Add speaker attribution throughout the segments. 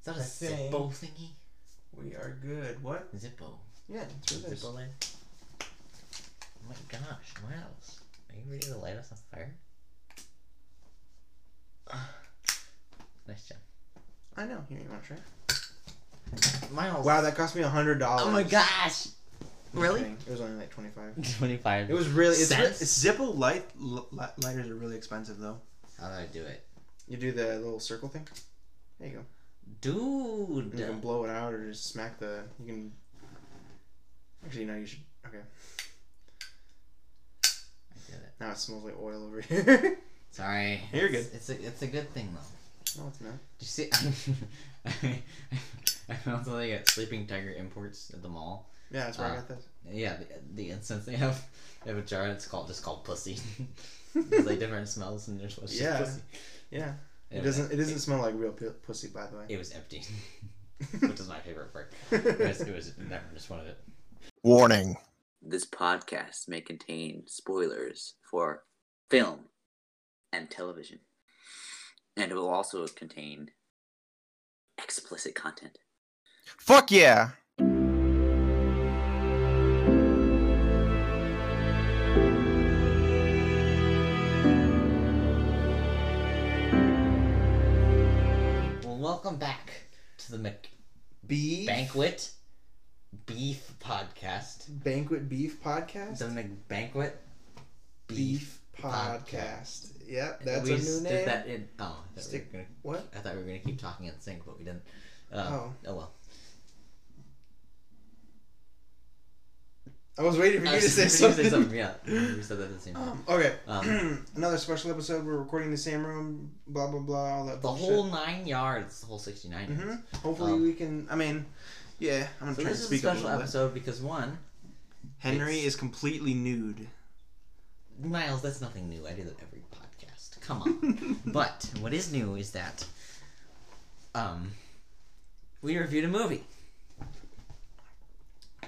Speaker 1: Is that a
Speaker 2: Same.
Speaker 1: Zippo thingy?
Speaker 2: We are good. What?
Speaker 1: Zippo.
Speaker 2: Yeah, it's really
Speaker 1: Zippo line. Oh my gosh, Miles. Are you ready to light us on fire? Nice job.
Speaker 2: I know. Here, you want to try?
Speaker 1: Miles.
Speaker 2: Wow, that cost me a hundred dollars.
Speaker 1: Oh my gosh! Really?
Speaker 2: It was only like twenty five.
Speaker 1: 25.
Speaker 2: It was really. It's, re-
Speaker 1: Cents?
Speaker 2: it's Zippo light li- li- lighters are really expensive though.
Speaker 1: How did I do it?
Speaker 2: You do the little circle thing. There you go.
Speaker 1: Dude!
Speaker 2: And You can blow it out or just smack the. You can. Actually, no. You should. Okay.
Speaker 1: I did it.
Speaker 2: Now it smells like oil over here.
Speaker 1: Sorry.
Speaker 2: You're good.
Speaker 1: It's, it's, a, it's a good thing, though.
Speaker 2: no, it's not.
Speaker 1: Did you see? I, I found something at Sleeping Tiger Imports at the mall.
Speaker 2: Yeah, that's where I
Speaker 1: Uh,
Speaker 2: got this.
Speaker 1: Yeah, the, the incense they have, they have a jar. It's called just called pussy. There's like different smells, and there's supposed to be
Speaker 2: Yeah.
Speaker 1: pussy.
Speaker 2: Yeah. It
Speaker 1: Anyway,
Speaker 2: doesn't. It doesn't smell like real pu- pussy, by the
Speaker 1: It, was empty, which is my favorite part. It was,
Speaker 2: way.
Speaker 1: it was never just wanted it.
Speaker 3: Warning.
Speaker 4: This podcast may contain spoilers for film and television, and it will also contain explicit content.
Speaker 3: Fuck yeah.
Speaker 1: Well, welcome back to the Mc-
Speaker 2: beef
Speaker 1: Banquet Beef Podcast.
Speaker 2: banquet beef podcast.
Speaker 1: The Mc- Banquet
Speaker 2: beef podcast. Yep, that's
Speaker 1: we
Speaker 2: a new
Speaker 1: just
Speaker 2: name.
Speaker 1: Did that in, oh, I thought we were
Speaker 2: Stick-
Speaker 1: gonna-
Speaker 2: What?
Speaker 1: I thought we were gonna keep talking in sync, but we didn't. Uh,
Speaker 2: Oh.
Speaker 1: oh well.
Speaker 2: I was waiting for
Speaker 1: I
Speaker 2: you
Speaker 1: was
Speaker 2: to say
Speaker 1: just gonna
Speaker 2: something.
Speaker 1: Yeah, we said that at the same time.
Speaker 2: Um, okay.
Speaker 1: Um,
Speaker 2: Another special episode. We're recording in the same room. Blah blah blah. All that
Speaker 1: The
Speaker 2: bullshit.
Speaker 1: whole nine yards, the whole sixty-nine. yards.
Speaker 2: hmm Hopefully
Speaker 1: um,
Speaker 2: we can. I mean, yeah. I'm gonna
Speaker 1: So
Speaker 2: try
Speaker 1: this is
Speaker 2: to
Speaker 1: a
Speaker 2: speak up
Speaker 1: special
Speaker 2: little bit.
Speaker 1: episode because one,
Speaker 2: Henry
Speaker 1: It's-
Speaker 2: is completely nude.
Speaker 1: Miles, that's nothing new. I do that every podcast. Come on. but what is new is that, um, we reviewed a movie.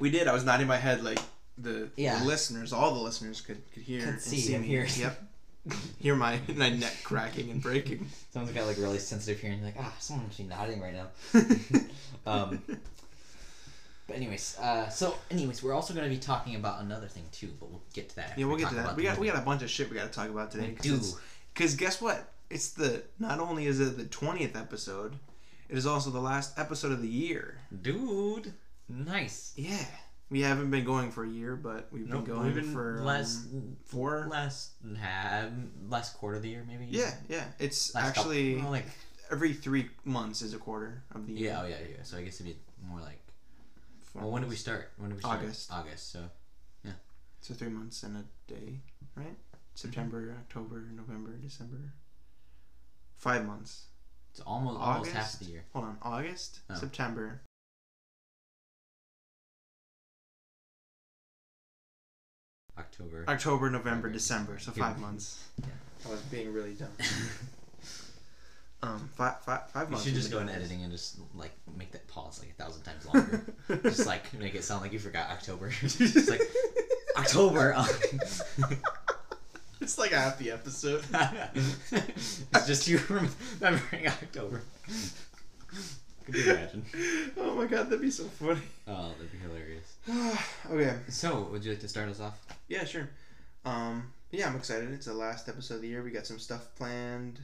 Speaker 2: We did. I was nodding my head like the,
Speaker 1: Yeah.
Speaker 2: the listeners, all the listeners could could hear
Speaker 1: Could
Speaker 2: and
Speaker 1: see
Speaker 2: see,
Speaker 1: and
Speaker 2: me.
Speaker 1: hear.
Speaker 2: Yep. hear my my neck cracking and breaking.
Speaker 1: Someone's got like really sensitive hearing. Like ah, someone's actually nodding right now. Um, But anyways, uh, so anyways, we're also going to be talking about another thing too, but we'll get to that. After
Speaker 2: yeah, we'll
Speaker 1: we
Speaker 2: get
Speaker 1: talk
Speaker 2: to that.
Speaker 1: about
Speaker 2: We
Speaker 1: the
Speaker 2: got we
Speaker 1: movie.
Speaker 2: got a bunch of shit we got to talk about today.
Speaker 1: We
Speaker 2: 'cause
Speaker 1: do.
Speaker 2: it's- Because guess what? It's the not only is it the twentieth episode, it is also the last episode of the year.
Speaker 1: dude. Nice.
Speaker 2: Yeah, we haven't been going for a year, but we've been
Speaker 1: Nope,
Speaker 2: going
Speaker 1: we've been
Speaker 2: for
Speaker 1: last
Speaker 2: um, four.
Speaker 1: last um, last quarter of the year maybe.
Speaker 2: yeah, yeah. It's
Speaker 1: Last couple-
Speaker 2: actually
Speaker 1: well, like
Speaker 2: every three months is a quarter of the year.
Speaker 1: yeah, oh yeah, yeah. So I guess it'd be more like.
Speaker 2: Four
Speaker 1: Well, when did we
Speaker 2: months.
Speaker 1: start? When did we start?
Speaker 2: August.
Speaker 1: August. So
Speaker 2: So three months and a day, right?
Speaker 1: Mm-hmm.
Speaker 2: September, October, November, December. Five months.
Speaker 1: it's almost almost half of the year.
Speaker 2: Hold on. August,
Speaker 1: Oh.
Speaker 2: September.
Speaker 1: October.
Speaker 2: October, November,
Speaker 1: November,
Speaker 2: December. So
Speaker 1: December.
Speaker 2: five months.
Speaker 1: Yeah.
Speaker 2: I was being really dumb. Um, five, five, five
Speaker 1: you
Speaker 2: months.
Speaker 1: should
Speaker 2: would
Speaker 1: just
Speaker 2: be
Speaker 1: go in
Speaker 2: nice.
Speaker 1: editing and just like make that pause like a thousand times longer. just like make it sound like you forgot October. it's like October.
Speaker 2: it's like half the episode.
Speaker 1: it's just you remembering October. Could you imagine?
Speaker 2: oh my god, that'd be so funny.
Speaker 1: Oh, that'd be hilarious.
Speaker 2: okay.
Speaker 1: So, would you like to start us off?
Speaker 2: Yeah, sure. Um, but yeah, I'm excited. It's the last episode of the year. We got some stuff planned.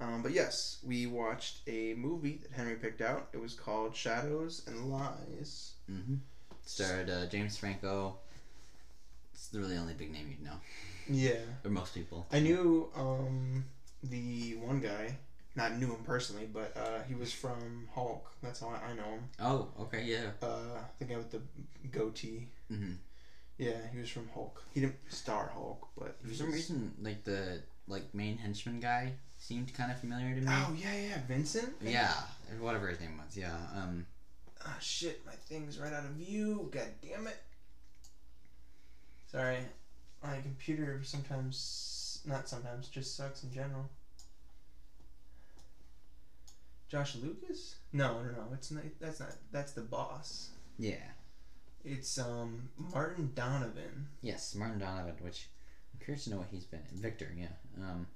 Speaker 2: Um, but yes, we watched a movie that Henry picked out. It was called Shadows and Lies.
Speaker 1: Mm-hmm. Starred uh, James Franco. It's really the only big name you'd know,
Speaker 2: Yeah.
Speaker 1: or most people.
Speaker 2: I knew um, the one guy. Not knew him personally, but uh, he was from Hulk. That's how I, I know him.
Speaker 1: Oh, okay, yeah.
Speaker 2: Uh, the guy with the goatee.
Speaker 1: Mm-hmm.
Speaker 2: Yeah, he was from Hulk. He didn't star Hulk, but he
Speaker 1: For some
Speaker 2: was-
Speaker 1: reason, like the like main henchman guy seemed kind of familiar to me.
Speaker 2: Oh yeah, yeah, Vincent.
Speaker 1: Yeah, whatever his name was. Yeah. Um.
Speaker 2: Ah, shit, my thing's right out of view. God damn it. Sorry, my computer sometimes, not sometimes, just sucks in general. Josh Lucas? No, no, no. It's not. That's not. That's the boss.
Speaker 1: Yeah.
Speaker 2: It's um Martin Donovan.
Speaker 1: Yes, Martin Donovan, which I'm curious to know what he's been in. Victor, yeah. Um,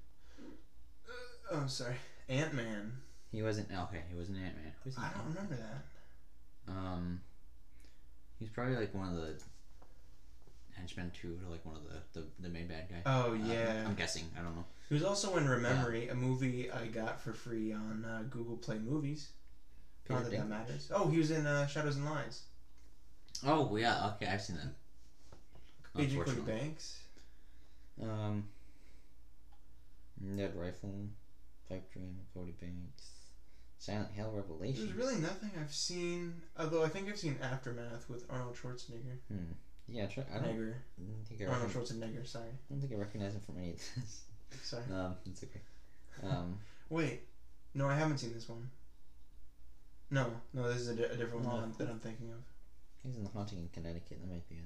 Speaker 2: Oh, sorry, Ant Man.
Speaker 1: He wasn't. Okay, he wasn't Ant Man. Who's
Speaker 2: I
Speaker 1: Ant
Speaker 2: don't remember that.
Speaker 1: Man? Um, he's probably like one of the henchmen too, or like one of the the, the main bad guy.
Speaker 2: Oh
Speaker 1: Uh,
Speaker 2: yeah.
Speaker 1: I'm guessing. I don't know.
Speaker 2: He was also in Rememory, a movie I got for free on uh, Google Play Movies.
Speaker 1: Peter
Speaker 2: Not that that
Speaker 1: Dinklage?
Speaker 2: matters. Oh, he was in uh, Shadows and Lines.
Speaker 1: Oh yeah. Okay, I've seen that.
Speaker 2: Agent Cody
Speaker 1: Unfortunately.
Speaker 2: Banks.
Speaker 1: Um, Ned Rifleman, Pipe Dream, Cody Banks, Silent Hill Revelation.
Speaker 2: There's really nothing I've seen, although I think I've seen Aftermath with Arnold Schwarzenegger.
Speaker 1: Hmm. Yeah, try, I, don't, I
Speaker 2: Negger.
Speaker 1: don't think I,
Speaker 2: Arnold
Speaker 1: recognize,
Speaker 2: Schwarzenegger, sorry.
Speaker 1: I don't think I recognize him from any of this.
Speaker 2: Sorry.
Speaker 1: Um, it's okay. Um,
Speaker 2: Wait. No, I haven't seen this one. No, no, this is a, di- a different one
Speaker 1: No.
Speaker 2: that I'm, that I'm thinking of.
Speaker 1: he's in The Haunting in Connecticut. That might be it.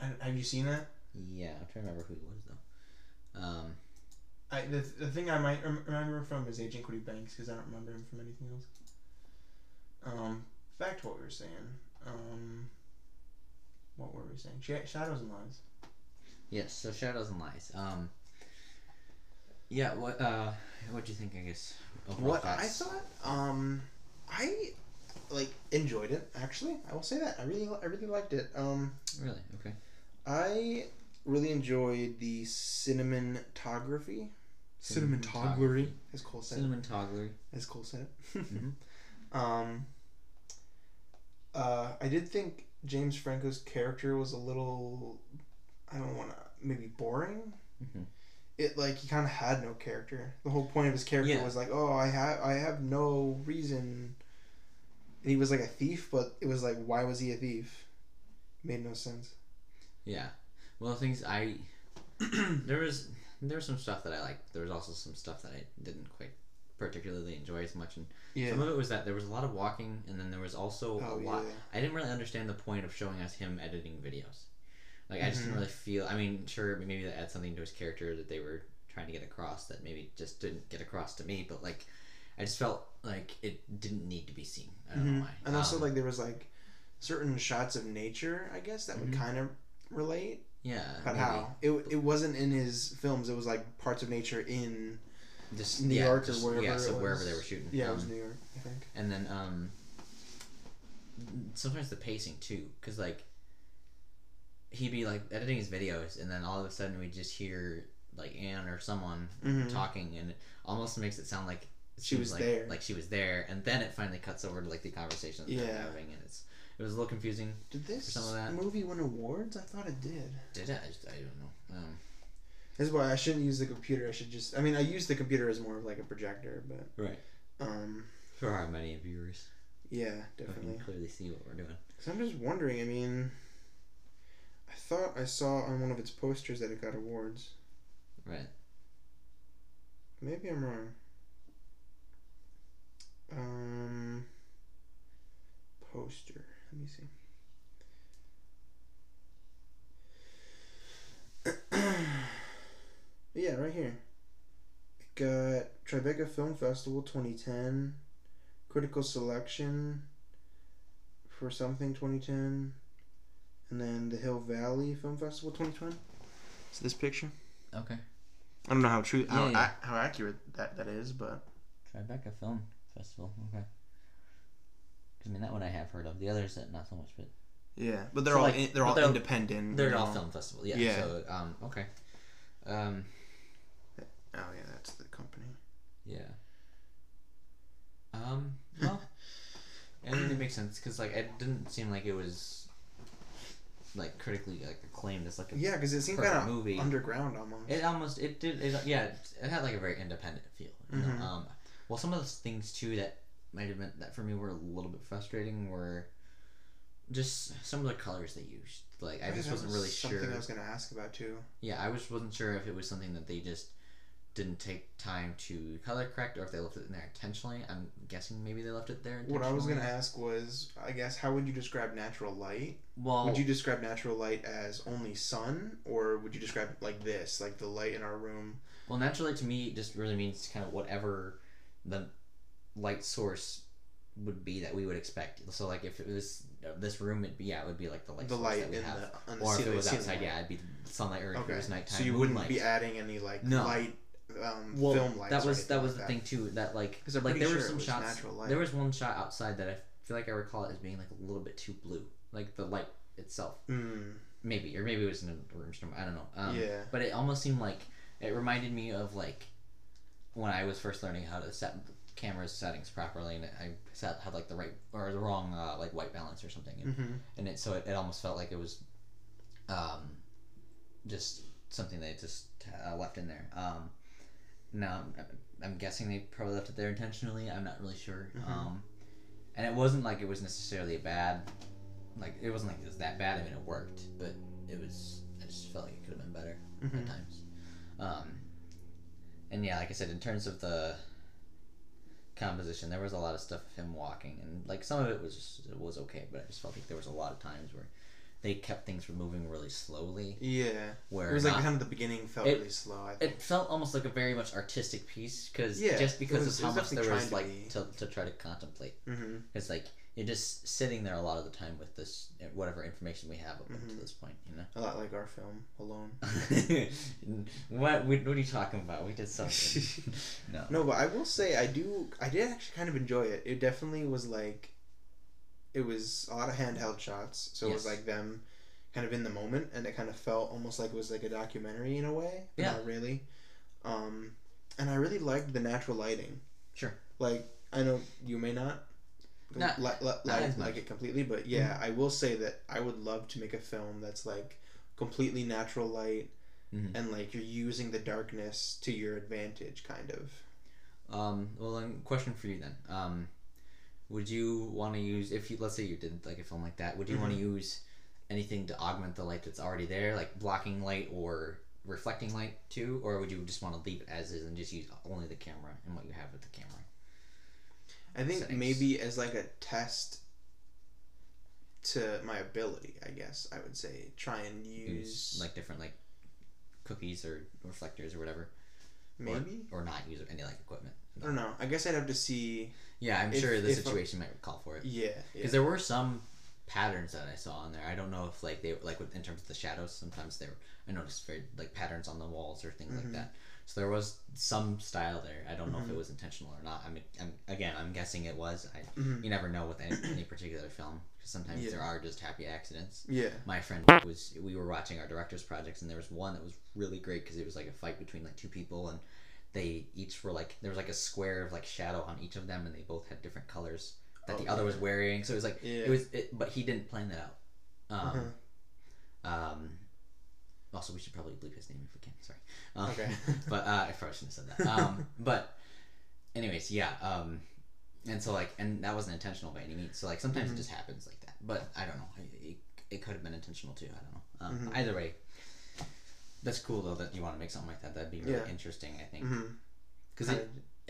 Speaker 2: I, have you seen that?
Speaker 1: Yeah, I'm trying to remember who he was though. Um,
Speaker 2: I, the, the thing I might rem- remember from is Agent Cody Banks because I don't remember him from anything else. Um, back to what we were saying. Um, what were we saying? Sh- Shadows and Lines.
Speaker 1: yes. So Shadows and Lies. Um, yeah. What? Uh, what do you think? I guess. overall
Speaker 2: what I
Speaker 1: thoughts?
Speaker 2: thought, um, I like enjoyed it. Actually, I will say that I really, I really liked it. Um,
Speaker 1: Really? Okay.
Speaker 2: I really enjoyed the cinematography.
Speaker 1: Cinematography.
Speaker 2: as Cole said.
Speaker 1: Cinnamon Toggler.
Speaker 2: as Cole said.
Speaker 1: Mhm.
Speaker 2: um, uh, I did think James Franco's character was a little, I don't want to, maybe boring.
Speaker 1: Mhm.
Speaker 2: It like he kind of had no character. The whole point of his character
Speaker 1: Yeah.
Speaker 2: was like, oh, I have, I have no reason. And he was like a thief, but it was like, why was he a thief? Made no sense.
Speaker 1: Yeah. Well, the things I there was there was some stuff that I liked. There was also some stuff that I didn't quite particularly enjoy as much. And
Speaker 2: Yeah.
Speaker 1: some of it was that there was a lot of walking, and then there was also
Speaker 2: Oh,
Speaker 1: a lot.
Speaker 2: yeah.
Speaker 1: I didn't really understand the point of showing us him editing videos. Like I just
Speaker 2: Mhm.
Speaker 1: didn't really feel. I mean, sure, maybe that adds something to his character that they were trying to get across that maybe just didn't get across to me. But like, I just felt like it didn't need to be seen. I don't
Speaker 2: Mhm.
Speaker 1: know why.
Speaker 2: And also
Speaker 1: Um,
Speaker 2: like there was like certain shots of nature, I guess that would
Speaker 1: Mhm.
Speaker 2: kind of relate.
Speaker 1: yeah,
Speaker 2: But
Speaker 1: Uh, maybe.
Speaker 2: how? It, it wasn't in his films. It was like parts of nature in
Speaker 1: just
Speaker 2: New
Speaker 1: yeah,
Speaker 2: York
Speaker 1: just-
Speaker 2: or wherever.
Speaker 1: Yeah, so
Speaker 2: it was.
Speaker 1: wherever they were shooting.
Speaker 2: Yeah, it
Speaker 1: Um,
Speaker 2: was New York, I think.
Speaker 1: and then um sometimes the pacing too because like he'd be like editing his videos and then all of a sudden we just hear like Anne or someone
Speaker 2: Mhm.
Speaker 1: talking and it almost makes it sound like it
Speaker 2: She
Speaker 1: seems
Speaker 2: was
Speaker 1: like,
Speaker 2: there.
Speaker 1: like she was there and then it finally cuts over to like the conversation that they're
Speaker 2: Yeah.
Speaker 1: having and it's it was a little confusing
Speaker 2: Did this
Speaker 1: some of that.
Speaker 2: movie win awards? I thought it did.
Speaker 1: did it I, just, I don't know um
Speaker 2: That's why I shouldn't use the computer. I should just. I mean, I use the computer as more of like a projector, but
Speaker 1: right
Speaker 2: um,
Speaker 1: for our many viewers
Speaker 2: yeah,
Speaker 1: who
Speaker 2: definitely.
Speaker 1: can clearly see what we're doing
Speaker 2: Because I'm just wondering. I mean, I thought I saw on one of its posters that it got awards.
Speaker 1: right
Speaker 2: Maybe I'm wrong. Um, poster. Let me see. yeah, right here. It got Tribeca Film Festival 2010, Critical Selection for something 2010, and then the Hill Valley Film Festival 2010. It's this picture.
Speaker 1: okay
Speaker 2: I don't know how true how,
Speaker 1: Yeah, yeah.
Speaker 2: ac- how accurate that, that is, but
Speaker 1: Tribeca Film Festival okay 'Cause, I mean that one I have heard of the others that not so much but
Speaker 2: yeah, but they're
Speaker 1: So,
Speaker 2: all
Speaker 1: like,
Speaker 2: in, they're
Speaker 1: but
Speaker 2: all
Speaker 1: they're-
Speaker 2: independent.
Speaker 1: They're
Speaker 2: you
Speaker 1: all
Speaker 2: know.
Speaker 1: film festival, yeah.
Speaker 2: Yeah.
Speaker 1: So um, okay, um,
Speaker 2: Oh yeah, that's the company.
Speaker 1: yeah. Um, well, I mean, it makes sense because like it didn't seem like it was like critically like acclaimed as like a
Speaker 2: Yeah, because it seemed
Speaker 1: Perfect
Speaker 2: kind of
Speaker 1: movie.
Speaker 2: underground almost.
Speaker 1: It almost it did it, yeah it, it had like a very independent feel. You
Speaker 2: Mhm.
Speaker 1: know? Um, well, some of those things too that might have been that for me were a little bit frustrating were just some of the colors they used. Like I
Speaker 2: Right,
Speaker 1: just
Speaker 2: that
Speaker 1: wasn't
Speaker 2: was
Speaker 1: really sure.
Speaker 2: Something I was gonna ask about too.
Speaker 1: Yeah, I just wasn't sure if it was something that they just didn't take time to color correct or if they left it in there intentionally. I'm guessing maybe they left it there
Speaker 2: What I was gonna
Speaker 1: intentionally.
Speaker 2: ask was, I guess, how would you describe natural light?
Speaker 1: Well,
Speaker 2: Would you describe natural light as only sun, or would you describe it like this, like the light in our room?
Speaker 1: well, naturally to me just really means kind of whatever the light source would be that we would expect. So like if it was uh, this room, it'd be yeah, it would be like the light
Speaker 2: the
Speaker 1: source
Speaker 2: light
Speaker 1: that
Speaker 2: in
Speaker 1: we have.
Speaker 2: the on the
Speaker 1: or if
Speaker 2: ceiling.
Speaker 1: it was
Speaker 2: ceiling
Speaker 1: outside,
Speaker 2: light.
Speaker 1: yeah, it'd be sunlight or if
Speaker 2: Okay.
Speaker 1: it was nighttime.
Speaker 2: So you wouldn't
Speaker 1: moonlight.
Speaker 2: be adding any like
Speaker 1: No.
Speaker 2: light um,
Speaker 1: well,
Speaker 2: film lights.
Speaker 1: that
Speaker 2: or
Speaker 1: was
Speaker 2: anything
Speaker 1: that was
Speaker 2: like
Speaker 1: the thing too that like
Speaker 2: 'Cause I'm
Speaker 1: like
Speaker 2: pretty
Speaker 1: there were
Speaker 2: sure it
Speaker 1: some
Speaker 2: was
Speaker 1: shots.
Speaker 2: natural light.
Speaker 1: There was one shot outside that I feel like I recall it as being like a little bit too blue, like the light itself,
Speaker 2: Mm,
Speaker 1: maybe or maybe it was in a room storm. I don't know. Um,
Speaker 2: yeah.
Speaker 1: But it almost seemed like it reminded me of like when I was first learning how to set cameras settings properly, and I set, had like the right or the wrong uh, like white balance or something, and,
Speaker 2: Mm-hmm.
Speaker 1: and it so it, it almost felt like it was um, just something they just uh, left in there. Um, now I'm, I'm guessing they probably left it there intentionally. I'm not really sure.
Speaker 2: Mhm.
Speaker 1: Um, and it wasn't like it was necessarily bad. Like it wasn't like it was that bad. I mean, it worked, but it was. I just felt like it could have been better at
Speaker 2: Mm-hmm.
Speaker 1: times. Um, and yeah, like I said, in terms of the composition, there was a lot of stuff of him walking, and like some of it was just, it was okay, but I just felt like there was a lot of times where they kept things from moving really slowly.
Speaker 2: Yeah.
Speaker 1: Where
Speaker 2: It was like
Speaker 1: not-
Speaker 2: kind of the beginning felt
Speaker 1: It-
Speaker 2: really slow. I think.
Speaker 1: it felt almost like a very much artistic piece because
Speaker 2: Yeah,
Speaker 1: just because
Speaker 2: it was-
Speaker 1: of how
Speaker 2: it was
Speaker 1: much
Speaker 2: definitely
Speaker 1: there was
Speaker 2: trying
Speaker 1: like
Speaker 2: to
Speaker 1: to, to try to contemplate.
Speaker 2: mm-hmm.
Speaker 1: Because like you're just sitting there a lot of the time with this whatever information we have up
Speaker 2: Mhm.
Speaker 1: to this point, you know.
Speaker 2: A lot like our film Alone.
Speaker 1: what, what what are you talking about? We did something. no.
Speaker 2: No, but I will say I do. I did actually kind of enjoy it. It definitely was like, it was a lot of handheld shots, so it was
Speaker 1: Yes.
Speaker 2: like them, kind of in the moment, and it kind of felt almost like it was like a documentary in a way, but
Speaker 1: Yeah.
Speaker 2: not really. Um, and I really liked the natural lighting.
Speaker 1: Sure.
Speaker 2: Like I know you may not.
Speaker 1: Not-
Speaker 2: li- li-
Speaker 1: not
Speaker 2: like,
Speaker 1: as
Speaker 2: like
Speaker 1: much. Mm-hmm.
Speaker 2: it completely, but yeah, I will say that I would love to make a film that's like completely natural light,
Speaker 1: Mhm.
Speaker 2: and like you're using the darkness to your advantage, kind of.
Speaker 1: Um. Well, then, question for you then. Um, would you want to use if you let's say you did like a film like that? Would you want to use anything to augment the light that's already there, like blocking light or reflecting light too, or would you just want to leave it as is and just use only the camera and what you have with the camera?
Speaker 2: I think
Speaker 1: settings.
Speaker 2: maybe as like a test to my ability, I guess I would say try and use
Speaker 1: Use like different like cookies or reflectors or whatever,
Speaker 2: maybe
Speaker 1: or not use any like equipment.
Speaker 2: I don't know. I guess I'd have to see.
Speaker 1: Yeah, I'm
Speaker 2: If-
Speaker 1: sure the
Speaker 2: if-
Speaker 1: situation might call for it.
Speaker 2: Yeah, yeah.
Speaker 1: because there were some patterns that I saw on there. I don't know if like they like with- in terms of the shadows. Sometimes they were I noticed very like patterns on the walls or things
Speaker 2: Mhm.
Speaker 1: like that. So there was some style there. I don't know if
Speaker 2: Mhm.
Speaker 1: it was intentional or not. I mean, I'm, again, I'm guessing it was. I
Speaker 2: Mhm.
Speaker 1: you never know with any, any particular film because sometimes
Speaker 2: Yeah.
Speaker 1: there are just happy accidents.
Speaker 2: yeah.
Speaker 1: My friend was we were watching our director's projects and there was one that was really great because it was like a fight between like two people and they each were like there was like a square of like shadow on each of them and they both had different colors that
Speaker 2: Oh,
Speaker 1: the other
Speaker 2: yeah.
Speaker 1: was wearing. So it was like
Speaker 2: Yeah.
Speaker 1: it was, it, but he didn't plan that out. Um,
Speaker 2: Uh-huh.
Speaker 1: um, also, we should probably bleep his name if we can. Sorry. Um,
Speaker 2: Okay.
Speaker 1: But uh, I probably shouldn't have said that. Um, but, anyways, yeah. Um, and so like, and that wasn't intentional by any means. So like, sometimes
Speaker 2: Mhm.
Speaker 1: it just happens like that. But I don't know. It- It, it could have been intentional too. I don't know. Um,
Speaker 2: Mhm.
Speaker 1: Either way, that's cool though that you want to make something like that. That'd be really
Speaker 2: Yeah.
Speaker 1: interesting. I think
Speaker 2: hmm
Speaker 1: because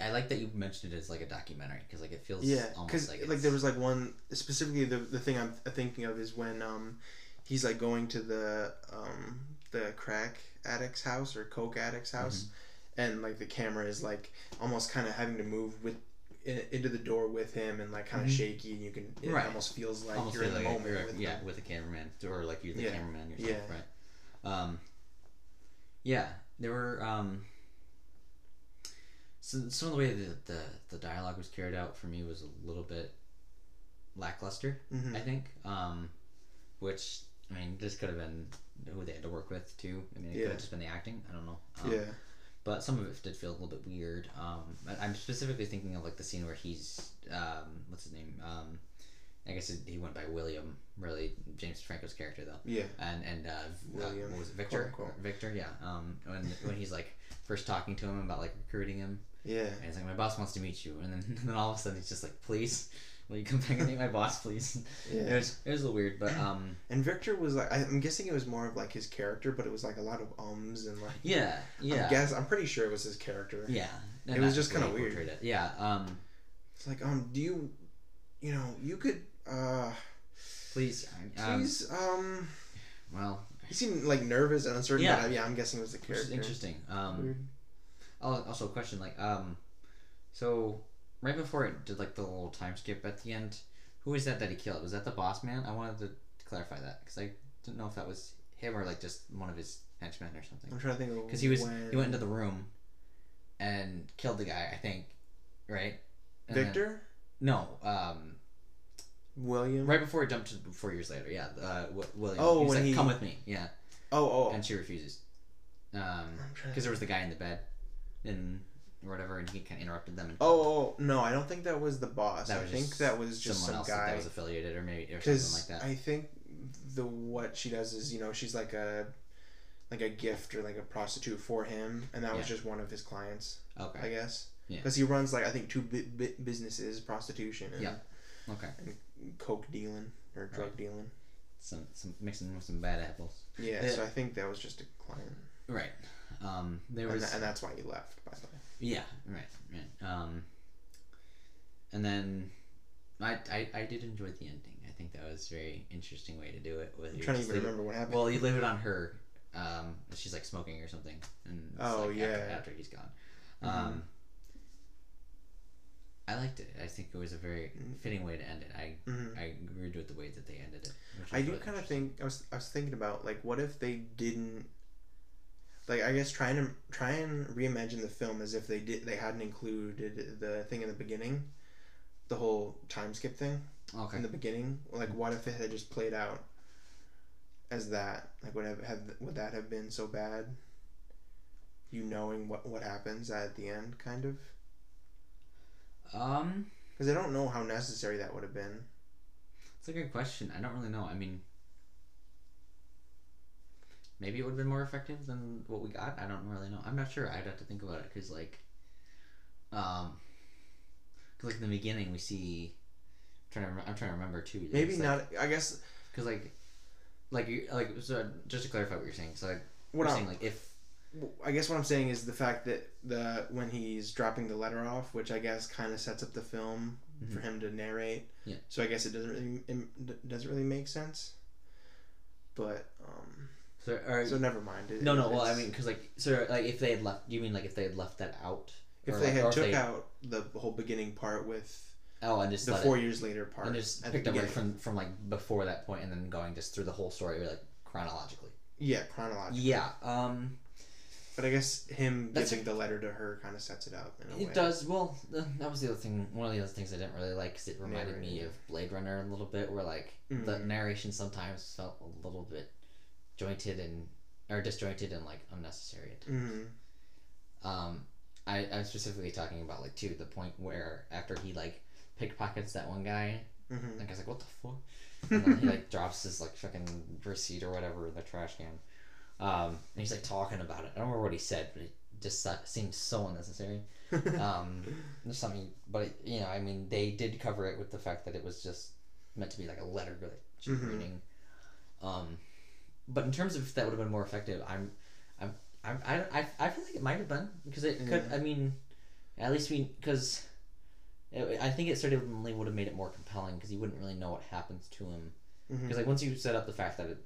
Speaker 1: I like that you mentioned it as like a documentary because like it feels
Speaker 2: yeah,
Speaker 1: almost
Speaker 2: because
Speaker 1: like
Speaker 2: like,
Speaker 1: it's-
Speaker 2: there was like one specifically the the thing I'm thinking of is when um he's like going to the um the crack addict's house or coke addict's
Speaker 1: Mm-hmm.
Speaker 2: house, and like the camera is like almost kind of having to move with in, into the door with him and like kind of
Speaker 1: Mhm.
Speaker 2: shaky and you can it
Speaker 1: Right.
Speaker 2: almost feels like
Speaker 1: almost
Speaker 2: you're in
Speaker 1: feel
Speaker 2: the
Speaker 1: like
Speaker 2: moment
Speaker 1: you're-
Speaker 2: with
Speaker 1: yeah,
Speaker 2: him.
Speaker 1: with a cameraman or like you're the
Speaker 2: Yeah.
Speaker 1: cameraman yourself,
Speaker 2: Yeah.
Speaker 1: right? Um, yeah, there were um, some some of the way that the the dialogue was carried out for me was a little bit lackluster,
Speaker 2: Mhm.
Speaker 1: I think. Um, which I mean, this could have been who they had to work with too. I mean, it could
Speaker 2: Yeah.
Speaker 1: have just been the acting. I don't know. Um,
Speaker 2: yeah
Speaker 1: but some of it did feel a little bit weird. Um, I- I'm specifically thinking of like the scene where he's um, what's his name? Um, I guess it, he went by William, really James Franco's character though,
Speaker 2: yeah
Speaker 1: and and uh, v- uh,
Speaker 2: William
Speaker 1: what was it, Victor?
Speaker 2: Franco.
Speaker 1: Victor, yeah. Um, when when he's like first talking to him about like recruiting him,
Speaker 2: yeah
Speaker 1: and he's like, my boss wants to meet you, and then and then all of a sudden he's just like, please, will you come back and meet my boss, please? It
Speaker 2: yeah.
Speaker 1: was it was a little weird, but um,
Speaker 2: And Victor was like I- I'm guessing it was more of like his character, but it was like a lot of ums and like
Speaker 1: yeah, yeah,
Speaker 2: I guess I'm pretty sure it was his character.
Speaker 1: yeah.
Speaker 2: It
Speaker 1: And
Speaker 2: was
Speaker 1: that's
Speaker 2: just
Speaker 1: the way
Speaker 2: kinda
Speaker 1: he
Speaker 2: weird.
Speaker 1: portrayed it. Yeah. Um,
Speaker 2: It's like, um, do you, you know, you could, uh,
Speaker 1: please, um,
Speaker 2: please, um,
Speaker 1: well.
Speaker 2: he seemed like nervous and uncertain. Yeah,
Speaker 1: Yeah.
Speaker 2: but, I- yeah, I'm guessing it was the
Speaker 1: which is
Speaker 2: character. Mm.
Speaker 1: interesting. Um,
Speaker 2: Weird.
Speaker 1: al- also, a question like, um, so right before it did like the little time skip at the end, who is that that he killed? Was that the boss man? I wanted to clarify that because I didn't know if that was him or like just one of his henchmen or something.
Speaker 2: I'm trying to think of
Speaker 1: Because he was
Speaker 2: Oh, when-
Speaker 1: he went into the room, and killed the guy. I think, right? And then-
Speaker 2: Victor?
Speaker 1: no. Um,
Speaker 2: William?
Speaker 1: right before he jumped to four years later. Yeah. Uh, Wi- William.
Speaker 2: Oh,
Speaker 1: he's
Speaker 2: when
Speaker 1: like,
Speaker 2: he-
Speaker 1: come with me. Yeah.
Speaker 2: Oh, oh.
Speaker 1: And she refuses. Um,
Speaker 2: I'm trying to-
Speaker 1: because there was the guy in the bed, and or whatever, and he kind of interrupted them. And
Speaker 2: Oh, oh, no, I don't think that was the boss.
Speaker 1: That
Speaker 2: I
Speaker 1: was
Speaker 2: think
Speaker 1: just
Speaker 2: that was just
Speaker 1: someone
Speaker 2: some
Speaker 1: else that, that
Speaker 2: guy.
Speaker 1: was affiliated or maybe or
Speaker 2: Because
Speaker 1: something like that.
Speaker 2: I think the what she does is, you know, she's like a like a gift or like a prostitute for him, and that was just one of his clients,
Speaker 1: okay.
Speaker 2: I guess.
Speaker 1: Yeah.
Speaker 2: Because he runs like I think two bi- bi- businesses: prostitution and
Speaker 1: Yeah. Okay.
Speaker 2: coke dealing or drug dealing.
Speaker 1: Some some mixing with some bad apples.
Speaker 2: Yeah,
Speaker 1: Yeah.
Speaker 2: So I think that was just a client,
Speaker 1: Right. Um. There
Speaker 2: and,
Speaker 1: was.
Speaker 2: tha- and that's why he left. By the way.
Speaker 1: Yeah, right, right. Um, and then I, I I did enjoy the ending. I think that was a very interesting way to do it. With
Speaker 2: I'm
Speaker 1: you
Speaker 2: trying to
Speaker 1: just
Speaker 2: even
Speaker 1: leave it-
Speaker 2: remember what happened.
Speaker 1: Well, you leave it on her. Um, she's like smoking or something, and it's
Speaker 2: Oh,
Speaker 1: like
Speaker 2: yeah. Mm-hmm.
Speaker 1: after, after he's gone. Um, I liked it. I think it was a very
Speaker 2: Mm.
Speaker 1: fitting way to end it. I
Speaker 2: Mhm.
Speaker 1: I agreed with the way that they ended it. which
Speaker 2: I
Speaker 1: was
Speaker 2: do
Speaker 1: really
Speaker 2: kind of
Speaker 1: interesting.
Speaker 2: think I was I was thinking about like what if they didn't like I guess trying to try and reimagine the film as if they did they hadn't included the thing in the beginning, the whole time skip thing
Speaker 1: Okay.
Speaker 2: in the beginning. Like what if it had just played out as that? Like would have, have would that have been so bad? You knowing what what happens at the end, kind of,
Speaker 1: Um,
Speaker 2: because I don't know how necessary that would have been.
Speaker 1: it's a good question. I don't really know. I mean, maybe it would have been more effective than what we got. I don't really know. I'm not sure. I'd have to think about it because, like, um, 'cause, like in the beginning we see. Trying to, rem- I'm trying to remember too.
Speaker 2: Maybe not. I guess
Speaker 1: because like, like you like so just to clarify what you're saying. So like,
Speaker 2: what
Speaker 1: you're
Speaker 2: I'm
Speaker 1: saying like if
Speaker 2: I guess what I'm saying is the fact that the when he's dropping the letter off, which I guess kind of sets up the film for
Speaker 1: Mhm.
Speaker 2: him to narrate.
Speaker 1: Yeah.
Speaker 2: So I guess it doesn't really im- it doesn't really make sense. But um,
Speaker 1: so, or,
Speaker 2: so never mind. It-
Speaker 1: no no
Speaker 2: it-
Speaker 1: well I
Speaker 2: it's-
Speaker 1: mean because like so like if they had left you mean like if they had left that out
Speaker 2: if
Speaker 1: or,
Speaker 2: they
Speaker 1: like, or
Speaker 2: had
Speaker 1: if
Speaker 2: took
Speaker 1: they-
Speaker 2: out the whole beginning part with
Speaker 1: oh and just
Speaker 2: the
Speaker 1: let it-
Speaker 2: four years later part,
Speaker 1: and just
Speaker 2: at the
Speaker 1: picked up right
Speaker 2: beginning.
Speaker 1: from from like before that point and then going just through the whole story like chronologically
Speaker 2: yeah chronologically.
Speaker 1: yeah um
Speaker 2: But I guess him
Speaker 1: That's
Speaker 2: giving the letter to her kind of sets it up in a way.
Speaker 1: it does well th- that was the other thing one of the other things i didn't really like because it reminded me
Speaker 2: Narrating.
Speaker 1: of blade runner a little bit where like the
Speaker 2: Mhm.
Speaker 1: narration sometimes felt a little bit jointed and or disjointed and like unnecessary at
Speaker 2: Mhm.
Speaker 1: Um, I, I'm specifically talking about like too the point where after he like pickpockets that one guy,
Speaker 2: Mhm.
Speaker 1: like I was like, what the fuck? And then he like drops his like fucking receipt or whatever in the trash can. Um, and he's like talking about it. I don't remember what he said, but it just uh, seems so unnecessary. Um, there's something, but it, you know, I mean, they did cover it with the fact that it was just meant to be like a letter that she's
Speaker 2: Mhm.
Speaker 1: reading. Um, but in terms of if that would have been more effective, I'm, I'm, I'm I, I, I feel like it might have been because it could.
Speaker 2: Yeah.
Speaker 1: I mean, at least we because. I think it certainly would have made it more compelling because you wouldn't really know what happens to him.
Speaker 2: Mhm.
Speaker 1: Because like once you set up the fact that it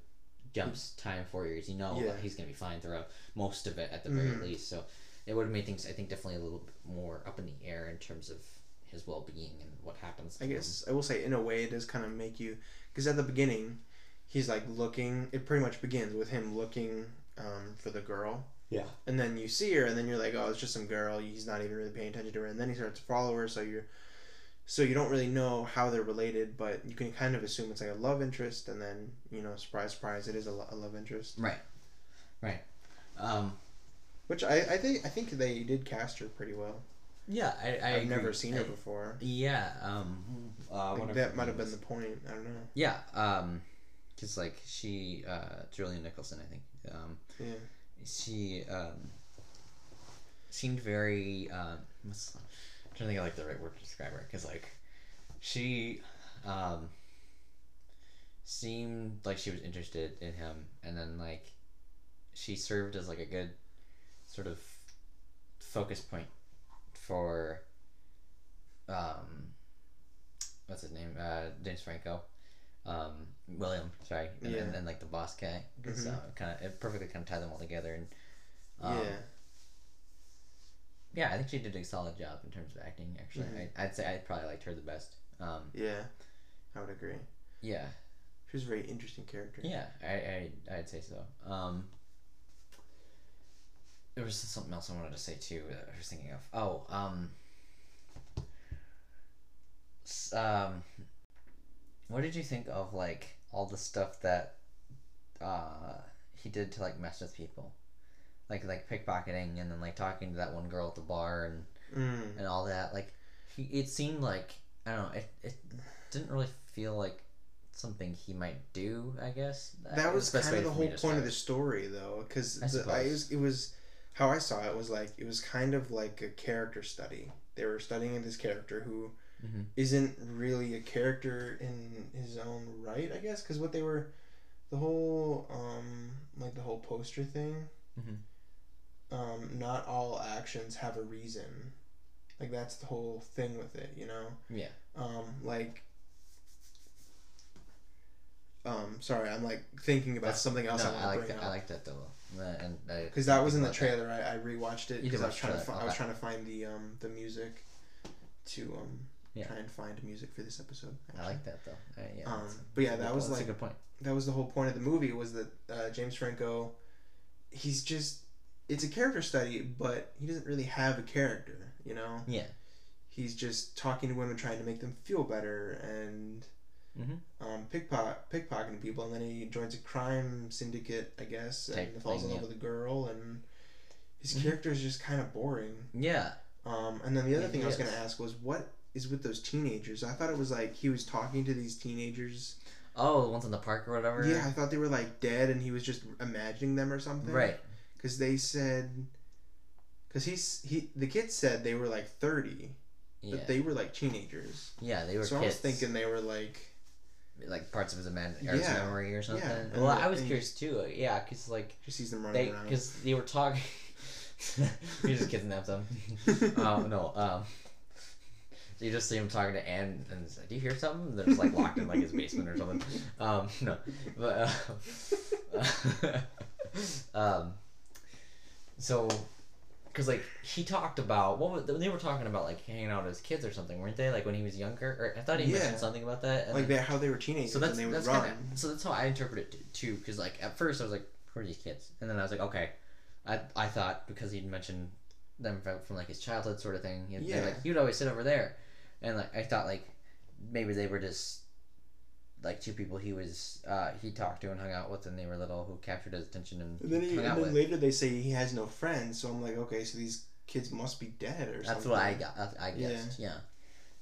Speaker 1: jumps time four years, you know
Speaker 2: Yeah.
Speaker 1: that he's gonna be fine throughout most of it at the very
Speaker 2: Mhm.
Speaker 1: least. So it would have made things I think definitely a little bit more up in the air in terms of his well being and what happens. To
Speaker 2: I guess I will say in a way it does kind of make you because at the beginning he's like looking. It pretty much begins with him looking um, for the girl,
Speaker 1: Yeah.
Speaker 2: and then you see her, and then you're like, oh, it's just some girl. He's not even really paying attention to her, and then he starts to follow her. So you're so you don't really know how they're related, but you can kind of assume it's like a love interest, and then you know, surprise, surprise, it is a, lo- a love interest.
Speaker 1: Right. Right. Um,
Speaker 2: Which I, I think I think they did cast her pretty well.
Speaker 1: yeah, I, I
Speaker 2: I've
Speaker 1: agree.
Speaker 2: never seen her
Speaker 1: I-
Speaker 2: before.
Speaker 1: Yeah. Um, uh,
Speaker 2: Like,
Speaker 1: one of her
Speaker 2: that might have been
Speaker 1: names-
Speaker 2: the point. I don't know.
Speaker 1: Yeah. Um, because like she, uh, Julian Nicholson, I think. Um,
Speaker 2: Yeah.
Speaker 1: she um, seemed very um, what's- I'm trying to think of like the right word to describe her because like she um, seemed like she was interested in him and then like she served as like a good sort of focus point for um, what's his name uh, James Franco um, William sorry and,
Speaker 2: Yeah.
Speaker 1: and, and like the boss guy because
Speaker 2: Mhm.
Speaker 1: kind of it perfectly kind of tied them all together and um,
Speaker 2: yeah.
Speaker 1: yeah I think she did a solid job in terms of acting actually
Speaker 2: Mhm.
Speaker 1: I, I'd say I probably liked her the best um,
Speaker 2: Yeah. I would agree.
Speaker 1: yeah
Speaker 2: She was a very interesting character.
Speaker 1: yeah I, I I'd say so um, there was something else I wanted to say too that I was thinking of. Oh, um, s- um, what did you think of like all the stuff that uh he did to like mess with people, like like pickpocketing and then like talking to that one girl at the bar and
Speaker 2: Mm.
Speaker 1: and all that. Like he, it seemed like I don't know. It it didn't really feel like something he might do. I guess
Speaker 2: That
Speaker 1: Uh,
Speaker 2: was
Speaker 1: it's best
Speaker 2: kind of
Speaker 1: way
Speaker 2: the
Speaker 1: for me
Speaker 2: whole
Speaker 1: to
Speaker 2: point of
Speaker 1: describe
Speaker 2: the story, though, because
Speaker 1: I
Speaker 2: I,
Speaker 1: suppose.
Speaker 2: it, was, it was how I saw it was like it was kind of like a character study. They were studying this character who
Speaker 1: it. Mhm.
Speaker 2: isn't really a character in his own right, I guess, because what they were, the whole um like the whole poster thing,
Speaker 1: Mhm.
Speaker 2: um, not all actions have a reason. Like that's the whole thing with it, you know
Speaker 1: Yeah.
Speaker 2: um like um sorry i'm like thinking about
Speaker 1: That's-
Speaker 2: something else
Speaker 1: No, I
Speaker 2: i want
Speaker 1: like
Speaker 2: to bring
Speaker 1: that.
Speaker 2: up
Speaker 1: I like that though. Uh, And
Speaker 2: because that was in the
Speaker 1: about that.
Speaker 2: trailer I, I rewatched it
Speaker 1: You did
Speaker 2: because i
Speaker 1: watch
Speaker 2: was trying to
Speaker 1: the
Speaker 2: fi-
Speaker 1: trailer,
Speaker 2: i was
Speaker 1: okay.
Speaker 2: trying to find the um the music to um
Speaker 1: Yeah.
Speaker 2: try and find music for this episode
Speaker 1: I
Speaker 2: actually.
Speaker 1: like that though. Uh, yeah.
Speaker 2: Um,
Speaker 1: that's a-
Speaker 2: but yeah,
Speaker 1: that's a
Speaker 2: that
Speaker 1: good
Speaker 2: was,
Speaker 1: point. That's
Speaker 2: like-
Speaker 1: a good point.
Speaker 2: that was the whole point of the movie was that uh, James Franco, he's just it's a character study, but he doesn't really have a character. You know,
Speaker 1: Yeah.
Speaker 2: he's just talking to women, trying to make them feel better, and
Speaker 1: Mhm.
Speaker 2: um, pickpock pickpocketing people, and then he joins a crime syndicate, I guess, and
Speaker 1: Type
Speaker 2: falls
Speaker 1: thing,
Speaker 2: in love
Speaker 1: yeah.
Speaker 2: with a girl, and his
Speaker 1: Mhm.
Speaker 2: character is just kind of boring.
Speaker 1: Yeah.
Speaker 2: Um, and then the other
Speaker 1: Yeah,
Speaker 2: thing I
Speaker 1: he
Speaker 2: was gonna
Speaker 1: is.
Speaker 2: ask was what is with those teenagers? I thought it was like he was talking to these teenagers.
Speaker 1: Oh, the ones in the park or whatever.
Speaker 2: Yeah, I thought they were like dead, and he was just imagining them or something.
Speaker 1: Right.
Speaker 2: Because they said, because he's he the kid said they were like thirty,
Speaker 1: Yeah.
Speaker 2: but they were like teenagers.
Speaker 1: yeah. They were
Speaker 2: so I was
Speaker 1: kids.
Speaker 2: thinking they were like
Speaker 1: like parts of his, imag- or his
Speaker 2: Yeah,
Speaker 1: memory or something.
Speaker 2: and
Speaker 1: Well,
Speaker 2: the-
Speaker 1: I was
Speaker 2: and-
Speaker 1: curious too. Yeah, because like
Speaker 2: just sees them running
Speaker 1: they
Speaker 2: around.
Speaker 1: because they were talking. you just kidnapped them. um, no. Um, so you just see him talking to Anne, and it's like, do you hear something? And they're just like locked in like his basement or something. Um, no, but uh, um, so because like he talked about what was, they were talking about like hanging out as kids or something, weren't they? Like when he was younger, or I thought he
Speaker 2: Yeah.
Speaker 1: mentioned something about that. And
Speaker 2: like
Speaker 1: then-
Speaker 2: they, how they were teenagers
Speaker 1: so that's
Speaker 2: and they would
Speaker 1: that's
Speaker 2: run.
Speaker 1: kind of so that's how I interpret it too. Because like at first I was like, who are these kids? And then I was like, okay, I I thought because he'd mentioned them from, from like his childhood sort of thing. He'd, yeah.
Speaker 2: Yeah.
Speaker 1: Like he would always sit over there, and like I thought like maybe they were just like two people he was uh, he talked to and hung out with, and they were little who captured his attention and,
Speaker 2: and then, he,
Speaker 1: hung
Speaker 2: and
Speaker 1: out
Speaker 2: then
Speaker 1: with.
Speaker 2: later they say he has no friends, so I'm like, okay, so these kids must be dead or
Speaker 1: That's
Speaker 2: something.
Speaker 1: what I got. I, I
Speaker 2: Yeah.
Speaker 1: guessed. Yeah.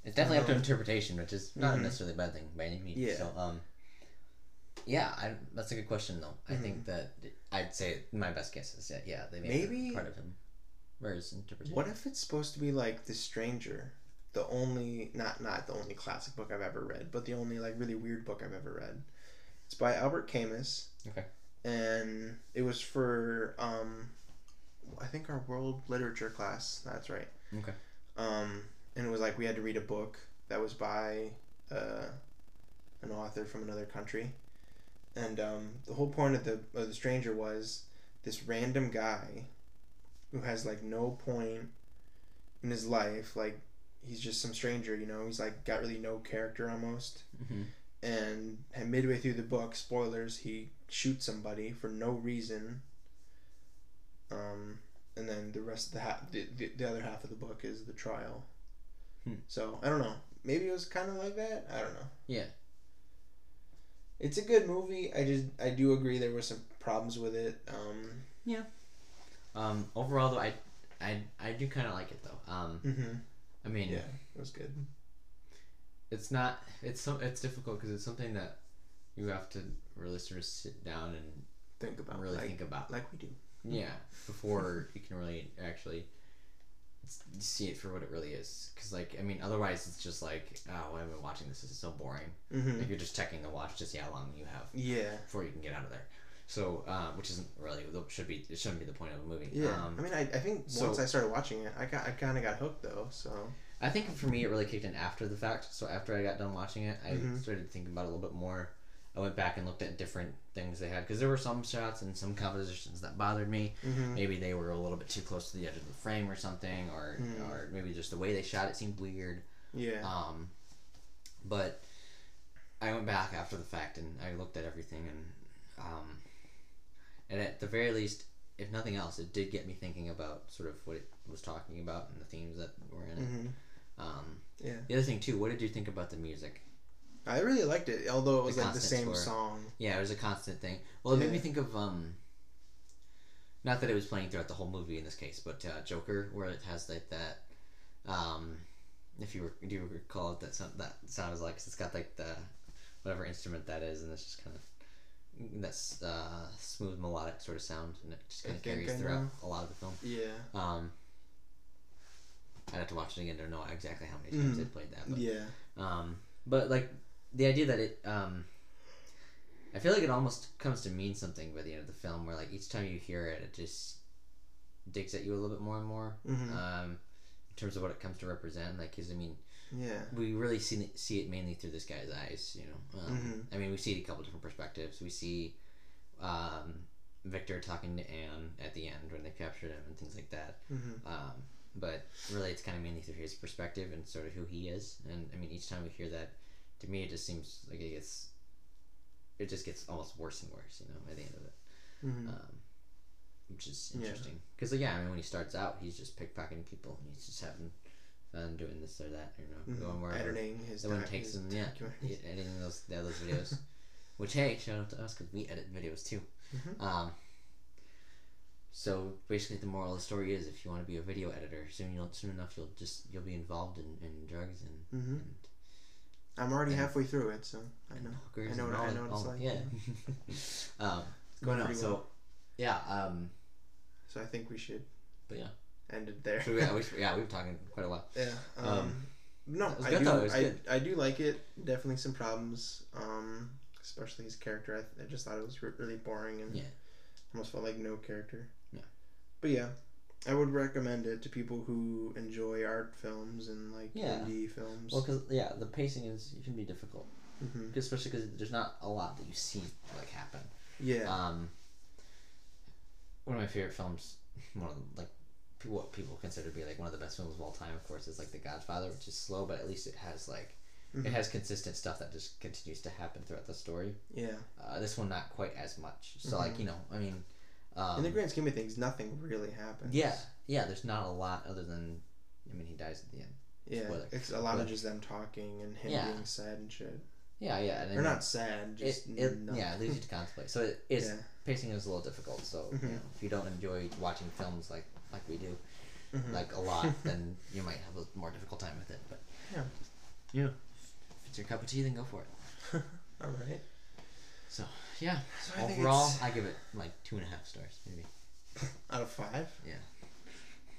Speaker 1: It's definitely up to
Speaker 2: Um,
Speaker 1: interpretation, which is not
Speaker 2: mhm.
Speaker 1: necessarily a bad thing by any means.
Speaker 2: Yeah.
Speaker 1: So, um, yeah, I, that's a good question though. I think that I'd say my best guess is that yeah, they may have been
Speaker 2: Mm-hmm. Maybe-
Speaker 1: part of him. Where's interpretation?
Speaker 2: What if it's supposed to be like The Stranger, the only not not the only classic book I've ever read, but the only like really weird book I've ever read. It's by Albert Camus.
Speaker 1: Okay.
Speaker 2: And it was for um, I think our world literature class. That's right.
Speaker 1: Okay.
Speaker 2: Um, and it was like we had to read a book that was by uh, an author from another country, and um, the whole point of the of the stranger was this random guy who has like no point in his life like he's just some stranger you know he's like got really no character almost
Speaker 1: Mhm.
Speaker 2: and and midway through the book spoilers he shoots somebody for no reason um and then the rest of the half the, the, the other half of the book is the trial
Speaker 1: Hmm.
Speaker 2: so i don't know maybe it was kind of like that i don't know
Speaker 1: Yeah.
Speaker 2: it's a good movie i just i do agree there were some problems with it um
Speaker 1: Um, overall though, I, I, I do kind of like it though. Um,
Speaker 2: mhm.
Speaker 1: I mean,
Speaker 2: yeah it was good
Speaker 1: it's not it's some it's difficult because it's something that you have to really sort of sit down and
Speaker 2: think about
Speaker 1: really
Speaker 2: Oh, like,
Speaker 1: think about.
Speaker 2: like we do
Speaker 1: Yeah, before you can really actually s- see it for what it really is. Because, like, I mean, otherwise it's just like, oh, why am I watching this? This is so boring.
Speaker 2: mm-hmm.
Speaker 1: Like, you're just checking the watch to see how long you have
Speaker 2: yeah
Speaker 1: before you can get out of there. So, uh, which isn't really that should be it shouldn't be the point of a movie.
Speaker 2: Yeah,
Speaker 1: Um,
Speaker 2: I mean, I, I think
Speaker 1: so-
Speaker 2: once I started watching it, I got I kind of got hooked though. So
Speaker 1: I think for me, it really kicked in after the fact. So after I got done watching it, I
Speaker 2: Mhm.
Speaker 1: started thinking about it a little bit more. I went back and looked at different things they had because there were some shots and some compositions that bothered me.
Speaker 2: mm-hmm.
Speaker 1: maybe they were a little bit too close to the edge of the frame or something or
Speaker 2: Hmm.
Speaker 1: or maybe just the way they shot it seemed weird
Speaker 2: yeah,
Speaker 1: um but i went back after the fact and i looked at everything and um and at the very least if nothing else, it did get me thinking about sort of what it was talking about and the themes that were in it.
Speaker 2: hmm
Speaker 1: Um,
Speaker 2: Yeah,
Speaker 1: the other thing too, what did you think about the music?
Speaker 2: I really liked it, although it was
Speaker 1: The
Speaker 2: like the
Speaker 1: constant
Speaker 2: same
Speaker 1: score.
Speaker 2: song.
Speaker 1: Yeah, it was a constant thing. Well, it made
Speaker 2: Yeah.
Speaker 1: me think of um, not that it was playing throughout the whole movie in this case, but uh, Joker, where it has like that. Um, if you were, do you recall what that sound that sound is like? it it's got like the whatever instrument that is, and it's just kind of that's uh, smooth melodic sort of sound, and it just kind
Speaker 2: I
Speaker 1: of
Speaker 2: think
Speaker 1: carries
Speaker 2: I
Speaker 1: throughout
Speaker 2: know.
Speaker 1: a lot of the film.
Speaker 2: Yeah,
Speaker 1: Um, I'd have to watch it again to know exactly how many times
Speaker 2: Mhm.
Speaker 1: they played that. But,
Speaker 2: yeah,
Speaker 1: um, but like the idea that it, um, I feel like it almost comes to mean something by the end of the film, where like each time you hear it, it just digs at you a little bit more and more.
Speaker 2: hmm
Speaker 1: Um, in terms of what it comes to represent, like, 'cause, I mean,
Speaker 2: yeah,
Speaker 1: we really see it- see it mainly through this guy's eyes, you know. Um,
Speaker 2: Mm-hmm.
Speaker 1: I mean, we see it a couple different perspectives. We see um, Victor talking to Anne at the end when they captured him and things like that.
Speaker 2: hmm
Speaker 1: Um, but really, it's kind of mainly through his perspective and sort of who he is. And I mean, each time we hear that, to me, it just seems like it gets, it just gets almost worse and worse, you know, by the end of it,
Speaker 2: hmm
Speaker 1: um, which is
Speaker 2: Yeah.
Speaker 1: interesting. Because yeah. I mean, when he starts out, he's just pickpocketing people. And he's just having fun doing this or that, you know, going
Speaker 2: hmm
Speaker 1: wherever.
Speaker 2: editing his.
Speaker 1: Someone
Speaker 2: doc-
Speaker 1: takes
Speaker 2: his
Speaker 1: them, yeah,
Speaker 2: documentaries.
Speaker 1: yeah, editing those the other videos. Which hey, shout out to us because we edit videos too.
Speaker 2: Mhm.
Speaker 1: Um, so basically, the moral of the story is: if you want to be a video editor, soon you'll soon enough you'll just you'll be involved in, in drugs and,
Speaker 2: Mhm.
Speaker 1: and,
Speaker 2: I'm already
Speaker 1: And-
Speaker 2: halfway through it, so I
Speaker 1: and
Speaker 2: know.
Speaker 1: hookers.
Speaker 2: I know
Speaker 1: and
Speaker 2: what- I
Speaker 1: all-
Speaker 2: know what it's
Speaker 1: all-
Speaker 2: like,
Speaker 1: Yeah. um,
Speaker 2: going
Speaker 1: going on.
Speaker 2: pretty
Speaker 1: So yeah. Um,
Speaker 2: So I think we should
Speaker 1: but yeah.
Speaker 2: end it there.
Speaker 1: So yeah, we, uh, yeah, we've been talking quite a while.
Speaker 2: Yeah. Um,
Speaker 1: Um,
Speaker 2: no,
Speaker 1: it was
Speaker 2: I
Speaker 1: good
Speaker 2: do.
Speaker 1: though, it was
Speaker 2: I,
Speaker 1: good.
Speaker 2: I do like it. Definitely some problems. Um, especially his character. I, th- I just thought it was re- really boring and
Speaker 1: Yeah.
Speaker 2: almost felt like no character.
Speaker 1: Yeah.
Speaker 2: But yeah, I would recommend it to people who enjoy art films and like
Speaker 1: Yeah.
Speaker 2: indie films.
Speaker 1: Well, because yeah, the pacing is it can be difficult,
Speaker 2: hmm
Speaker 1: 'Cause- especially because there's not a lot that you see like happen.
Speaker 2: Yeah.
Speaker 1: Um, one of my favorite films, one of the, like pe- what people consider to be like one of the best films of all time, of course, is like The Godfather, which is slow, but at least it has like
Speaker 2: Mhm.
Speaker 1: it has consistent stuff that just continues to happen throughout the story.
Speaker 2: yeah.
Speaker 1: Uh, this one not quite as much. So like you know, I mean, um,
Speaker 2: Mm-hmm. In the grand scheme of things, nothing really happens.
Speaker 1: yeah, yeah. There's not a lot other than I mean he dies at the end.
Speaker 2: Yeah.
Speaker 1: Spoiler.
Speaker 2: It's a lot of
Speaker 1: But-
Speaker 2: just them talking and him
Speaker 1: Yeah.
Speaker 2: being sad and shit.
Speaker 1: Yeah, yeah. And I
Speaker 2: Or
Speaker 1: mean,
Speaker 2: not sad,
Speaker 1: It,
Speaker 2: just
Speaker 1: it,
Speaker 2: nothing.
Speaker 1: yeah, it leaves you to contemplate. So it, it's
Speaker 2: Yeah.
Speaker 1: pacing is a little difficult. So you
Speaker 2: Mhm.
Speaker 1: know, if you don't enjoy watching films like like we do,
Speaker 2: Mhm.
Speaker 1: like a lot, then you might have a more difficult time with it. But
Speaker 2: Yeah.
Speaker 1: yeah, if it's your cup of tea, then go for it.
Speaker 2: All right.
Speaker 1: So yeah,
Speaker 2: So I think
Speaker 1: overall,
Speaker 2: it's-
Speaker 1: I give it like two and a half stars, maybe.
Speaker 2: out of five.
Speaker 1: Yeah,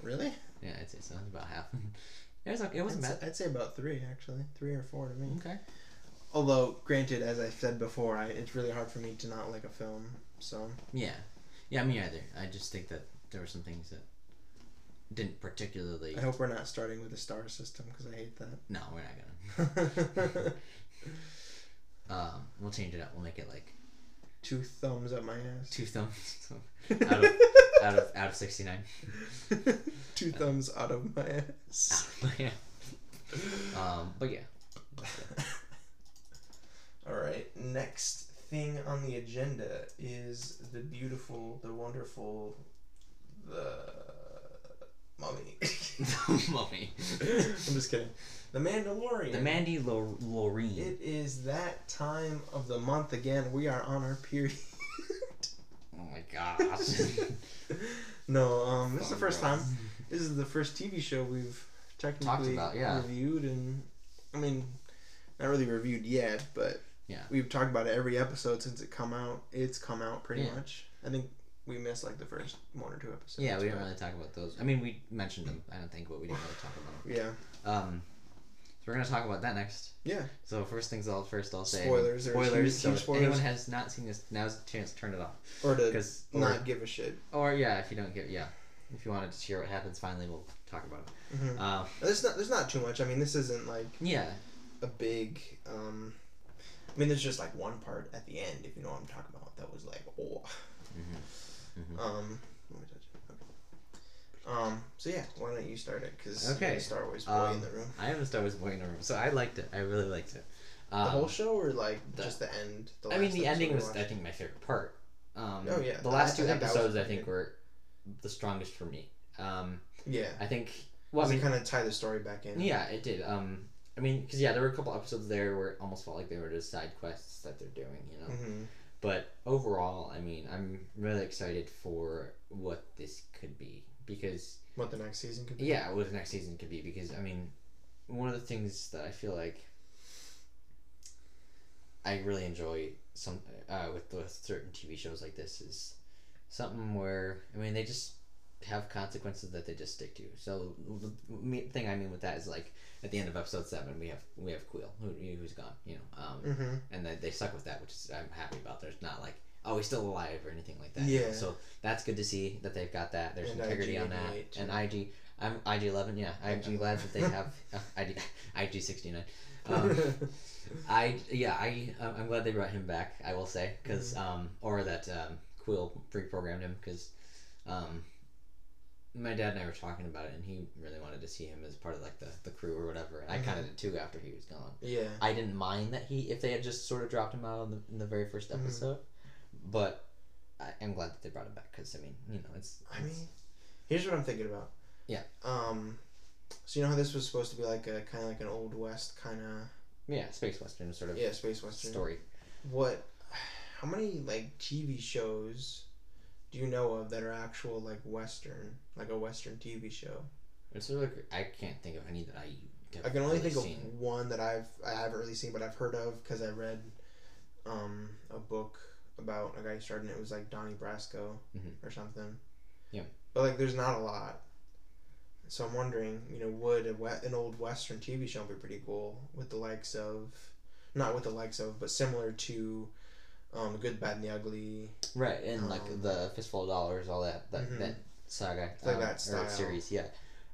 Speaker 2: Really?
Speaker 1: yeah, I'd say so. It's about half. it was okay. It
Speaker 2: I'd
Speaker 1: wasn't
Speaker 2: say,
Speaker 1: bad.
Speaker 2: I'd say about three actually, three or four to me.
Speaker 1: Okay.
Speaker 2: Although, granted, as I said before, I, it's really hard for me to not like a film. So
Speaker 1: Yeah, yeah, me either. I just think that there were some things that didn't particularly.
Speaker 2: I hope we're not starting with a star system because I hate
Speaker 1: No, we're not gonna.
Speaker 2: that.
Speaker 1: Um, we'll change it up. We'll make it like
Speaker 2: Two thumbs up my ass.
Speaker 1: two thumbs out of out of out of sixty nine.
Speaker 2: Two thumbs out of my ass.
Speaker 1: yeah. Um, but yeah.
Speaker 2: All right. Next thing on the agenda is the beautiful, the wonderful, the mummy.
Speaker 1: the mummy.
Speaker 2: I'm just kidding. The Mandalorian.
Speaker 1: The Mandy Lo- Loreen.
Speaker 2: It is that time of the month again. We are on our period.
Speaker 1: Oh my gosh.
Speaker 2: no, um, this is the
Speaker 1: Fun
Speaker 2: first
Speaker 1: girl.
Speaker 2: time. This is the first TV show we've technically
Speaker 1: about, yeah.
Speaker 2: reviewed, and I mean, not really reviewed yet, but
Speaker 1: Yeah.
Speaker 2: we've talked about it every episode since it come out. It's come out pretty
Speaker 1: Yeah.
Speaker 2: much. I think we missed like the first one or two episodes.
Speaker 1: yeah, we didn't
Speaker 2: but-
Speaker 1: really talk about those. I mean, we mentioned them, I don't think, but we didn't really talk about
Speaker 2: Yeah,
Speaker 1: them. Um, so we're going to talk about that next.
Speaker 2: yeah.
Speaker 1: So first things all, first I'll say
Speaker 2: Spoilers, there's
Speaker 1: Spoilers.
Speaker 2: huge-
Speaker 1: so
Speaker 2: huge
Speaker 1: if
Speaker 2: spoilers. Uh,
Speaker 1: anyone has not seen this, now's the chance to turn it off.
Speaker 2: Or to
Speaker 1: 'Cause- or-
Speaker 2: not give a shit.
Speaker 1: Or yeah, if you don't get yeah, if you wanted to hear what happens, finally we'll talk about it.
Speaker 2: Mhm.
Speaker 1: Um,
Speaker 2: There's not. There's not too much. I mean, this isn't like
Speaker 1: yeah,
Speaker 2: a big um I mean there's just like one part at the end if you know what I'm talking about that was like oh
Speaker 1: Mhm.
Speaker 2: um let me touch it. Okay. um so yeah why don't you start it because
Speaker 1: Okay.
Speaker 2: Star Wars boy
Speaker 1: Um,
Speaker 2: in the room
Speaker 1: I am a Star Wars boy in the room, so I liked it. I really liked it. Um,
Speaker 2: the whole show or like
Speaker 1: the-
Speaker 2: just the end the
Speaker 1: I mean, the
Speaker 2: episode
Speaker 1: ending
Speaker 2: we
Speaker 1: was
Speaker 2: watched?
Speaker 1: I think my favorite part. Um,
Speaker 2: Oh, yeah.
Speaker 1: the last
Speaker 2: I-
Speaker 1: two
Speaker 2: I think that was
Speaker 1: episodes I
Speaker 2: pretty
Speaker 1: think
Speaker 2: good.
Speaker 1: were the strongest for me. Um,
Speaker 2: Yeah.
Speaker 1: I think. Well,
Speaker 2: Well,
Speaker 1: I mean,
Speaker 2: kind of tie the story back in.
Speaker 1: yeah, it did. Um, I mean, because yeah, there were a couple episodes there where it almost felt like they were just side quests that they're doing, you know.
Speaker 2: hmm
Speaker 1: But overall, I mean, I'm really excited for what this could be because
Speaker 2: What the next season could be.
Speaker 1: yeah, what the next season could be because I mean, one of the things that I feel like I really enjoy some uh, with with certain TV shows like this is something where I mean they just have consequences that they just stick to. So the me- thing I mean with that is like at the end of episode seven we have we have Quill who, who's gone, you know, um,
Speaker 2: Mm-hmm.
Speaker 1: and they, they stuck with that, which is, I'm happy about. There's not like oh he's still alive or anything like that. you know?
Speaker 2: Yeah.
Speaker 1: So that's good to see that they've got that. There's
Speaker 2: And
Speaker 1: integrity
Speaker 2: IG
Speaker 1: on that.
Speaker 2: 88.
Speaker 1: And IG, I'm IG eleven. Yeah, I, I'm glad that they have uh, IG IG sixty nine. Um, I yeah I uh, I'm- I'm glad they brought him back. I will say because
Speaker 2: Mm-hmm.
Speaker 1: um or that um, Quill pre-programmed him because um my dad and I were talking about it and he really wanted to see him as part of like the, the crew or whatever
Speaker 2: Mm-hmm.
Speaker 1: and I kind of did too after he was gone.
Speaker 2: yeah.
Speaker 1: I didn't mind that he if they had just sort of dropped him out in the, in the very first
Speaker 2: Mhm.
Speaker 1: episode, but I, I'm glad that they brought him back because I mean you know it's,
Speaker 2: I
Speaker 1: it's-
Speaker 2: mean, here's what I'm thinking about.
Speaker 1: Yeah.
Speaker 2: Um, so you know how this was supposed to be like a kind of like an old west kind of
Speaker 1: yeah space western sort of
Speaker 2: yeah space western
Speaker 1: story.
Speaker 2: What? How many like TV shows do you know of that are actual like western, like a western TV show?
Speaker 1: It's sort of like I can't think of any that I have
Speaker 2: I can only
Speaker 1: really
Speaker 2: think
Speaker 1: seen.
Speaker 2: of one that I've I haven't really seen, but I've heard of because I read um, a book about a guy who started it. It was like Donnie Brasco
Speaker 1: Mhm.
Speaker 2: or something.
Speaker 1: Yeah.
Speaker 2: But like, there's not a lot. So I'm wondering, you know, would a we- an old western TV show be pretty cool with the likes of, not with the likes of, but similar to, um, Good, Bad, and the Ugly,
Speaker 1: right and like
Speaker 2: um,
Speaker 1: the fistful of dollars all that that,
Speaker 2: Mhm.
Speaker 1: that saga
Speaker 2: Like
Speaker 1: um,
Speaker 2: that
Speaker 1: or
Speaker 2: style.
Speaker 1: series yeah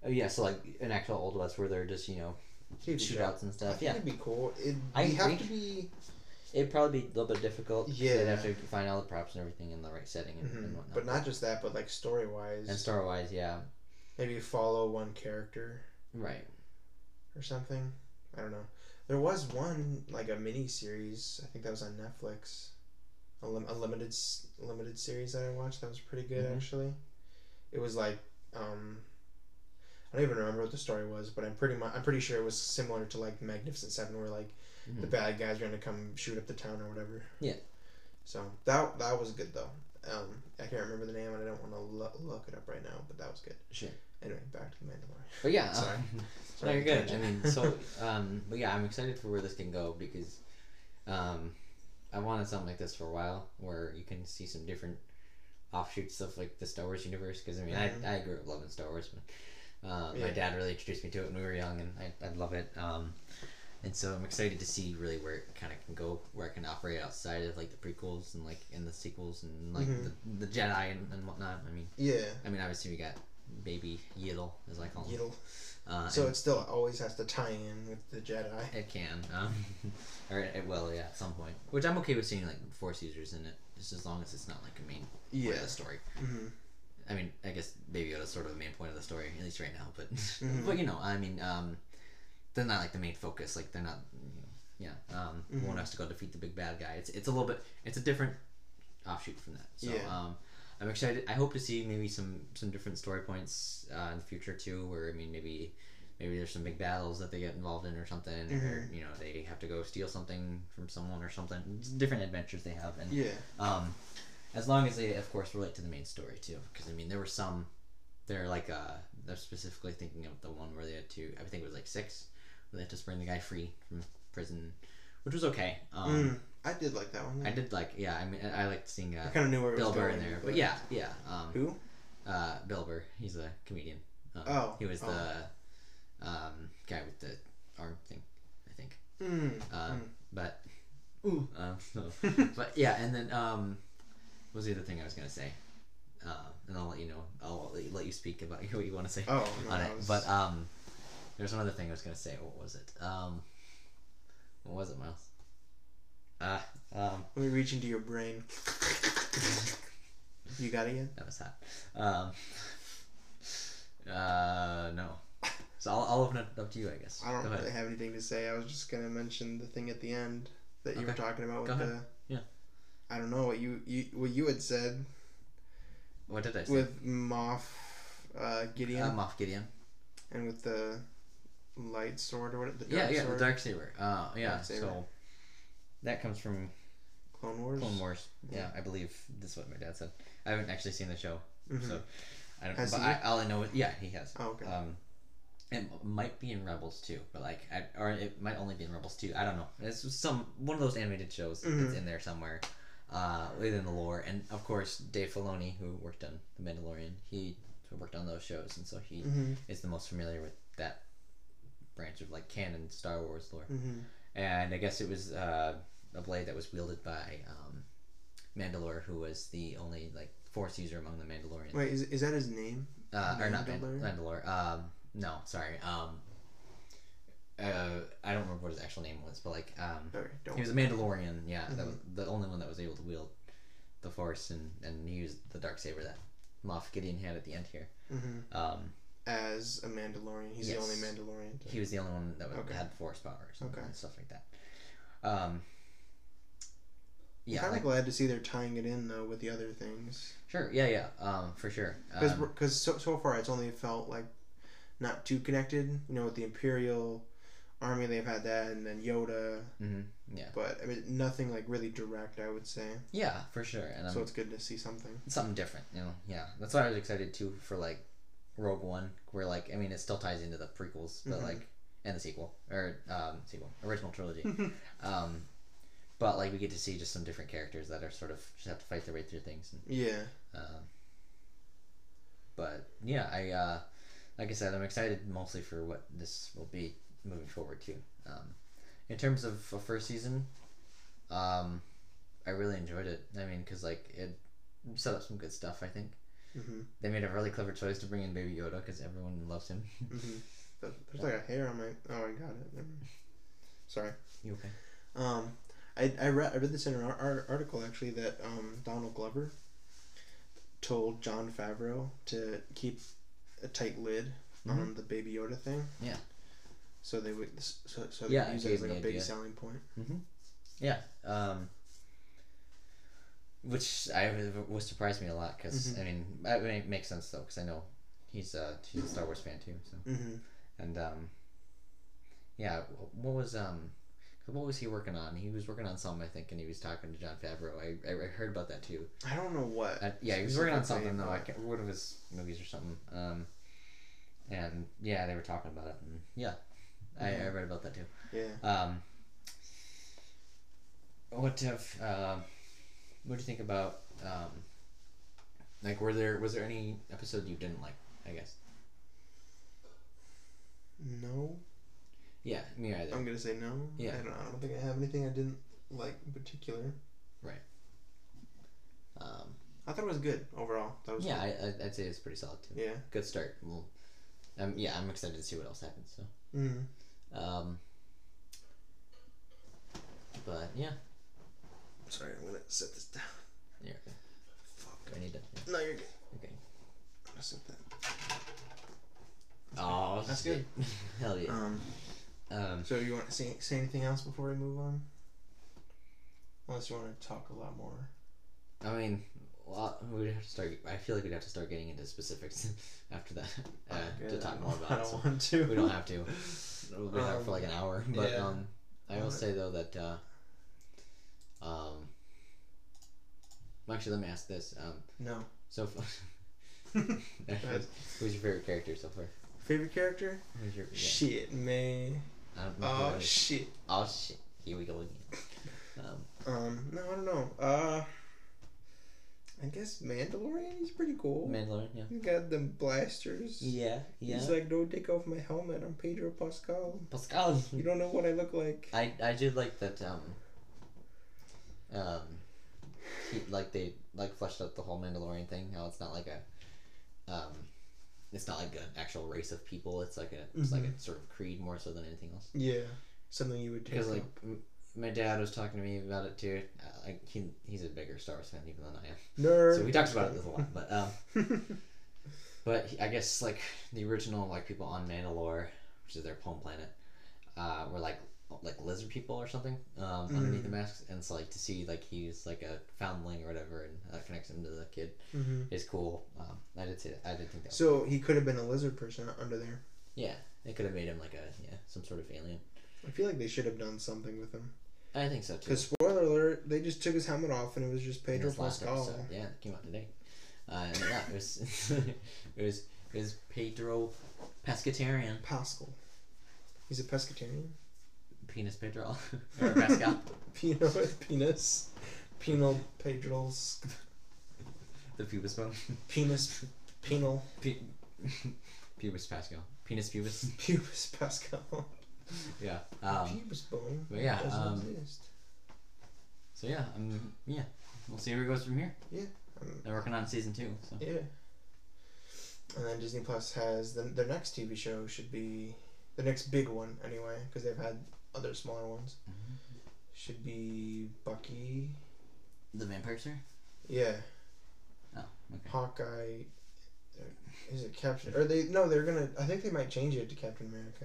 Speaker 1: Uh, yeah so like an actual old west where they're just you know
Speaker 2: TV show.
Speaker 1: shootouts and
Speaker 2: I
Speaker 1: stuff
Speaker 2: think
Speaker 1: yeah
Speaker 2: it'd be cool. It'd
Speaker 1: I
Speaker 2: we have to
Speaker 1: agree.
Speaker 2: be
Speaker 1: it'd probably be a little bit difficult 'cause
Speaker 2: Yeah.
Speaker 1: they'd have to find all the props and everything in the right setting and,
Speaker 2: mhm,
Speaker 1: and whatnot
Speaker 2: but not just that, but like story wise.
Speaker 1: and star wise yeah
Speaker 2: maybe follow one character
Speaker 1: right
Speaker 2: or something. I don't know. There was one like a mini series. I think that was on Netflix. A, lim- a limited s- limited series that I watched that was pretty good
Speaker 1: Mhm.
Speaker 2: actually. It was like um, I don't even remember what the story was, but I'm pretty mu- I'm pretty sure it was similar to like Magnificent Seven, where like the
Speaker 1: Mhm.
Speaker 2: bad guys are gonna come shoot up the town or whatever.
Speaker 1: Yeah.
Speaker 2: So that that was good though. Um, I can't remember the name and I don't want to lo- look it up right now, but that was good.
Speaker 1: sure
Speaker 2: Anyway, back to the Mandalorian.
Speaker 1: But yeah,
Speaker 2: Sorry.
Speaker 1: um, no,
Speaker 2: Sorry,
Speaker 1: you're good. I
Speaker 2: tangent.
Speaker 1: mean, so, um, but yeah, I'm excited for where this can go because, um, I wanted something like this for a while where you can see some different offshoots of like the Star Wars universe. Because I mean,
Speaker 2: Mhm.
Speaker 1: I, I grew up loving Star Wars. But, uh, My
Speaker 2: Yeah.
Speaker 1: dad really introduced me to it when we were young, and I, I love it. Um, and so I'm excited to see really where it kind of can go, where it can operate outside of like the prequels and like in the sequels and like
Speaker 2: Mhm.
Speaker 1: the, the Jedi and, and whatnot. I mean,
Speaker 2: yeah.
Speaker 1: I mean, obviously we got baby Yiddle as I call him.
Speaker 2: You know,
Speaker 1: Uh,
Speaker 2: so
Speaker 1: and-
Speaker 2: it still always has to tie in with the Jedi.
Speaker 1: It can, um, or it it will, yeah, at some point. Which I'm okay with seeing like four Caesars in it, just as long as it's not like a main point of the story.
Speaker 2: hmm
Speaker 1: I mean, I guess Baby Yoda's sort of the main point of the story, at least right now. But
Speaker 2: Mhm.
Speaker 1: but you know, I mean, um, they're not like the main focus. Like they're not, you know, yeah. Um, one
Speaker 2: Mhm.
Speaker 1: has to go defeat the big bad guy. It's it's a little bit, it's a different offshoot from that. So
Speaker 2: Yeah.
Speaker 1: um, I'm excited. I hope to see maybe some some different story points uh, in the future too. Where I mean, maybe maybe there's some big battles that they get involved in or something, or
Speaker 2: Mhm.
Speaker 1: you know, they have to go steal something from someone or something. Different adventures they have, and
Speaker 2: Yeah.
Speaker 1: um, as long as they, of course, relate to the main story too. Because I mean, there were some. They're like uh, they're specifically thinking of the one where they had to. I think it was like six. Where they had to spring the guy free from prison, which was okay. Um,
Speaker 2: Mm. I did like that one.
Speaker 1: I did like yeah. I mean, I, I liked seeing
Speaker 2: I
Speaker 1: uh,
Speaker 2: kind of knew where Mm. it was
Speaker 1: Bilber
Speaker 2: going
Speaker 1: in there, but yeah, yeah. Um,
Speaker 2: Who?
Speaker 1: uh, Bilber, he's a comedian. Um,
Speaker 2: Oh,
Speaker 1: he was
Speaker 2: oh.
Speaker 1: the um guy with the arm thing, I think.
Speaker 2: Mm.
Speaker 1: Um,
Speaker 2: Mm.
Speaker 1: but
Speaker 2: Ooh.
Speaker 1: um, so- but yeah, and then um, what was the other thing I was gonna say? Uh, and I'll let you know. I'll let you, let you speak about what you want to say
Speaker 2: Oh. No,
Speaker 1: on
Speaker 2: that
Speaker 1: it.
Speaker 2: was-
Speaker 1: But um, there's one other thing I was gonna say. What was it? Um, what was it, Miles? Ah, um,
Speaker 2: let me reach into your brain. You got it yet?
Speaker 1: that was hot. Um, uh, no. So I'll, I'll open it up to you, I guess.
Speaker 2: I don't
Speaker 1: Go
Speaker 2: really
Speaker 1: ahead.
Speaker 2: have anything to say. I was just gonna mention the thing at the end that you were
Speaker 1: Okay.
Speaker 2: talking about
Speaker 1: Go
Speaker 2: with
Speaker 1: ahead.
Speaker 2: the.
Speaker 1: Yeah.
Speaker 2: I don't know what you, you what you had said.
Speaker 1: What did I say?
Speaker 2: with Moff uh, Gideon
Speaker 1: uh, Moff Gideon.
Speaker 2: and with the light sword or whatever. The
Speaker 1: yeah,
Speaker 2: dark
Speaker 1: yeah,
Speaker 2: sword.
Speaker 1: the dark saber. Uh, yeah.
Speaker 2: Darksaber.
Speaker 1: So that comes from
Speaker 2: Clone Wars.
Speaker 1: Clone Wars. Yeah,
Speaker 2: Yeah.
Speaker 1: I believe this is what my dad said. I haven't actually seen the show,
Speaker 2: Mhm.
Speaker 1: so I don't.
Speaker 2: Has
Speaker 1: but
Speaker 2: he?
Speaker 1: I, all I know, is, yeah, he has.
Speaker 2: Oh, okay.
Speaker 1: Um, it m- might be in Rebels too, but like, I, or it might only be in Rebels too. I don't know. It's some one of those animated shows that's
Speaker 2: Mhm.
Speaker 1: in there somewhere, uh, within the lore. And of course, Dave Filoni, who worked on The Mandalorian, he worked on those shows, and so he
Speaker 2: hmm
Speaker 1: is the most familiar with that branch of like canon Star Wars lore.
Speaker 2: hmm
Speaker 1: And I guess it was uh, a blade that was wielded by um, Mandalore, who was the only like Force user among the Mandalorians.
Speaker 2: Wait, is, is that his name?
Speaker 1: Uh, or not Mandalore.
Speaker 2: Mandalore?
Speaker 1: Mandalore. Um, no, sorry. Um, uh, I don't remember what his actual name was, but like, um,
Speaker 2: Sorry, don't.
Speaker 1: he was a Mandalorian. Yeah, that
Speaker 2: Mhm.
Speaker 1: was the only one that was able to wield the Force, and and he used the dark saber that Moff Gideon had at the end here.
Speaker 2: hmm
Speaker 1: Um,
Speaker 2: As a Mandalorian, he's
Speaker 1: Yes.
Speaker 2: the only Mandalorian. to-
Speaker 1: he was the only one that was,
Speaker 2: Okay.
Speaker 1: had Force powers
Speaker 2: Okay.
Speaker 1: and stuff like that. Um, yeah,
Speaker 2: kind
Speaker 1: like-
Speaker 2: of glad to see they're tying it in though with the other things.
Speaker 1: Sure. Yeah. Yeah. Um, for sure.
Speaker 2: because
Speaker 1: Um,
Speaker 2: so, so far it's only felt like not too connected you know with the imperial army they've had that and then yoda
Speaker 1: mhm, yeah.
Speaker 2: but i mean nothing like really direct i would say
Speaker 1: Yeah. For sure. And um,
Speaker 2: so it's good to see something
Speaker 1: something different. You know. Yeah. That's why I was excited too for like Rogue One, where like I mean it still ties into the prequels, but
Speaker 2: Mhm.
Speaker 1: like and the sequel or um, sequel original trilogy. um, but like we get to see just some different characters that are sort of just have to fight their way through things. And,
Speaker 2: yeah
Speaker 1: um, but yeah, I uh, like I said, I'm excited mostly for what this will be moving forward too. Um, in terms of a first season, um, I really enjoyed it. I mean, because like it set up some good stuff. I think
Speaker 2: mm-hmm.
Speaker 1: they made a really clever choice to bring in Baby Yoda because everyone loves him.
Speaker 2: Mm-hmm. But there's like a hair on my oh i got it Never mind. sorry
Speaker 1: you okay?
Speaker 2: um I, I, read, I read this in an ar- ar- article actually that um, Donald Glover told John Favreau to keep a tight lid on the Baby Yoda thing.
Speaker 1: Mm-hmm. Yeah.
Speaker 2: So they would so, so they
Speaker 1: Yeah,
Speaker 2: could
Speaker 1: it
Speaker 2: use it
Speaker 1: gave
Speaker 2: as like a
Speaker 1: me
Speaker 2: big
Speaker 1: idea.
Speaker 2: selling point.
Speaker 1: Yeah. Um, which I was surprised me a lot because
Speaker 2: Mhm.
Speaker 1: I mean, I mean, it makes sense though because I know he's a he's a Star Wars fan too. So.
Speaker 2: Mm-hmm.
Speaker 1: and um yeah wh- what was um what was he working on he was working on something i think and he was talking to john favreau i, I heard about that too
Speaker 2: I don't know what.
Speaker 1: uh, yeah he was working on
Speaker 2: specifically,
Speaker 1: something though i
Speaker 2: but-
Speaker 1: can't one of his movies or something um and yeah they were talking about it and yeah I, I
Speaker 2: Mhm.
Speaker 1: read about that too
Speaker 2: Yeah.
Speaker 1: um what have um what do you think about um like were there was there any episode you didn't like i guess
Speaker 2: No,
Speaker 1: yeah me either
Speaker 2: I'm gonna say no.
Speaker 1: Yeah.
Speaker 2: I don't. I don't think I have anything I didn't like in particular.
Speaker 1: um
Speaker 2: I thought it was good overall. That was
Speaker 1: yeah I, I- i'd say it's pretty solid too
Speaker 2: Good. Yeah.
Speaker 1: good start. Well, um, yeah, I'm excited to see what else happens. So,
Speaker 2: Mm-hmm.
Speaker 1: um, but yeah,
Speaker 2: Sorry, I'm gonna set this down.
Speaker 1: yeah, okay.
Speaker 2: Fuck.
Speaker 1: I need to. yeah,
Speaker 2: No, you're good.
Speaker 1: Okay.
Speaker 2: I'm gonna set that.
Speaker 1: Oh,
Speaker 2: That's
Speaker 1: shit. Hell yeah.
Speaker 2: Um.
Speaker 1: Um,
Speaker 2: So you want to say, say anything else before we move on? Unless you want to talk a lot more.
Speaker 1: I mean, well, we'd have to start. I feel like we'd have to start getting into specifics after that uh, to talk more
Speaker 2: Oh, I
Speaker 1: about. it,
Speaker 2: don't
Speaker 1: so
Speaker 2: want to.
Speaker 1: we don't have to. We'll be there for like an hour. But
Speaker 2: yeah.
Speaker 1: um, I will
Speaker 2: Alright.
Speaker 1: say though that uh, um, actually, let me ask this. Um,
Speaker 2: No.
Speaker 1: so. Far,
Speaker 2: ahead.
Speaker 1: Who's your favorite character so far?
Speaker 2: Favorite character?
Speaker 1: Who's your yeah,
Speaker 2: Shit, man.
Speaker 1: I don't know who
Speaker 2: Oh
Speaker 1: it is.
Speaker 2: shit.
Speaker 1: oh shit! Here we go again. Um,
Speaker 2: Um. No, I don't know. Uh. I guess Mandalorian. He's pretty cool.
Speaker 1: Mandalorian. Yeah.
Speaker 2: He's got the blasters.
Speaker 1: Yeah. Yeah.
Speaker 2: He's like, don't take off my helmet. I'm Pedro Pascal.
Speaker 1: Pascal.
Speaker 2: You don't know what I look like.
Speaker 1: I I did like that. Um. Um. He, like they like fleshed out the whole Mandalorian thing. How it's not like a. Um. It's not like an actual race of people. It's like a it's like a sort of creed more so than anything else.
Speaker 2: Yeah. Something you would take.
Speaker 1: Because like
Speaker 2: off.
Speaker 1: m- my dad was talking to me about it too. Uh, like he he's a bigger Star Wars fan even than I am.
Speaker 2: nerd. Mm-hmm.
Speaker 1: So we talked about it a lot, but um, but he- I guess like the original like people on Mandalore, which is their home planet, uh, were like like lizard people or something um, underneath the masks, and so like to see like he's like a foundling or whatever, and that connects him to the kid
Speaker 2: Mm-hmm.
Speaker 1: is cool. Um, I did see that. I did think that.
Speaker 2: So he could have been a lizard person under there.
Speaker 1: yeah, it could have made him like a yeah some sort of alien.
Speaker 2: I feel like they should have done something with him.
Speaker 1: I think so too.
Speaker 2: Because spoiler alert, they just took his helmet off and it was just
Speaker 1: In
Speaker 2: Pedro
Speaker 1: this last
Speaker 2: Pascal.
Speaker 1: episode. Yeah, it came out today. Uh, and yeah, it was it was it was Pedro Pescatarian,
Speaker 2: Pascal. He's a pescatarian.
Speaker 1: penis Pedro or Pascal,
Speaker 2: Pino with penis. Penal Pedro's
Speaker 1: the pubis bone,
Speaker 2: penis penal
Speaker 1: P- pubis Pascal, penis pubis.
Speaker 2: pubis Pascal.
Speaker 1: Yeah. Um,
Speaker 2: pubis bone.
Speaker 1: but yeah,
Speaker 2: Doesn't
Speaker 1: um,
Speaker 2: exist.
Speaker 1: so yeah, um, yeah, we'll see where it goes from here.
Speaker 2: Um,
Speaker 1: They're working on season two, so
Speaker 2: yeah. And then Disney Plus has the, their next TV show should be the next big one anyway because they've had other smaller ones.
Speaker 1: Mm-hmm.
Speaker 2: Should be Bucky.
Speaker 1: the vampire slayer.
Speaker 2: Yeah.
Speaker 1: Oh, okay.
Speaker 2: Hawkeye. uh, Is it Captain? Or they? No, they're gonna. I think they might change it to Captain America.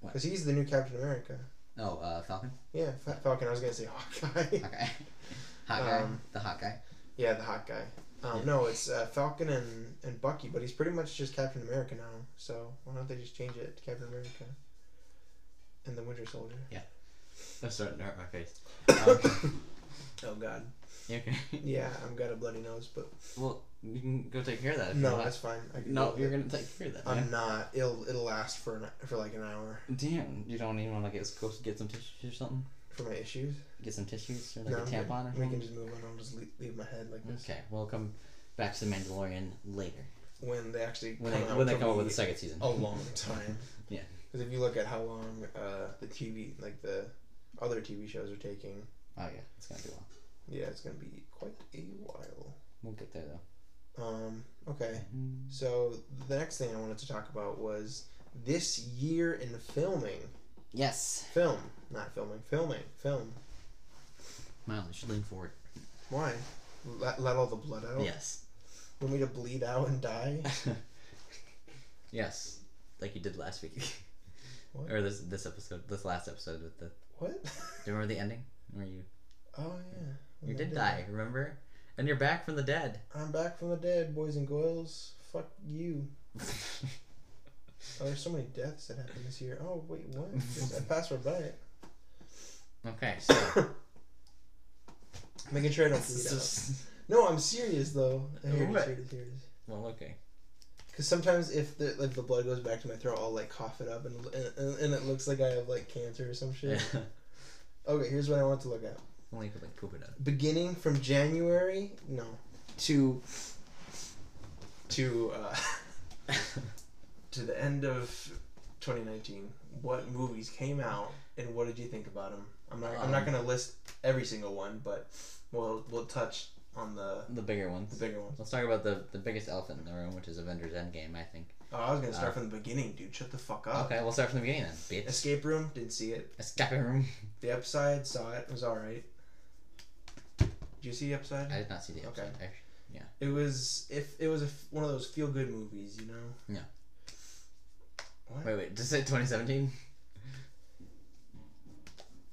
Speaker 1: What?
Speaker 2: Because he's the new Captain America.
Speaker 1: Oh, uh, Falcon.
Speaker 2: Yeah, Fa- Falcon. I was gonna say Hawkeye.
Speaker 1: Hot guy. Hot guy.
Speaker 2: Um,
Speaker 1: the hot guy.
Speaker 2: yeah, the hot guy. Um,
Speaker 1: Yeah.
Speaker 2: No, it's uh, Falcon and, and Bucky, but he's pretty much just Captain America now. So why don't they just change it to Captain America and the Winter Soldier?
Speaker 1: I'm starting to hurt my face. Um,
Speaker 2: Oh God.
Speaker 1: okay.
Speaker 2: Yeah, I've got a bloody nose, but
Speaker 1: Well, you can go take care of that. If you
Speaker 2: no,
Speaker 1: want.
Speaker 2: that's fine. I can deal
Speaker 1: No,
Speaker 2: with
Speaker 1: you're
Speaker 2: it.
Speaker 1: gonna take care of that.
Speaker 2: I'm
Speaker 1: man.
Speaker 2: not. It'll it'll last for an, for like an hour
Speaker 1: Damn, you don't even want to get go get some tissues or something.
Speaker 2: for my issues.
Speaker 1: Get some tissues or like
Speaker 2: I'm
Speaker 1: a
Speaker 2: good.
Speaker 1: tampon or
Speaker 2: We can
Speaker 1: something. Mm.
Speaker 2: just move on. I'll just leave, leave my head like this
Speaker 1: Okay, we'll come back to the Mandalorian later
Speaker 2: when they actually
Speaker 1: when they
Speaker 2: come out. Oh,
Speaker 1: when they
Speaker 2: it'll
Speaker 1: come up with
Speaker 2: be
Speaker 1: the second season. Oh,
Speaker 2: a long time.
Speaker 1: Yeah.
Speaker 2: Because if you look at how long uh, the TV, like the other TV shows are taking,
Speaker 1: Oh yeah, it's gonna be long.
Speaker 2: yeah, it's gonna be quite a while.
Speaker 1: We'll get there though.
Speaker 2: Um. Okay.
Speaker 1: Mm.
Speaker 2: So the next thing I wanted to talk about was this year in filming,
Speaker 1: Yes,
Speaker 2: film, not filming, filming, film.
Speaker 1: Miles, you should lean forward.
Speaker 2: Why? Let, let all the blood out.
Speaker 1: Yes,
Speaker 2: Want me to bleed out and die?
Speaker 1: yes, like you did last week,
Speaker 2: What?
Speaker 1: or this this episode, this last episode with the. Do
Speaker 2: What?
Speaker 1: you remember the ending? Where you
Speaker 2: Oh yeah.
Speaker 1: you
Speaker 2: I
Speaker 1: did die, remember? And you're back from the dead.
Speaker 2: I'm back from the dead, boys and girls. Fuck you. Oh, there's so many deaths that happened this year. Oh wait, what? Just, I passed right by it.
Speaker 1: okay, so
Speaker 2: Making sure I don't bleed
Speaker 1: this
Speaker 2: out.
Speaker 1: is-
Speaker 2: No, I'm serious though. Here it is,
Speaker 1: What?
Speaker 2: here it is, here it is.
Speaker 1: well, okay.
Speaker 2: Because sometimes if the like the blood goes back to my throat, I'll like cough it up and and, and it looks like I have like cancer or some shit. Okay, here's what I want to look at.
Speaker 1: Only could like poop it out.
Speaker 2: Beginning from January, no, to to uh, to the end of 2019. What movies came out and what did you think about them? I'm not I'm not
Speaker 1: Um,
Speaker 2: gonna list every single one, but we'll we'll touch on the
Speaker 1: The bigger ones.
Speaker 2: the bigger ones.
Speaker 1: Let's talk about the the biggest elephant in the room, which is Avengers Endgame. I think.
Speaker 2: Oh, I was gonna start
Speaker 1: Uh,
Speaker 2: from the beginning, dude. Shut the fuck up.
Speaker 1: Okay, we'll start from the beginning then. Bitch.
Speaker 2: Escape Room, didn't see it.
Speaker 1: Escaping room.
Speaker 2: The upside saw it. It was all right. Did you see the upside?
Speaker 1: I did not see the
Speaker 2: Okay.
Speaker 1: episode. actually.
Speaker 2: it was if it was a f one of those feel good movies, you know.
Speaker 1: Yeah.
Speaker 2: What?
Speaker 1: Wait, wait. Just say 2017.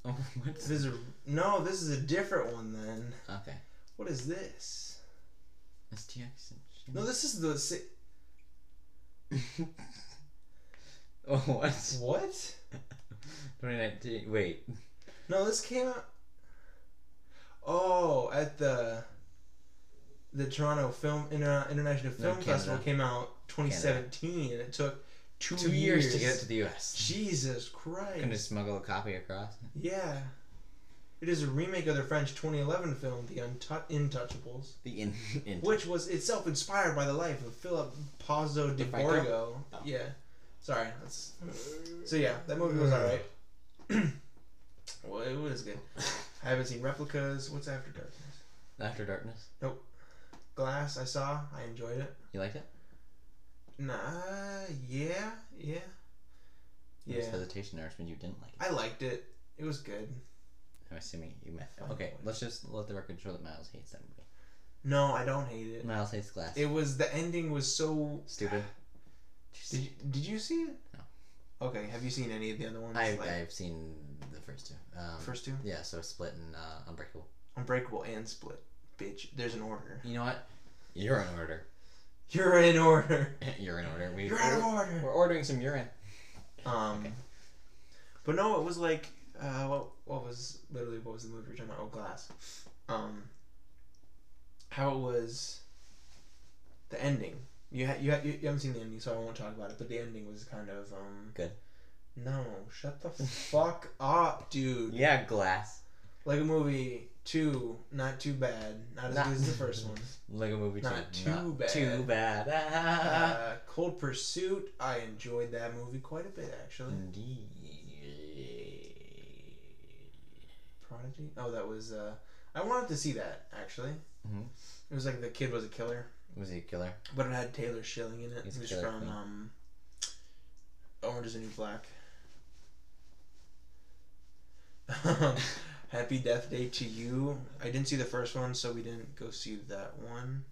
Speaker 1: Oh, what?
Speaker 2: This is a, no. This is a different one then.
Speaker 1: Okay.
Speaker 2: What is this?
Speaker 1: STX.
Speaker 2: No, this is the si-
Speaker 1: oh, what? Twenty
Speaker 2: what?
Speaker 1: nineteen. Wait.
Speaker 2: No, this came out. Oh, at the the Toronto Film Inter- International Film
Speaker 1: Canada.
Speaker 2: Festival came out 2017, and it took two,
Speaker 1: Two years, to get it to the U.S.
Speaker 2: Jesus Christ!
Speaker 1: Gonna smuggle a copy across.
Speaker 2: Yeah. It is a remake of the French 2011 film The Untou- Intouchables,
Speaker 1: The in. in
Speaker 2: which was itself inspired by the life of Philip Pozzo
Speaker 1: The
Speaker 2: de
Speaker 1: Franco?
Speaker 2: Borgo. Yeah. Sorry. That's... So, yeah, that movie was alright. well, it was good. I haven't seen Replicas. What's After Darkness?
Speaker 1: After Darkness.
Speaker 2: Glass, I saw. I enjoyed it.
Speaker 1: You liked it?
Speaker 2: Nah, yeah, yeah.
Speaker 1: There was
Speaker 2: Yeah.
Speaker 1: hesitation there, which means you didn't like it.
Speaker 2: I liked it. It was good.
Speaker 1: I'm assuming you met.
Speaker 2: Fine.
Speaker 1: Okay, let's just let the record show that Miles hates that movie.
Speaker 2: No, I don't hate it.
Speaker 1: Miles hates glass.
Speaker 2: It was, the ending was so
Speaker 1: Stupid.
Speaker 2: Did you, did you see it?
Speaker 1: No.
Speaker 2: Okay, have you seen any of the other ones?
Speaker 1: I
Speaker 2: Like,
Speaker 1: I've seen the first two. Um,
Speaker 2: first two,
Speaker 1: Yeah, so Split and uh, Unbreakable.
Speaker 2: Unbreakable and Split. Bitch, there's an order.
Speaker 1: You know what? You're in order.
Speaker 2: You're in order.
Speaker 1: You're in order. We,
Speaker 2: You're out of
Speaker 1: we're-
Speaker 2: order.
Speaker 1: We're ordering some urine.
Speaker 2: Um,
Speaker 1: Okay.
Speaker 2: but no, it was like uh, what what was literally what was the movie we were talking about? Oh, Glass. Um, how it was. The ending. You ha- you ha- you you haven't seen the ending, so I won't talk about it. But the ending was kind of um.
Speaker 1: Good.
Speaker 2: No, shut the fuck up, dude.
Speaker 1: Yeah, glass.
Speaker 2: Like a movie two, not too bad, not as
Speaker 1: Not-
Speaker 2: good as the first one.
Speaker 1: Lego Movie
Speaker 2: Not
Speaker 1: 2.
Speaker 2: too bad.
Speaker 1: Too bad. Ah.
Speaker 2: Uh, Cold Pursuit. I enjoyed that movie quite a bit, actually.
Speaker 1: Mm.
Speaker 2: Prodigy. Oh, that was. uh I wanted to see that actually.
Speaker 1: Mhm.
Speaker 2: It was like the kid was a killer,
Speaker 1: Was he a killer?
Speaker 2: but it had Taylor Schilling in it,
Speaker 1: He's a
Speaker 2: who's
Speaker 1: killer
Speaker 2: from
Speaker 1: queen.
Speaker 2: um, Orange Is the New Black. Um, Happy Death Day to you. I didn't see the first one, so we didn't go see that one.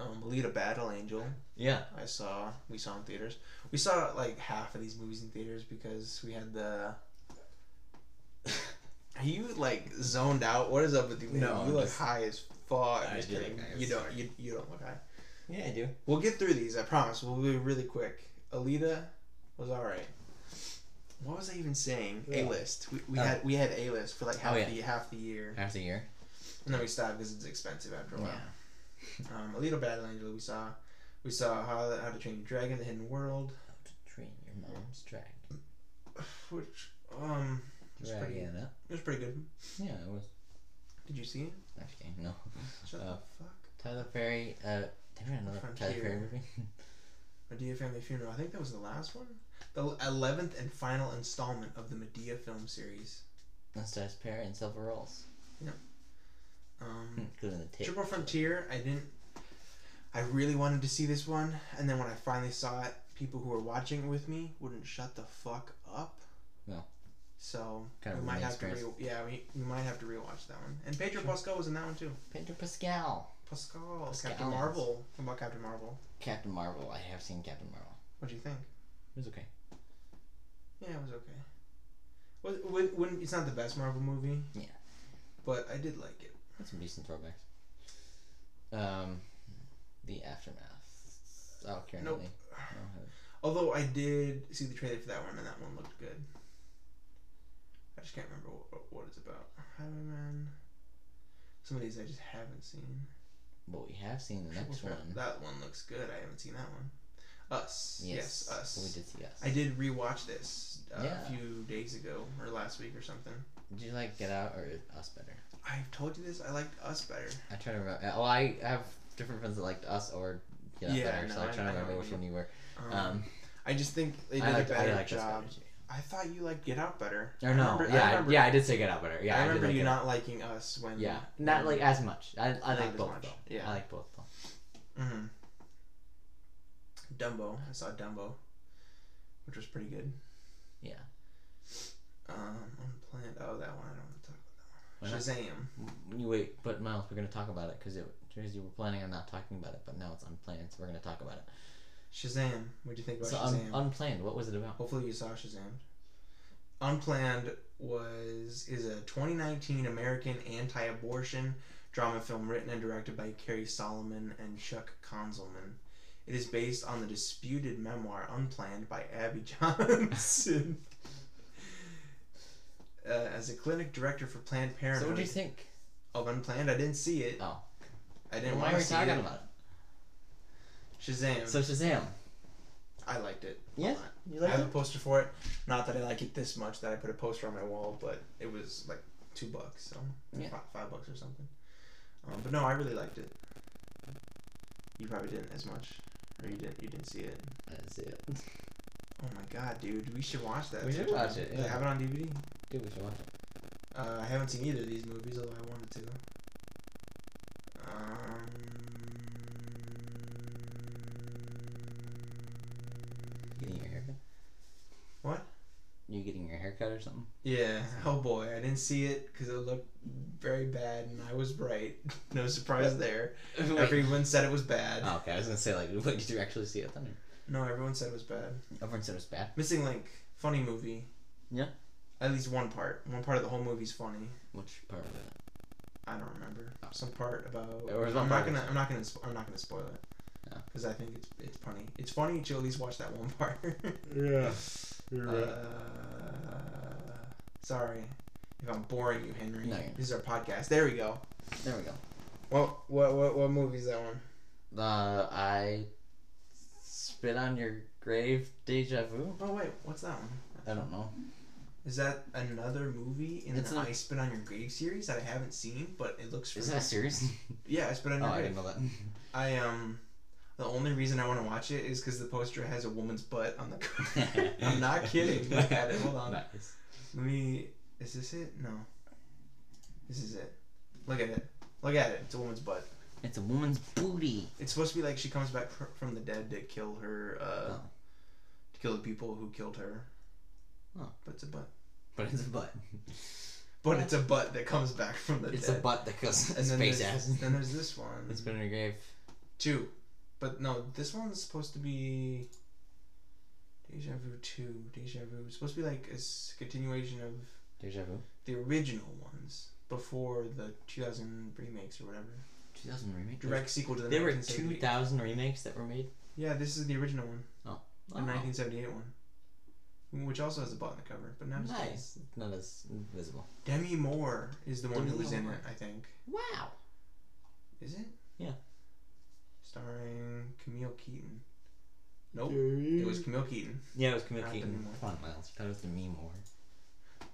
Speaker 2: Um, Lead a Battle Angel.
Speaker 1: Yeah.
Speaker 2: I saw. We saw in theaters. We saw like half of these movies in theaters because we had the. Are you like zoned out? What is up with you? man?
Speaker 1: No,
Speaker 2: you
Speaker 1: I'm
Speaker 2: look
Speaker 1: just-
Speaker 2: high as fuck.
Speaker 1: I
Speaker 2: I'm just
Speaker 1: do look
Speaker 2: kidding.
Speaker 1: high
Speaker 2: You
Speaker 1: as
Speaker 2: don't.
Speaker 1: fuck.
Speaker 2: You, you don't look high.
Speaker 1: Yeah, I do.
Speaker 2: We'll get through these. I promise. We'll be really quick. Alita was all right. What was I even saying?
Speaker 1: Yeah.
Speaker 2: A list. We, we
Speaker 1: Oh.
Speaker 2: had we had a list for like half
Speaker 1: Oh, yeah.
Speaker 2: the half the year,
Speaker 1: Half the year.
Speaker 2: and then we stopped because it's expensive after a while.
Speaker 1: Yeah.
Speaker 2: Um, Alita Battle Angel. We saw. We saw how, how to train your dragon, the hidden world.
Speaker 1: How to train your mom's dragon.
Speaker 2: which um was pretty, it
Speaker 1: Dragon up.
Speaker 2: was pretty good.
Speaker 1: Yeah, it was.
Speaker 2: Did you see it?
Speaker 1: Actually, no.
Speaker 2: Shut
Speaker 1: Uh,
Speaker 2: the fuck.
Speaker 1: Tyler Perry. Uh, they were in another Tyler
Speaker 2: Frontier.
Speaker 1: Perry movie.
Speaker 2: Medea Family Funeral. I think that was the last one. The eleventh and final installment of the Medea film series.
Speaker 1: That's Tyler Perry and Silver Rolls.
Speaker 2: Um,
Speaker 1: Including the tape.
Speaker 2: Triple Frontier. I didn't. I really wanted to see this one, and then when I finally saw it, people who were watching it with me wouldn't shut the fuck up.
Speaker 1: No.
Speaker 2: So
Speaker 1: Kind of
Speaker 2: we might
Speaker 1: ruined the
Speaker 2: have to re-
Speaker 1: experience.
Speaker 2: yeah we, we might have to rewatch that one. And Pedro
Speaker 1: Sure.
Speaker 2: Pascal was in that one too.
Speaker 1: Pedro Pascal.
Speaker 2: Pascal, Captain
Speaker 1: Pascal.
Speaker 2: Marvel. What about Captain Marvel?
Speaker 1: Captain Marvel. I have seen Captain Marvel.
Speaker 2: What do you think?
Speaker 1: It was okay.
Speaker 2: Yeah, it was okay. Was when, when it's not the best Marvel movie.
Speaker 1: Yeah.
Speaker 2: But I did like it.
Speaker 1: Had some decent throwbacks. Um, the aftermath. Oh, Karen
Speaker 2: Nope.
Speaker 1: Knightley. No, I haven't.
Speaker 2: Although I did see the trailer for that one, and that one looked good. I just can't remember what, what it's about. Highwayman. Some of these I just haven't seen.
Speaker 1: But we have seen the
Speaker 2: Triple
Speaker 1: next
Speaker 2: Threat.
Speaker 1: one.
Speaker 2: That one looks good. I haven't seen that one. Us. Yes,
Speaker 1: Yes,
Speaker 2: us.
Speaker 1: We did see us.
Speaker 2: I did rewatch this uh,
Speaker 1: Yeah.
Speaker 2: a few days ago or last week or something.
Speaker 1: Did you like Get Out or Us better?
Speaker 2: I've told you this. I liked Us better.
Speaker 1: I try to remember. Oh, I have different friends that liked Us or Get Out
Speaker 2: Yeah,
Speaker 1: better, so
Speaker 2: no,
Speaker 1: I try
Speaker 2: I- I
Speaker 1: to
Speaker 2: know
Speaker 1: remember
Speaker 2: what
Speaker 1: which
Speaker 2: you
Speaker 1: one you were.
Speaker 2: Um,
Speaker 1: Um,
Speaker 2: I just think they did
Speaker 1: I liked,
Speaker 2: a
Speaker 1: I
Speaker 2: better
Speaker 1: liked Us
Speaker 2: job.
Speaker 1: better too.
Speaker 2: I thought you liked Get Out better.
Speaker 1: Or no,
Speaker 2: I remember- I
Speaker 1: yeah, I
Speaker 2: remember-
Speaker 1: yeah, I did say Get Out better. Yeah,
Speaker 2: I
Speaker 1: did
Speaker 2: remember
Speaker 1: like
Speaker 2: you
Speaker 1: Get Out.
Speaker 2: not liking us when.
Speaker 1: Yeah, not like as much. I I
Speaker 2: Not
Speaker 1: like
Speaker 2: as
Speaker 1: both
Speaker 2: much,
Speaker 1: though.
Speaker 2: yeah.
Speaker 1: I like both though.
Speaker 2: hmm Dumbo. I saw Dumbo, which was pretty good.
Speaker 1: Yeah.
Speaker 2: Um, unplanned. Oh, that one I don't want to talk
Speaker 1: Why
Speaker 2: about.
Speaker 1: not?
Speaker 2: Shazam.
Speaker 1: M- You wait, but Miles, we're gonna talk about it because it because you were planning on not talking about it, but now it's unplanned, so we're gonna talk about it.
Speaker 2: Shazam. What do you think about
Speaker 1: so un-
Speaker 2: Shazam? Oh,
Speaker 1: unplanned. What was it about?
Speaker 2: Hopefully you saw Shazam. Unplanned was is a 2019 American anti-abortion drama film written and directed by Carrie Solomon and Chuck Konzelman. It is based on the disputed memoir Unplanned by Abby Johnson. Uh, as a clinic director for Planned
Speaker 1: So
Speaker 2: Parenthood
Speaker 1: what do you think?
Speaker 2: of Unplanned, I didn't see it.
Speaker 1: Oh.
Speaker 2: I didn't
Speaker 1: Why
Speaker 2: want
Speaker 1: are
Speaker 2: to
Speaker 1: we
Speaker 2: see
Speaker 1: talking
Speaker 2: it.
Speaker 1: about
Speaker 2: Shazam.
Speaker 1: it? So Shazam.
Speaker 2: I liked it. a
Speaker 1: Yeah?
Speaker 2: lot.
Speaker 1: You
Speaker 2: I
Speaker 1: like
Speaker 2: have a
Speaker 1: it?
Speaker 2: poster for it. Not that I like it this much that I put a poster on my wall, but it was like two bucks, so
Speaker 1: Yeah.
Speaker 2: fi- five, bucks or something. Um, but no, I really liked it. You probably didn't as much, or you didn't. You didn't see it.
Speaker 1: That's it.
Speaker 2: Oh my god, dude, we should watch that.
Speaker 1: We should
Speaker 2: sometime.
Speaker 1: watch it,
Speaker 2: They
Speaker 1: yeah.
Speaker 2: have it on DVD.
Speaker 1: Dude, we should watch it.
Speaker 2: Uh, I haven't seen either of these movies, although I wanted to. Um,
Speaker 1: Getting your haircut.
Speaker 2: What?
Speaker 1: You getting your haircut or something?
Speaker 2: Yeah. Oh boy, I didn't see it because it looked very bad, and I was right. No surprise there.
Speaker 1: Wait.
Speaker 2: Everyone said it was bad. Uh.
Speaker 1: Oh, okay, I was gonna say like, wait, did you actually see it then?
Speaker 2: No, everyone said it was bad.
Speaker 1: Everyone said it was bad.
Speaker 2: Missing Link, funny movie.
Speaker 1: Yeah.
Speaker 2: At least one part. One part of the whole movie's funny.
Speaker 1: Which part of it?
Speaker 2: I don't remember.
Speaker 1: Oh.
Speaker 2: Some part Uh. about.
Speaker 1: There was one
Speaker 2: I'm
Speaker 1: part
Speaker 2: not gonna.
Speaker 1: was-
Speaker 2: I'm not gonna. sp- I'm not gonna spoil it.
Speaker 1: Yeah.
Speaker 2: Because I think it's it's funny. It's funny to at least watch that one part.
Speaker 1: Yeah.
Speaker 2: uh, sorry, if I'm boring you, Henry.
Speaker 1: No, you're not.
Speaker 2: This is our podcast. There we go.
Speaker 1: There we go.
Speaker 2: Well, what what what movie is that one?
Speaker 1: Uh, I spit on your grave, deja vu.
Speaker 2: Oh wait, what's that one?
Speaker 1: I don't know.
Speaker 2: Is that another movie in
Speaker 1: It's
Speaker 2: the
Speaker 1: not-
Speaker 2: I Spit on Your Grave series that I haven't seen, but it looks.
Speaker 1: Is that serious?
Speaker 2: Yeah, I Spit on
Speaker 1: oh,
Speaker 2: Your
Speaker 1: I
Speaker 2: Grave.
Speaker 1: didn't know that.
Speaker 2: I um, the only reason I want to watch it is because the poster has a woman's butt on the cover. I'm not kidding. Look at it. Hold on.
Speaker 1: Nice.
Speaker 2: Let me. Is this it? No. This is it. Look at it. Look at it. It's a woman's butt.
Speaker 1: It's a woman's booty.
Speaker 2: It's supposed to be like she comes back fr- from the dead to kill her. Uh,
Speaker 1: Oh.
Speaker 2: to kill the people who killed her.
Speaker 1: Oh.
Speaker 2: But it's a butt.
Speaker 1: But it's a butt.
Speaker 2: But it's a butt that comes back from the
Speaker 1: It's a
Speaker 2: dead.
Speaker 1: butt that goes
Speaker 2: And then
Speaker 1: space
Speaker 2: there's,
Speaker 1: ass.
Speaker 2: then there's this one.
Speaker 1: It's been in your grave.
Speaker 2: Two. But no, this one's supposed to be Deja Vu 2. Deja Vu. It's supposed to be like a s- continuation of
Speaker 1: Deja vu.
Speaker 2: the original ones before the 2000 remakes or whatever.
Speaker 1: 2000 remake.
Speaker 2: Direct sequel to the
Speaker 1: There were
Speaker 2: 1978.
Speaker 1: 2000 remakes that were made.
Speaker 2: Yeah, this is the original one. The
Speaker 1: Oh,
Speaker 2: 1978 one. Which also has a bot in the cover, but not as good.
Speaker 1: nice. Not as visible.
Speaker 2: Demi Moore is the one
Speaker 1: Demi
Speaker 2: who was in
Speaker 1: Moore.
Speaker 2: it, I think.
Speaker 1: Wow.
Speaker 2: Is it?
Speaker 1: Yeah.
Speaker 2: Starring Camille Keaton. Nope. It was Camille Keaton.
Speaker 1: Yeah, it was Camille
Speaker 2: Not the
Speaker 1: Keaton.
Speaker 2: meme one.
Speaker 1: Come on, Miles. That was the meme war.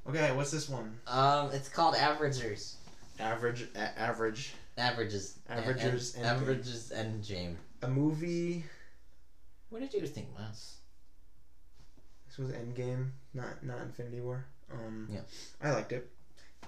Speaker 2: Okay, what's this one?
Speaker 1: Um, it's called Averagers.
Speaker 2: Average, a- average.
Speaker 1: Averages.
Speaker 2: Averagers
Speaker 1: And,
Speaker 2: Endgame.
Speaker 1: averages and James.
Speaker 2: A movie.
Speaker 1: What did you think, Miles?
Speaker 2: This was Endgame, not not Infinity War. Um,
Speaker 1: Yeah.
Speaker 2: I liked it.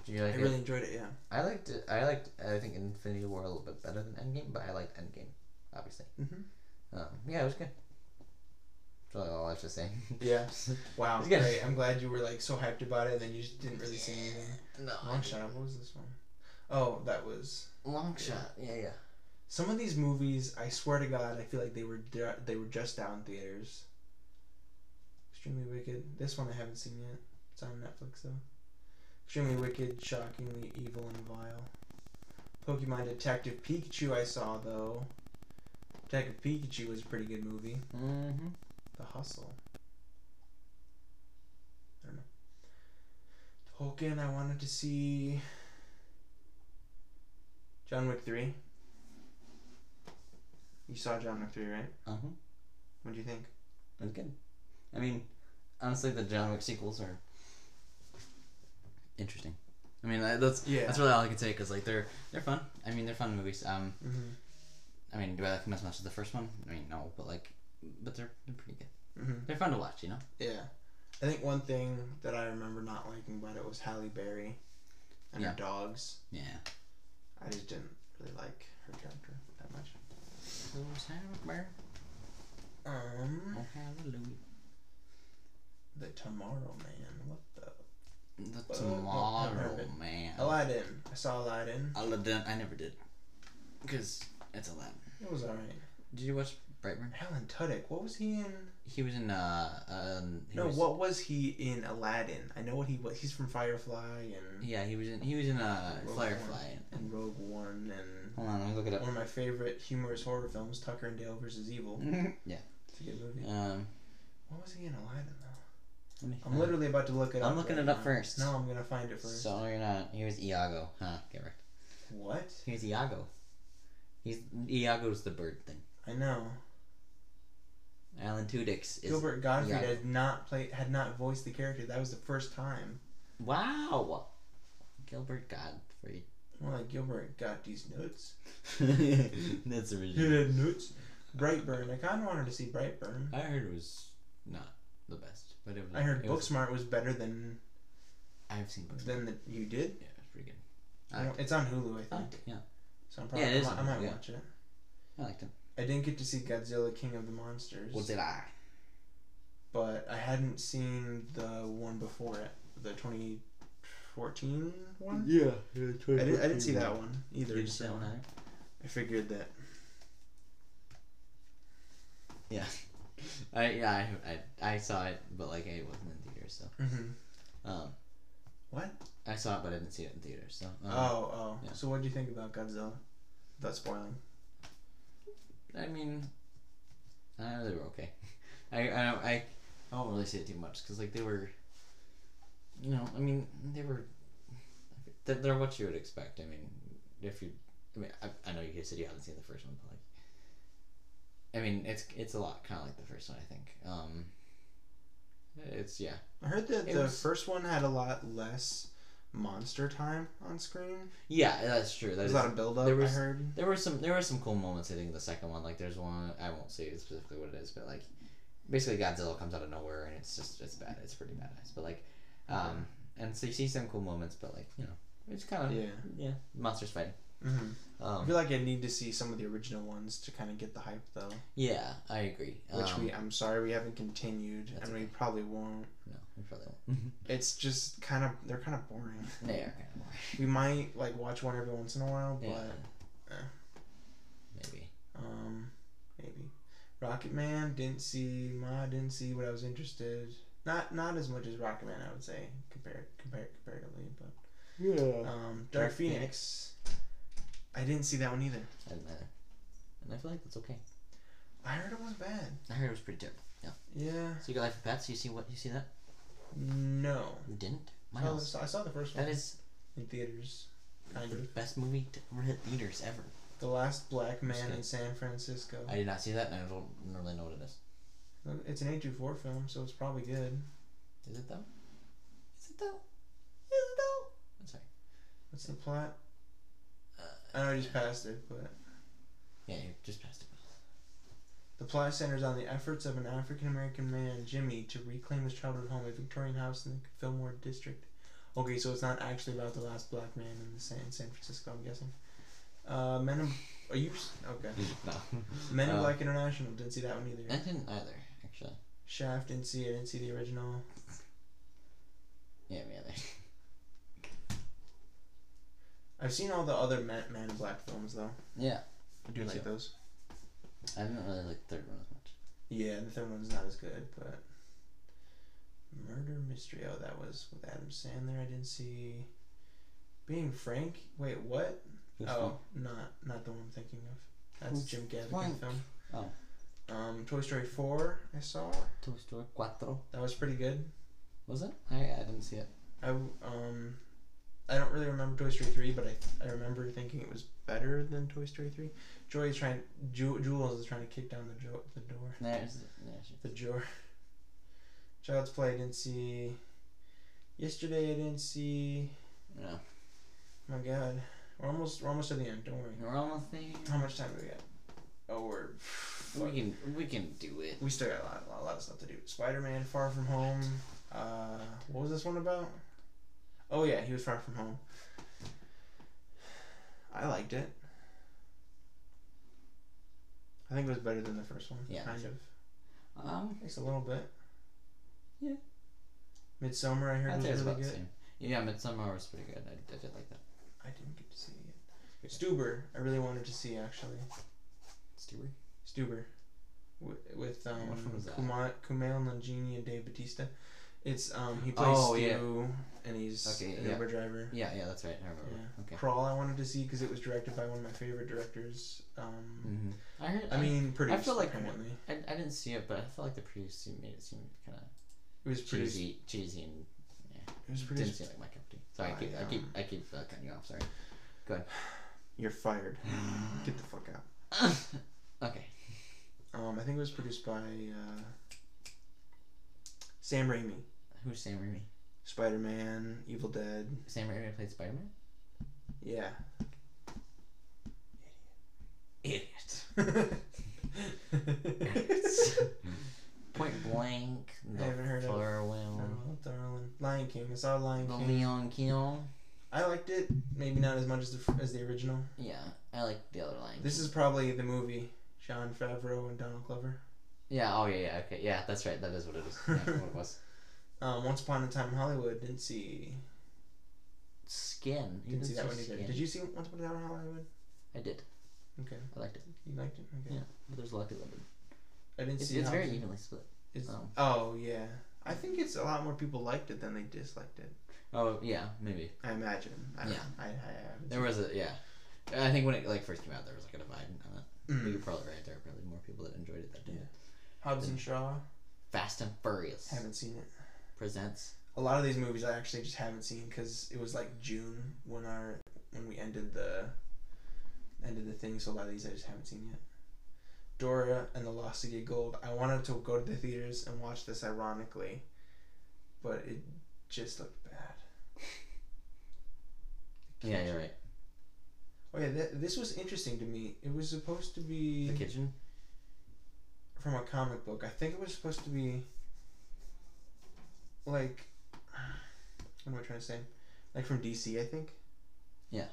Speaker 1: Do you like
Speaker 2: I
Speaker 1: it?
Speaker 2: really enjoyed it. Yeah.
Speaker 1: I liked it. I liked. I think Infinity War a little bit better than Endgame, but I liked Endgame, obviously.
Speaker 2: Mm-hmm.
Speaker 1: Um, yeah, it was good. That's really all I have to say.
Speaker 2: Yeah. Wow.
Speaker 1: It's good.
Speaker 2: Great. I'm glad you were like so hyped about it, and then you just didn't really say anything.
Speaker 1: no.
Speaker 2: Long shot. What was this one? Oh, that was.
Speaker 1: Long shot. Yeah, yeah.
Speaker 2: Some of these movies, I swear to God, I feel like they were ju- they were just out in theaters. Extremely Wicked. This one I haven't seen yet. It's on Netflix though. Extremely Wicked, shockingly evil and vile. Pokemon Detective Pikachu I saw though. Detective Pikachu was a pretty good movie.
Speaker 1: Mm-hmm.
Speaker 2: The Hustle. I don't know. Tolkien, I wanted to see. John Wick 3. You saw John Wick 3, right?
Speaker 1: Uh huh.
Speaker 2: What do you think?
Speaker 1: It was good. I mean, honestly, the John Wick sequels are interesting. I mean, I- that's
Speaker 2: Yeah.
Speaker 1: that's really all I can say because like they're they're fun. I mean, they're fun movies. Um,
Speaker 2: Mm-hmm.
Speaker 1: I mean, do I like them as much as the first one? I mean, no, but like, but they're they're pretty good.
Speaker 2: Mm-hmm.
Speaker 1: They're fun to watch, you know.
Speaker 2: Yeah. I think one thing that I remember not liking about it was Halle Berry and
Speaker 1: Yeah.
Speaker 2: her dogs.
Speaker 1: Yeah.
Speaker 2: I just didn't really like her character that much. Um,
Speaker 1: Oh, hallelujah.
Speaker 2: The Tomorrow Man. What the?
Speaker 1: The
Speaker 2: Uh,
Speaker 1: tomorrow,
Speaker 2: Aladdin.
Speaker 1: man.
Speaker 2: Aladdin. I saw Aladdin.
Speaker 1: Aladdin. I never did. Because it's Aladdin.
Speaker 2: It was alright.
Speaker 1: Did you watch Brightburn?
Speaker 2: Alan Tudyk. What was he in?
Speaker 1: He was in, uh, um, he
Speaker 2: No,
Speaker 1: was,
Speaker 2: what was he in Aladdin? I know what he was. He's from Firefly and
Speaker 1: Yeah, he was in, he was in, uh,
Speaker 2: Rogue
Speaker 1: Firefly. And,
Speaker 2: and Rogue One and
Speaker 1: hold on, let me look it
Speaker 2: one of my favorite humorous horror films, Tucker and Dale versus Evil.
Speaker 1: up. Mm. yeah.
Speaker 2: It's a good movie.
Speaker 1: Um,
Speaker 2: What was he in Aladdin though?
Speaker 1: let me-
Speaker 2: I'm literally about to look it
Speaker 1: I'm
Speaker 2: up.
Speaker 1: looking
Speaker 2: right
Speaker 1: it up
Speaker 2: now.
Speaker 1: first.
Speaker 2: No, I'm gonna find it first.
Speaker 1: So, no, you're not. He was Iago. Huh, get right.
Speaker 2: What?
Speaker 1: He was Iago. He's, Iago's the bird thing.
Speaker 2: I know.
Speaker 1: Alan Tudyk's is,
Speaker 2: Gilbert Gottfried
Speaker 1: yeah.
Speaker 2: had not played, had not voiced the character. That was the first time.
Speaker 1: wow! Gilbert Godfrey.
Speaker 2: More like Gilbert got these nuts.
Speaker 1: That's original.
Speaker 2: nuts. Brightburn. I kind of wanted to see Brightburn.
Speaker 1: I heard it was not the best, but it was.
Speaker 2: I heard
Speaker 1: it was-
Speaker 2: Booksmart was better than
Speaker 1: I've seen books.
Speaker 2: than the, you did.
Speaker 1: Yeah, it's pretty good. I
Speaker 2: I don't-
Speaker 1: liked it.
Speaker 2: It's on Hulu, I
Speaker 1: I
Speaker 2: think.
Speaker 1: liked it. Yeah,
Speaker 2: So I'm probably
Speaker 1: Yeah, it is
Speaker 2: I, might- I
Speaker 1: on
Speaker 2: might
Speaker 1: Hulu, yeah.
Speaker 2: watch it.
Speaker 1: I liked it.
Speaker 2: I didn't get to see Godzilla King of the Monsters,
Speaker 1: What did I?
Speaker 2: but I hadn't seen the one before it, the 2014 one.
Speaker 1: Yeah,
Speaker 2: I didn't, I didn't see that one either.
Speaker 1: You just
Speaker 2: so
Speaker 1: that one either?
Speaker 2: I figured that.
Speaker 1: Yeah. I yeah, I, I I saw it, but like it wasn't in theaters, so
Speaker 2: Mm-hmm.
Speaker 1: um,
Speaker 2: What?
Speaker 1: I saw it, but I didn't see it in theaters, so um,
Speaker 2: oh, oh.
Speaker 1: yeah.
Speaker 2: So what do you think about Godzilla? Without spoiling.
Speaker 1: I mean, uh, they were okay. I I don't I, I won't really say it too much because like they were, you know, I mean they were, they're, they're what you would expect. I mean, if you, I mean, I, I know you said you haven't seen the first one, but like, I mean it's it's a lot kind of like the first one I think. Um, it's yeah
Speaker 2: I heard that
Speaker 1: It
Speaker 2: the
Speaker 1: was-
Speaker 2: first one had a lot less monster time on screen.
Speaker 1: yeah that's true. That
Speaker 2: There's
Speaker 1: is,
Speaker 2: a lot of build up.
Speaker 1: there
Speaker 2: I
Speaker 1: was-
Speaker 2: heard.
Speaker 1: There were some there were some cool moments I think in the second one. Like there's one I won't say specifically what it is, but like basically Godzilla comes out of nowhere and it's just it's bad. It's pretty badass. But like um and so you see some cool moments but like, you know, it's kinda
Speaker 2: Yeah.
Speaker 1: yeah. Monsters fighting.
Speaker 2: Mm-hmm. I
Speaker 1: Um
Speaker 2: feel like I need to see some of the original ones to kind of get the hype though,
Speaker 1: Yeah, I agree.
Speaker 2: which
Speaker 1: um,
Speaker 2: we I'm sorry we haven't continued,
Speaker 1: That's
Speaker 2: and we
Speaker 1: okay.
Speaker 2: probably won't.
Speaker 1: No, we probably won't.
Speaker 2: It's just kind of they're kind of boring.
Speaker 1: they are kinda boring.
Speaker 2: We might like watch one every once in a while, but
Speaker 1: Yeah.
Speaker 2: eh.
Speaker 1: Maybe.
Speaker 2: um, maybe Rocket Man didn't see my didn't see what I was interested. Not not as much as Rocket Man, I would say, compared compared comparatively, but
Speaker 1: Yeah.
Speaker 2: um, Dark
Speaker 1: Oh, Dark
Speaker 2: Phoenix. I didn't see that one either.
Speaker 1: I didn't either. And I feel like that's okay.
Speaker 2: I heard it was bad.
Speaker 1: I heard it was pretty terrible. Yeah.
Speaker 2: Yeah.
Speaker 1: Secret Life of Pets, you see what you see that?
Speaker 2: No.
Speaker 1: You didn't?
Speaker 2: I,
Speaker 1: My house.
Speaker 2: saw, I saw the first one
Speaker 1: That is
Speaker 2: in theaters. Kind
Speaker 1: the
Speaker 2: of.
Speaker 1: best movie to ever hit theaters ever.
Speaker 2: The last black man
Speaker 1: Just
Speaker 2: in San Francisco.
Speaker 1: I did not see that, and I don't really know what it is.
Speaker 2: It's an A24 film, so it's probably good.
Speaker 1: Is it though? Is it though? Is it though? I'm sorry.
Speaker 2: What's the plot?
Speaker 1: Uh,
Speaker 2: I know I just passed it, but
Speaker 1: yeah, you just passed it.
Speaker 2: the plot centers on the efforts of an African American man, Jimmy, to reclaim his childhood home, a Victorian house in the Fillmore district. Okay, so it's not actually about the last black man in the San, San Francisco. I'm guessing. Uh, Men in, are you s- okay?
Speaker 1: no,
Speaker 2: Men in
Speaker 1: Uh, eh.
Speaker 2: Black International didn't see that one either.
Speaker 1: I didn't either. Actually,
Speaker 2: Shaft didn't see it. Didn't see the original.
Speaker 1: yeah, me either.
Speaker 2: I've seen all the other Men, Men in Black films though.
Speaker 1: Yeah,
Speaker 2: I do
Speaker 1: Me
Speaker 2: like
Speaker 1: too.
Speaker 2: those.
Speaker 1: I didn't really like the third one as much.
Speaker 2: Yeah, the third one's not as good, but Murder Mystery. Oh, that was with Adam Sandler. I didn't see Being Frank. Wait, what?
Speaker 1: Which
Speaker 2: oh, not not the one I'm thinking of. That's
Speaker 1: Who's
Speaker 2: Jim Gaffigan
Speaker 1: Frank?
Speaker 2: film.
Speaker 1: Oh.
Speaker 2: Um, Toy Story Four. I saw
Speaker 1: one? Toy Story Cuatro.
Speaker 2: that was pretty good.
Speaker 1: Was it? I I didn't see it.
Speaker 2: I w- um, I don't really remember Toy Story Three, but I I remember thinking it was better than Toy Story Three. Joy is trying. Ju- Jules is trying to kick down the jo- the door.
Speaker 1: There's, there's
Speaker 2: The Jor. Child's Play I didn't see. Yesterday I didn't see.
Speaker 1: no.
Speaker 2: my God, we're almost we're almost at the end. Don't worry.
Speaker 1: We're almost there.
Speaker 2: How much time do we got? Oh, we're
Speaker 1: We can we can do it.
Speaker 2: we still got a lot a lot, a lot of stuff to do. Spider Man Far From Home. Uh, what was this one about? Oh yeah, he was Far From Home. I liked it. I think it was better than the first one.
Speaker 1: Yeah.
Speaker 2: kind of.
Speaker 1: Um,
Speaker 2: Thanks a little bit.
Speaker 1: Yeah.
Speaker 2: Midsummer, I heard
Speaker 1: I'd
Speaker 2: was
Speaker 1: say it's
Speaker 2: really
Speaker 1: about the
Speaker 2: good.
Speaker 1: same. Yeah, Midsummer was pretty good. I, I did like that.
Speaker 2: I didn't get to see it yet.
Speaker 1: It's pretty
Speaker 2: Stuber, I really wanted to see actually.
Speaker 1: good. Stuber.
Speaker 2: Stuber, with, with um,
Speaker 1: Which one was that?
Speaker 2: Kuma- Kumail Nanjiani and Dave Batista. It's um he plays
Speaker 1: Oh,
Speaker 2: Stu,
Speaker 1: yeah.
Speaker 2: and he's
Speaker 1: Okay,
Speaker 2: an
Speaker 1: yeah.
Speaker 2: Uber driver.
Speaker 1: Yeah, yeah, that's right. I remember.
Speaker 2: Yeah.
Speaker 1: Okay.
Speaker 2: Crawl, I wanted to see because it was directed by one of my favorite directors. Um,
Speaker 1: hmm I heard.
Speaker 2: I mean, produced
Speaker 1: like-
Speaker 2: apparently.
Speaker 1: I, I didn't see it, but I felt like the previous team made it seem kind of
Speaker 2: It was produced.
Speaker 1: cheesy, cheesy, and
Speaker 2: It was
Speaker 1: didn't
Speaker 2: produced.
Speaker 1: seem like my cup of tea. Sorry, I
Speaker 2: I,
Speaker 1: keep, I keep,
Speaker 2: um,
Speaker 1: I keep uh, cutting you off. Sorry.
Speaker 2: You're fired. Get the fuck out.
Speaker 1: okay.
Speaker 2: Um, I think it was produced by uh, Sam Raimi.
Speaker 1: Who's Sam Raimi?
Speaker 2: Spider Man, Evil Dead.
Speaker 1: Sam Raimi played Spider Man.
Speaker 2: Yeah.
Speaker 1: Idiot.
Speaker 2: Idiots.
Speaker 1: Point blank. The
Speaker 2: I haven't heard of-
Speaker 1: Farewell.
Speaker 2: Oh, darling. Lion King. I saw Lion
Speaker 1: The
Speaker 2: King.
Speaker 1: Leon Keel. the-
Speaker 2: I liked it. Maybe not as much as the as the original.
Speaker 1: Yeah, I like the other line.
Speaker 2: This is probably the movie John Favreau and Donald Glover.
Speaker 1: Yeah. Oh yeah. Yeah. Okay. Yeah. That's right. That is what it is. Yeah, what it was.
Speaker 2: Um, Once Upon a Time in Hollywood. Didn't see.
Speaker 1: Skin. You
Speaker 2: Didn't see that one
Speaker 1: see
Speaker 2: either.
Speaker 1: Skin.
Speaker 2: Did you see Once Upon a Time in Hollywood?
Speaker 1: I did.
Speaker 2: Okay.
Speaker 1: I liked it.
Speaker 2: You liked it. Okay.
Speaker 1: Yeah. But there's a lot of people that didn't.
Speaker 2: I didn't
Speaker 1: It's,
Speaker 2: see.
Speaker 1: it's
Speaker 2: how
Speaker 1: very
Speaker 2: it-
Speaker 1: evenly split.
Speaker 2: it's-
Speaker 1: um,
Speaker 2: oh yeah, I think it's a lot more people liked it than they disliked it.
Speaker 1: Oh yeah, maybe
Speaker 2: I imagine. I don't
Speaker 1: Yeah.
Speaker 2: know. I, I haven't
Speaker 1: there was a yeah. I think when it like first came out, there was like a divide on it.
Speaker 2: seen-
Speaker 1: But
Speaker 2: Mm.
Speaker 1: you're probably right. There are probably more people that enjoyed it that did.
Speaker 2: Yeah. Hobbs and Shaw.
Speaker 1: Fast and Furious
Speaker 2: Haven't seen it.
Speaker 1: presents.
Speaker 2: A lot of these movies I actually just haven't seen because it was like June when our when we ended the ended the thing. So a lot of these I just haven't seen yet. Dora and the Lost City of Gold. I wanted to go to the theaters and watch this ironically, but it just looked bad.
Speaker 1: Yeah, you're right.
Speaker 2: Oh yeah, th- this was interesting to me. It was supposed to
Speaker 1: The
Speaker 2: be
Speaker 1: kitchen.
Speaker 2: from a comic book. I think it was supposed to be like what am I trying to say? Like from DC, I think.
Speaker 1: Yeah.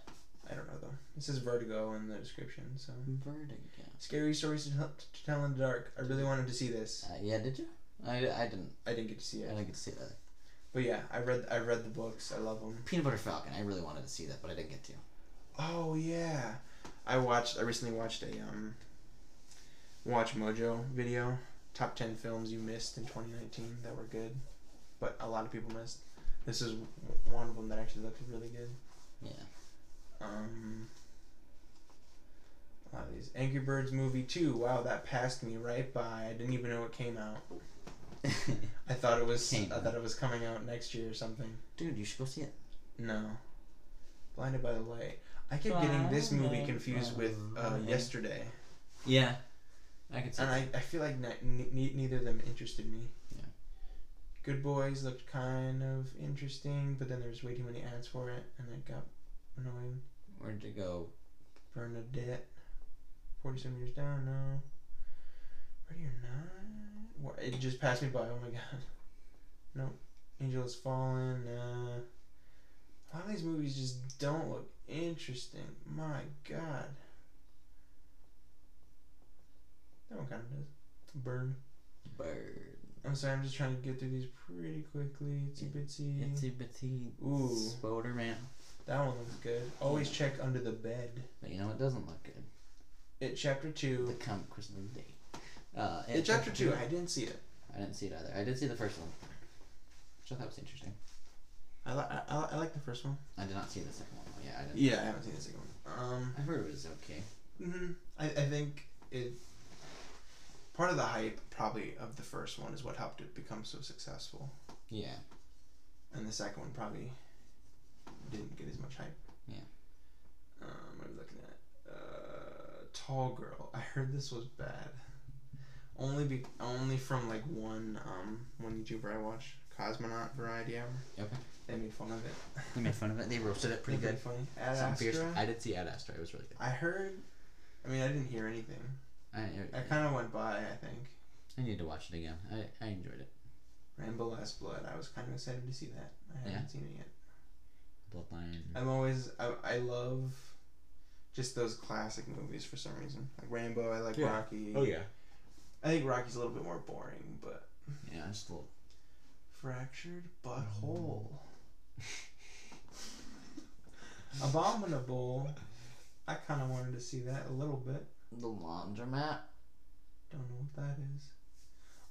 Speaker 2: I don't know though. It says Vertigo in the description, so
Speaker 1: Vertigo.
Speaker 2: scary stories to, tell to tell in the dark. I really wanted to see this.
Speaker 1: Uh, yeah, did you? I, I didn't.
Speaker 2: I didn't get to see
Speaker 1: I
Speaker 2: it,
Speaker 1: didn't get to see it either.
Speaker 2: but yeah, I read I read the books. I love them.
Speaker 1: Peanut Butter Falcon. I really wanted to see that, but I didn't get to.
Speaker 2: Oh yeah, I watched. I recently watched a um, Watch Mojo video. Top ten films you missed in 2019 that were good, but a lot of people missed. This is w- one of them that actually looked really good.
Speaker 1: Yeah.
Speaker 2: Um, a lot of these Angry Birds movie two. Wow, that passed me right by. I didn't even know it came out. I thought it was.
Speaker 1: Came
Speaker 2: I
Speaker 1: out.
Speaker 2: thought it was coming out next year or something.
Speaker 1: Dude, you should go see it.
Speaker 2: No. Blinded by the Light. I kept getting this movie
Speaker 1: Blinded
Speaker 2: confused
Speaker 1: by
Speaker 2: with
Speaker 1: the
Speaker 2: uh,
Speaker 1: light.
Speaker 2: Yesterday.
Speaker 1: Yeah. I could see.
Speaker 2: And I, I feel like ne- ne- ne- neither of them interested me.
Speaker 1: Yeah.
Speaker 2: Good Boys looked kind of interesting, but then there was way too many ads for it, and it got annoying.
Speaker 1: Where'd you go?
Speaker 2: Bernadette. 47 years down, no. Ready or not? What, it just passed me by, oh my god. Nope. Angel has fallen, uh. A lot of these movies just don't look interesting. My god. That one kind of does. Burn.
Speaker 1: Bird.
Speaker 2: I'm sorry, I'm just trying to get through these pretty quickly. Itsy bitsy.
Speaker 1: Itsy bitsy.
Speaker 2: Ooh.
Speaker 1: Spoder man.
Speaker 2: That one looks good. Always check under the bed.
Speaker 1: But you know it doesn't look good.
Speaker 2: It chapter
Speaker 1: The
Speaker 2: two.
Speaker 1: comic Christmas day. Uh,
Speaker 2: It chapter two. I didn't see it.
Speaker 1: I didn't see it either. I did see the first one, which I thought was interesting.
Speaker 2: I, li- I, I, I like the first one.
Speaker 1: I did not see the second one. though. Yeah, I didn't.
Speaker 2: Yeah, I haven't seen the second one. Um,
Speaker 1: I heard it was okay.
Speaker 2: hmm I, I think it. Part of the hype, probably, of the first one is what helped it become so successful,
Speaker 1: Yeah.
Speaker 2: and the second one probably didn't get as much hype.
Speaker 1: Yeah.
Speaker 2: Um, what are we looking at? Uh, Tall Girl. I heard this was bad. Only be only from like one um one YouTuber I watch, Cosmonaut Variety Hour.
Speaker 1: Okay.
Speaker 2: They made fun of it.
Speaker 1: They made fun of it. They roasted it pretty
Speaker 2: They're
Speaker 1: good.
Speaker 2: Funny. Ad
Speaker 1: Some fierce-
Speaker 2: Astra.
Speaker 1: I did see Ad Astra. It was really good.
Speaker 2: I heard. I mean, I didn't hear anything.
Speaker 1: I,
Speaker 2: I
Speaker 1: I,
Speaker 2: kind of went by. I think
Speaker 1: I need to watch it again. I, I enjoyed it.
Speaker 2: Rainbow Last Blood. I was kind of excited to see that. I haven't
Speaker 1: Yeah.
Speaker 2: seen it yet.
Speaker 1: Bloodline.
Speaker 2: I'm always. I, I love just those classic movies for some reason. Like Rainbow. I like
Speaker 1: Yeah. Oh,
Speaker 2: Rocky.
Speaker 1: yeah.
Speaker 2: I think Rocky's a little bit more boring, but
Speaker 1: Yeah, just a little.
Speaker 2: Fractured Butthole. Abominable. I kind of wanted to see that a little bit.
Speaker 1: The laundromat.
Speaker 2: Don't know what that is.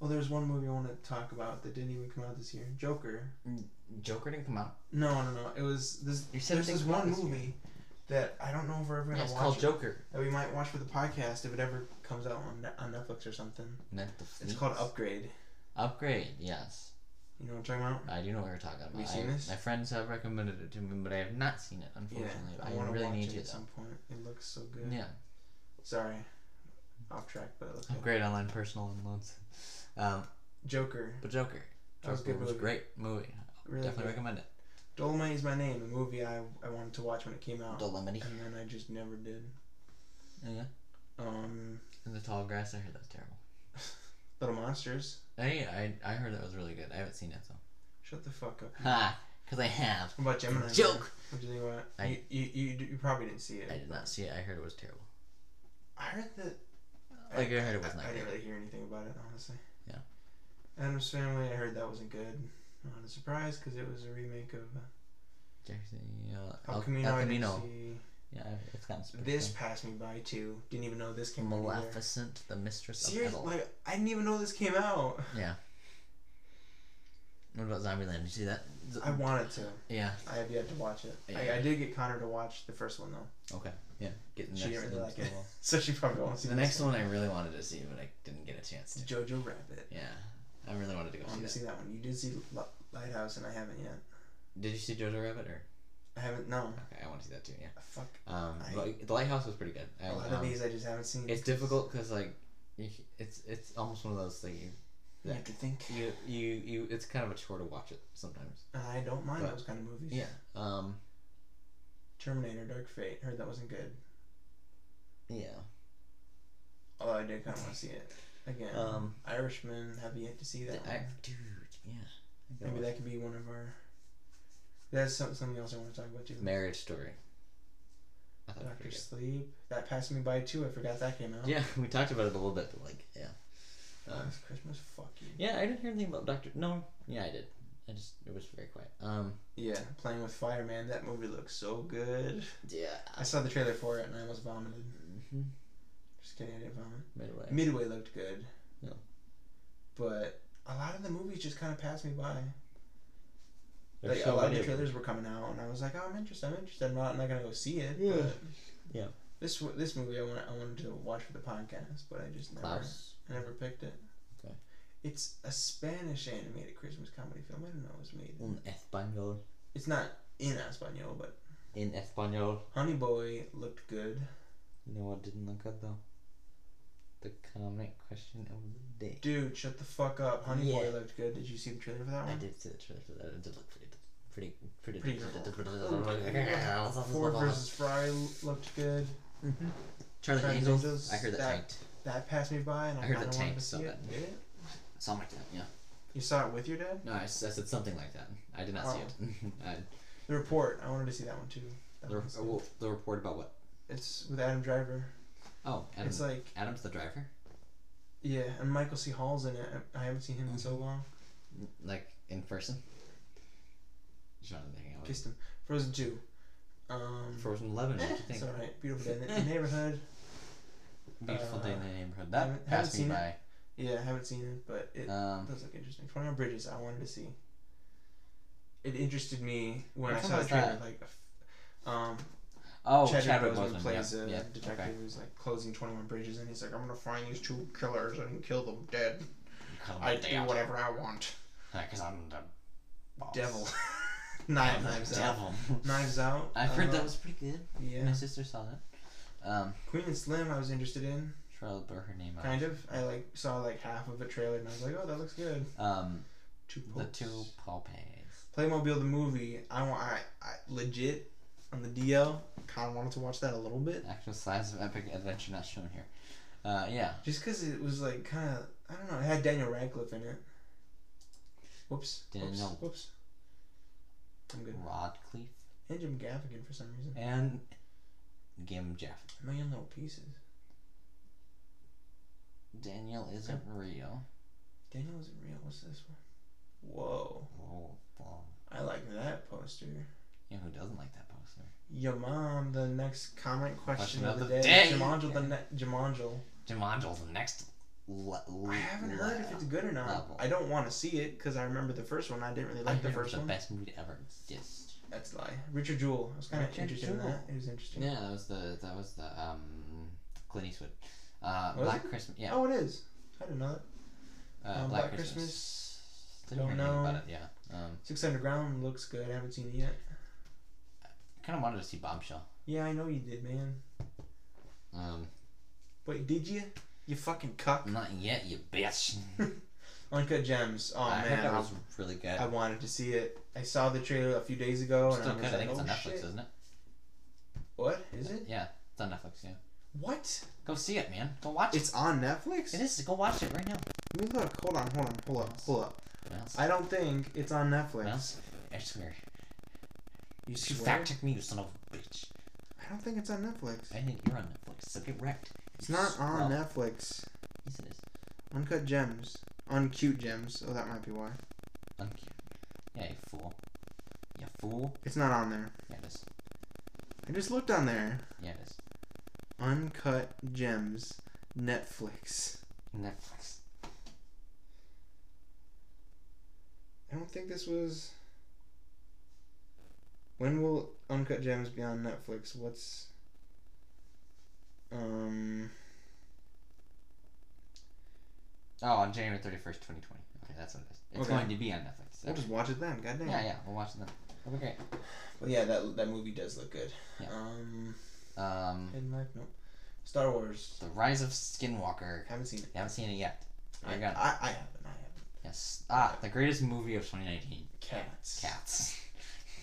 Speaker 2: Oh, there's one movie I want to talk about that didn't even come out this year. Joker.
Speaker 1: Joker didn't come out.
Speaker 2: No, no, no. It was this.
Speaker 1: You said
Speaker 2: there's
Speaker 1: it
Speaker 2: this
Speaker 1: didn't come out
Speaker 2: one
Speaker 1: this year.
Speaker 2: movie that I don't know if we're ever gonna
Speaker 1: Yeah, it's
Speaker 2: watch.
Speaker 1: called
Speaker 2: it,
Speaker 1: Joker.
Speaker 2: that we might watch for the podcast if it ever comes out on on Netflix or something. It's called Upgrade.
Speaker 1: Upgrade. Yes,
Speaker 2: You know what I'm talking about?
Speaker 1: I do know what you're talking about.
Speaker 2: Have you seen
Speaker 1: I-
Speaker 2: this?
Speaker 1: My friends have recommended it to me, but I have not seen it. Unfortunately,
Speaker 2: I,
Speaker 1: I
Speaker 2: want to
Speaker 1: really
Speaker 2: watch
Speaker 1: need
Speaker 2: it
Speaker 1: to.
Speaker 2: at some point. It looks so
Speaker 1: though.
Speaker 2: good.
Speaker 1: Yeah.
Speaker 2: Sorry, off track, but it looks good.
Speaker 1: Upgrade online personal and loans. Um,
Speaker 2: Joker.
Speaker 1: but Joker.
Speaker 2: That was a
Speaker 1: Joker
Speaker 2: good
Speaker 1: was a
Speaker 2: movie.
Speaker 1: great movie.
Speaker 2: Really
Speaker 1: Definitely
Speaker 2: good.
Speaker 1: recommend it.
Speaker 2: Dolomite is my name. A movie I I wanted to watch when it came out,
Speaker 1: The Lemony.
Speaker 2: and then I just never did.
Speaker 1: Yeah.
Speaker 2: Mm-hmm. Um,
Speaker 1: And the Tall Grass. I heard that's terrible.
Speaker 2: Little Monsters.
Speaker 1: Hey, I, I heard that was really good. I haven't seen it though.
Speaker 2: Shut the fuck up.
Speaker 1: Ha! Because I have.
Speaker 2: What about Gemini? Man?
Speaker 1: Joke.
Speaker 2: What do you think about? it?
Speaker 1: I-
Speaker 2: you, you, you you probably didn't see it.
Speaker 1: I did not see it. I heard it was terrible.
Speaker 2: I heard that.
Speaker 1: Like I heard it was
Speaker 2: I-
Speaker 1: not
Speaker 2: I,
Speaker 1: good.
Speaker 2: didn't really hear anything about it, honestly.
Speaker 1: Yeah.
Speaker 2: Adam's Family, I heard that wasn't good. Not a surprise because it was a remake of uh,
Speaker 1: Jackson, uh,
Speaker 2: El
Speaker 1: El,
Speaker 2: Camino.
Speaker 1: El
Speaker 2: I didn't
Speaker 1: Camino.
Speaker 2: see.
Speaker 1: Yeah, it's gotten spooky.
Speaker 2: This passed me by too. Didn't even know this came out. either.
Speaker 1: Maleficent, the mistress
Speaker 2: Seriously,
Speaker 1: of Hell.
Speaker 2: like I didn't even know this came out.
Speaker 1: Yeah. What about Zombieland? Did you see that? Z-
Speaker 2: I wanted to.
Speaker 1: yeah.
Speaker 2: I have yet to watch it.
Speaker 1: Yeah.
Speaker 2: I, I did get Connor to watch the first one though,
Speaker 1: Okay. Yeah. Get the
Speaker 2: She
Speaker 1: next
Speaker 2: didn't really
Speaker 1: one.
Speaker 2: like it. so she probably won't see
Speaker 1: The
Speaker 2: this
Speaker 1: next one I really wanted to see, but I didn't get a chance to.
Speaker 2: one. Jojo Rabbit.
Speaker 1: Yeah. I really wanted to go
Speaker 2: I want to
Speaker 1: see
Speaker 2: see that one. You did see L- Lighthouse, and I haven't yet.
Speaker 1: that. Did you see Jojo Rabbit or?
Speaker 2: I haven't. No,
Speaker 1: Okay, I want to see that too. Yeah.
Speaker 2: fuck.
Speaker 1: Um,
Speaker 2: I-
Speaker 1: but the Lighthouse was pretty good. I,
Speaker 2: A lot of
Speaker 1: um,
Speaker 2: these I just haven't seen.
Speaker 1: It's difficult because like, you, it's it's almost one of those things.
Speaker 2: You have to think.
Speaker 1: You, you you you. It's kind of a chore to watch it sometimes.
Speaker 2: And I don't mind
Speaker 1: But-
Speaker 2: those kind of movies.
Speaker 1: Yeah. Um.
Speaker 2: Terminator, Dark Fate. Heard that wasn't good.
Speaker 1: Yeah.
Speaker 2: Although I did kind of want to see it again.
Speaker 1: Um.
Speaker 2: Irishman. Have yet to see that.
Speaker 1: I,
Speaker 2: one.
Speaker 1: dude. Yeah. I gotta
Speaker 2: Maybe
Speaker 1: watch
Speaker 2: that could be one of our. That's some- something else I want to talk about too.
Speaker 1: Marriage Story. I thought it was
Speaker 2: Doctor
Speaker 1: pretty
Speaker 2: Sleep. That passed me by too. I forgot that came out.
Speaker 1: good. Yeah, we talked about it a little bit, but like, yeah. Um,
Speaker 2: Last Christmas. Fuck you.
Speaker 1: yeah, I didn't hear anything about Doctor. No, yeah, I did. I just it was very quiet. Um,
Speaker 2: Yeah. Playing with Fire, man. That movie looks so good.
Speaker 1: yeah.
Speaker 2: I saw the trailer for it and I almost vomited.
Speaker 1: Mm-hmm.
Speaker 2: Just kidding. I didn't vomit.
Speaker 1: Midway.
Speaker 2: Midway looked good.
Speaker 1: Yeah.
Speaker 2: But a lot of the movies just kind of passed me by.
Speaker 1: There's
Speaker 2: like
Speaker 1: so
Speaker 2: a lot of
Speaker 1: many
Speaker 2: the
Speaker 1: of them.
Speaker 2: trailers were coming out, and I was like, "Oh, I'm interested. I'm interested. I'm not. I'm not gonna go see it."
Speaker 1: Yeah.
Speaker 2: But
Speaker 1: Yeah.
Speaker 2: This w- this movie I want I wanted to watch for the podcast, but I just never
Speaker 1: Klaus.
Speaker 2: I never picked it.
Speaker 1: Okay.
Speaker 2: It's a Spanish animated Christmas comedy film. I didn't know it was made.
Speaker 1: Un español.
Speaker 2: It's not in Espanol, but
Speaker 1: In español.
Speaker 2: Honey Boy looked good.
Speaker 1: You know what didn't look good though? The comment question of the day.
Speaker 2: Dude, shut the fuck up. Honey
Speaker 1: Yeah.
Speaker 2: Boy looked good. Did you see the trailer for that
Speaker 1: I
Speaker 2: one?
Speaker 1: did see the trailer for that. It did look pretty. Pretty, pretty,
Speaker 2: Pretty good. Ford versus Fry looked good.
Speaker 1: Mhm. Charlie's
Speaker 2: Charlie's
Speaker 1: Angels.
Speaker 2: Angels,
Speaker 1: I heard that,
Speaker 2: that-
Speaker 1: tanked.
Speaker 2: That passed me by, and I,
Speaker 1: I heard
Speaker 2: kinda
Speaker 1: the
Speaker 2: wanted
Speaker 1: tank
Speaker 2: to
Speaker 1: so
Speaker 2: see
Speaker 1: bad.
Speaker 2: it. Did it?
Speaker 1: Something like that. Yeah.
Speaker 2: You saw it with your dad?
Speaker 1: No, I, s- I said something like that. I did not see it. I,
Speaker 2: The report. I wanted to see that one too. Oh. That
Speaker 1: the, re-
Speaker 2: one's
Speaker 1: oh,
Speaker 2: good.
Speaker 1: well, the report about what?
Speaker 2: It's with Adam Driver.
Speaker 1: Oh, Adam,
Speaker 2: It's like
Speaker 1: Adam's the driver.
Speaker 2: yeah, and Michael C. Hall's in it. I I haven't seen him in so
Speaker 1: Oh.
Speaker 2: long.
Speaker 1: Like in person. Just wanted to hang out with.
Speaker 2: Kissed him. Frozen two. Um,
Speaker 1: Oh. Frozen Eleven. What do you
Speaker 2: it's
Speaker 1: think?
Speaker 2: alright. Beautiful day in the neighborhood.
Speaker 1: Beautiful day in the
Speaker 2: Uh,
Speaker 1: neighborhood.
Speaker 2: haven't-
Speaker 1: That
Speaker 2: haven't
Speaker 1: passed me
Speaker 2: seen
Speaker 1: by.
Speaker 2: Yeah, I haven't seen it, but it
Speaker 1: Um,
Speaker 2: does look interesting. Twenty One Bridges. I wanted to see. It interested me when
Speaker 1: Which one
Speaker 2: I saw the
Speaker 1: was
Speaker 2: trailer.
Speaker 1: that?
Speaker 2: Like, a f- um,
Speaker 1: oh,
Speaker 2: Chadwick,
Speaker 1: Chadwick
Speaker 2: Boseman,
Speaker 1: Boseman.
Speaker 2: plays uh,
Speaker 1: yeah.
Speaker 2: a
Speaker 1: yeah.
Speaker 2: detective
Speaker 1: Okay.
Speaker 2: who's like closing 21 bridges and he's like, I'm gonna find these two killers and kill them dead.
Speaker 1: Oh,
Speaker 2: I do whatever I want.
Speaker 1: Because I'm the boss.
Speaker 2: Devil. Knife,
Speaker 1: I'm the
Speaker 2: knives out.
Speaker 1: devil.
Speaker 2: Knives out.
Speaker 1: I've heard
Speaker 2: uh,
Speaker 1: that was pretty good. My
Speaker 2: Yeah.
Speaker 1: sister saw that. Um,
Speaker 2: Queen and Slim, I was interested in.
Speaker 1: Charlotte Burr, her name.
Speaker 2: Kind of. I like saw like half of a trailer and I was like, oh, that looks good.
Speaker 1: Um,
Speaker 2: Two
Speaker 1: the
Speaker 2: popes.
Speaker 1: two Popeyes.
Speaker 2: Playmobil the movie. I want. I, I legit on the DL. Kind of wanted to watch that a little bit.
Speaker 1: Actual size of epic adventure not shown here. Uh, yeah.
Speaker 2: Just because it was like kind of I don't know. It had Daniel Radcliffe in it. Whoops. whoops.
Speaker 1: Daniel.
Speaker 2: Whoops. I'm good.
Speaker 1: Rodcliffe
Speaker 2: And Jim Gaffigan for some reason.
Speaker 1: and Gim Jeff.
Speaker 2: A million little pieces.
Speaker 1: Daniel isn't real.
Speaker 2: Daniel isn't real. What's this one? Whoa.
Speaker 1: Oh, well,
Speaker 2: I like that poster.
Speaker 1: yeah, who doesn't like that poster?
Speaker 2: Your mom. The next comment question,
Speaker 1: Question
Speaker 2: of, the, day. Jumanjal. The
Speaker 1: Yeah.
Speaker 2: ne- Jumanjal.
Speaker 1: Jumanjal's the next. Le- le-
Speaker 2: I haven't heard if it's good or not.
Speaker 1: level.
Speaker 2: I don't want to see it because I remember the first one. I didn't really
Speaker 1: I
Speaker 2: like
Speaker 1: heard
Speaker 2: the
Speaker 1: it was
Speaker 2: first one.
Speaker 1: the best movie to ever exist.
Speaker 2: That's a lie. Richard Jewell. I was kind of
Speaker 1: Richard
Speaker 2: interested in
Speaker 1: Jewell.
Speaker 2: that. It was interesting.
Speaker 1: Yeah, that was the that was the um Clint Eastwood. Uh,
Speaker 2: Was
Speaker 1: Black
Speaker 2: it?
Speaker 1: Christmas. Yeah,
Speaker 2: Oh, it is. I didn't know that.
Speaker 1: uh,
Speaker 2: um,
Speaker 1: Black,
Speaker 2: Black
Speaker 1: Christmas. Didn't
Speaker 2: Don't
Speaker 1: hear anything
Speaker 2: know.
Speaker 1: About it. Yeah. Um,
Speaker 2: Six Underground looks good. I haven't seen it yet.
Speaker 1: kind of wanted to see Bombshell.
Speaker 2: Yeah, I know you did, man.
Speaker 1: Um,
Speaker 2: But did you? You fucking cuck.
Speaker 1: not yet, you bitch.
Speaker 2: Uncut Gems. Oh
Speaker 1: I heard
Speaker 2: man,
Speaker 1: that
Speaker 2: I,
Speaker 1: was really good.
Speaker 2: I wanted to see it. I saw the trailer a few days ago, and
Speaker 1: Still
Speaker 2: I was
Speaker 1: good. I
Speaker 2: like,
Speaker 1: think it's
Speaker 2: oh
Speaker 1: on Netflix,
Speaker 2: shit.
Speaker 1: isn't it?
Speaker 2: What is it?
Speaker 1: Yeah, it's on Netflix. Yeah.
Speaker 2: What?
Speaker 1: Go see it, man. Go watch it.
Speaker 2: It's on Netflix.
Speaker 1: It is. Go watch it right now.
Speaker 2: Let me look. Hold on. Hold on. Hold up. Hold up.
Speaker 1: Mouse.
Speaker 2: I don't think it's on Netflix.
Speaker 1: Mouse. I swear.
Speaker 2: You
Speaker 1: You
Speaker 2: swear?
Speaker 1: fact check me, you son of a bitch.
Speaker 2: I don't think it's on Netflix.
Speaker 1: I think you're on Netflix, so get wrecked.
Speaker 2: It's not on
Speaker 1: Netflix.
Speaker 2: Netflix.
Speaker 1: Yes, it is.
Speaker 2: Uncut Gems. Uncute Gems. Oh, that might be why.
Speaker 1: Uncute. Yeah, you fool. You fool.
Speaker 2: It's not on there.
Speaker 1: Yeah, it is.
Speaker 2: I I just looked on there.
Speaker 1: Yeah, it is.
Speaker 2: Uncut Gems, Netflix.
Speaker 1: Netflix.
Speaker 2: I don't think this was. When will Uncut Gems be on Netflix? What's. Um.
Speaker 1: Oh, on January thirty first, twenty twenty. Okay, that's what it is. It's
Speaker 2: Okay.
Speaker 1: going to be on Netflix. so-
Speaker 2: We'll just watch it then, goddamn.
Speaker 1: Yeah, yeah, we'll watch it then. That'll be great.
Speaker 2: But yeah, that, that movie does look good.
Speaker 1: Yeah.
Speaker 2: Um.
Speaker 1: Um,
Speaker 2: Hidden Life? Nope. Star Wars.
Speaker 1: The Rise of Skinwalker.
Speaker 2: Haven't seen it.
Speaker 1: You haven't seen it yet.
Speaker 2: I,
Speaker 1: I got it.
Speaker 2: I, I haven't. I haven't.
Speaker 1: Yes. Ah, the greatest movie of 2019.
Speaker 2: Cats.
Speaker 1: Cats.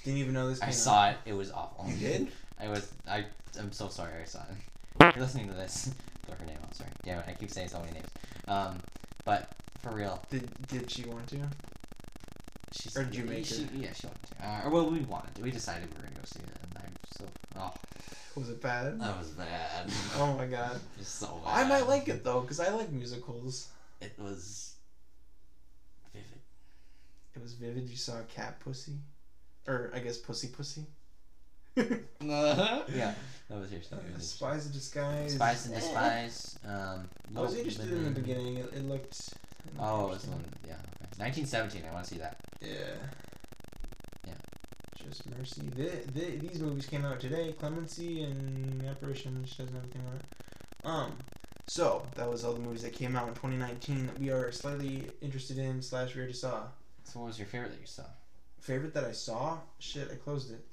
Speaker 2: Didn't even know this.
Speaker 1: I
Speaker 2: came
Speaker 1: saw it. It was awful.
Speaker 2: out. You did?
Speaker 1: I was. I. I'm so sorry. I saw it. If you're listening to this, throw her name out. Sorry. Damn it. I keep saying so many names. Um, but for real,
Speaker 2: Did Did she want to?
Speaker 1: she's.
Speaker 2: Or did you make
Speaker 1: she,
Speaker 2: her?
Speaker 1: Yeah, she wanted to. Uh, or well, we wanted. to. We decided we were gonna go see it, and I'm so. Oh,
Speaker 2: Was it bad?
Speaker 1: that was bad.
Speaker 2: Oh my god.
Speaker 1: It was so
Speaker 2: I
Speaker 1: bad.
Speaker 2: might like it though, cause I like musicals.
Speaker 1: It was. Vivid.
Speaker 2: It was vivid. You saw cat pussy, or I guess pussy pussy.
Speaker 1: yeah, that was your story.
Speaker 2: Spies in disguise.
Speaker 1: Spies and
Speaker 2: Eh.
Speaker 1: Despise. Um,
Speaker 2: I was
Speaker 1: Little
Speaker 2: interested in the
Speaker 1: Women.
Speaker 2: beginning. It, it looked.
Speaker 1: Oh, it was one. Yeah, okay. 1917. I want to see that.
Speaker 2: Yeah.
Speaker 1: Yeah.
Speaker 2: Just mercy. The, the, these movies came out today. Clemency and Apparition, which doesn't have anything on it. Um. So that was all the movies that came out in 2019 that we are slightly interested in slash we already saw.
Speaker 1: So, what was your favorite that you saw?
Speaker 2: Favorite that I saw? Shit, I closed it.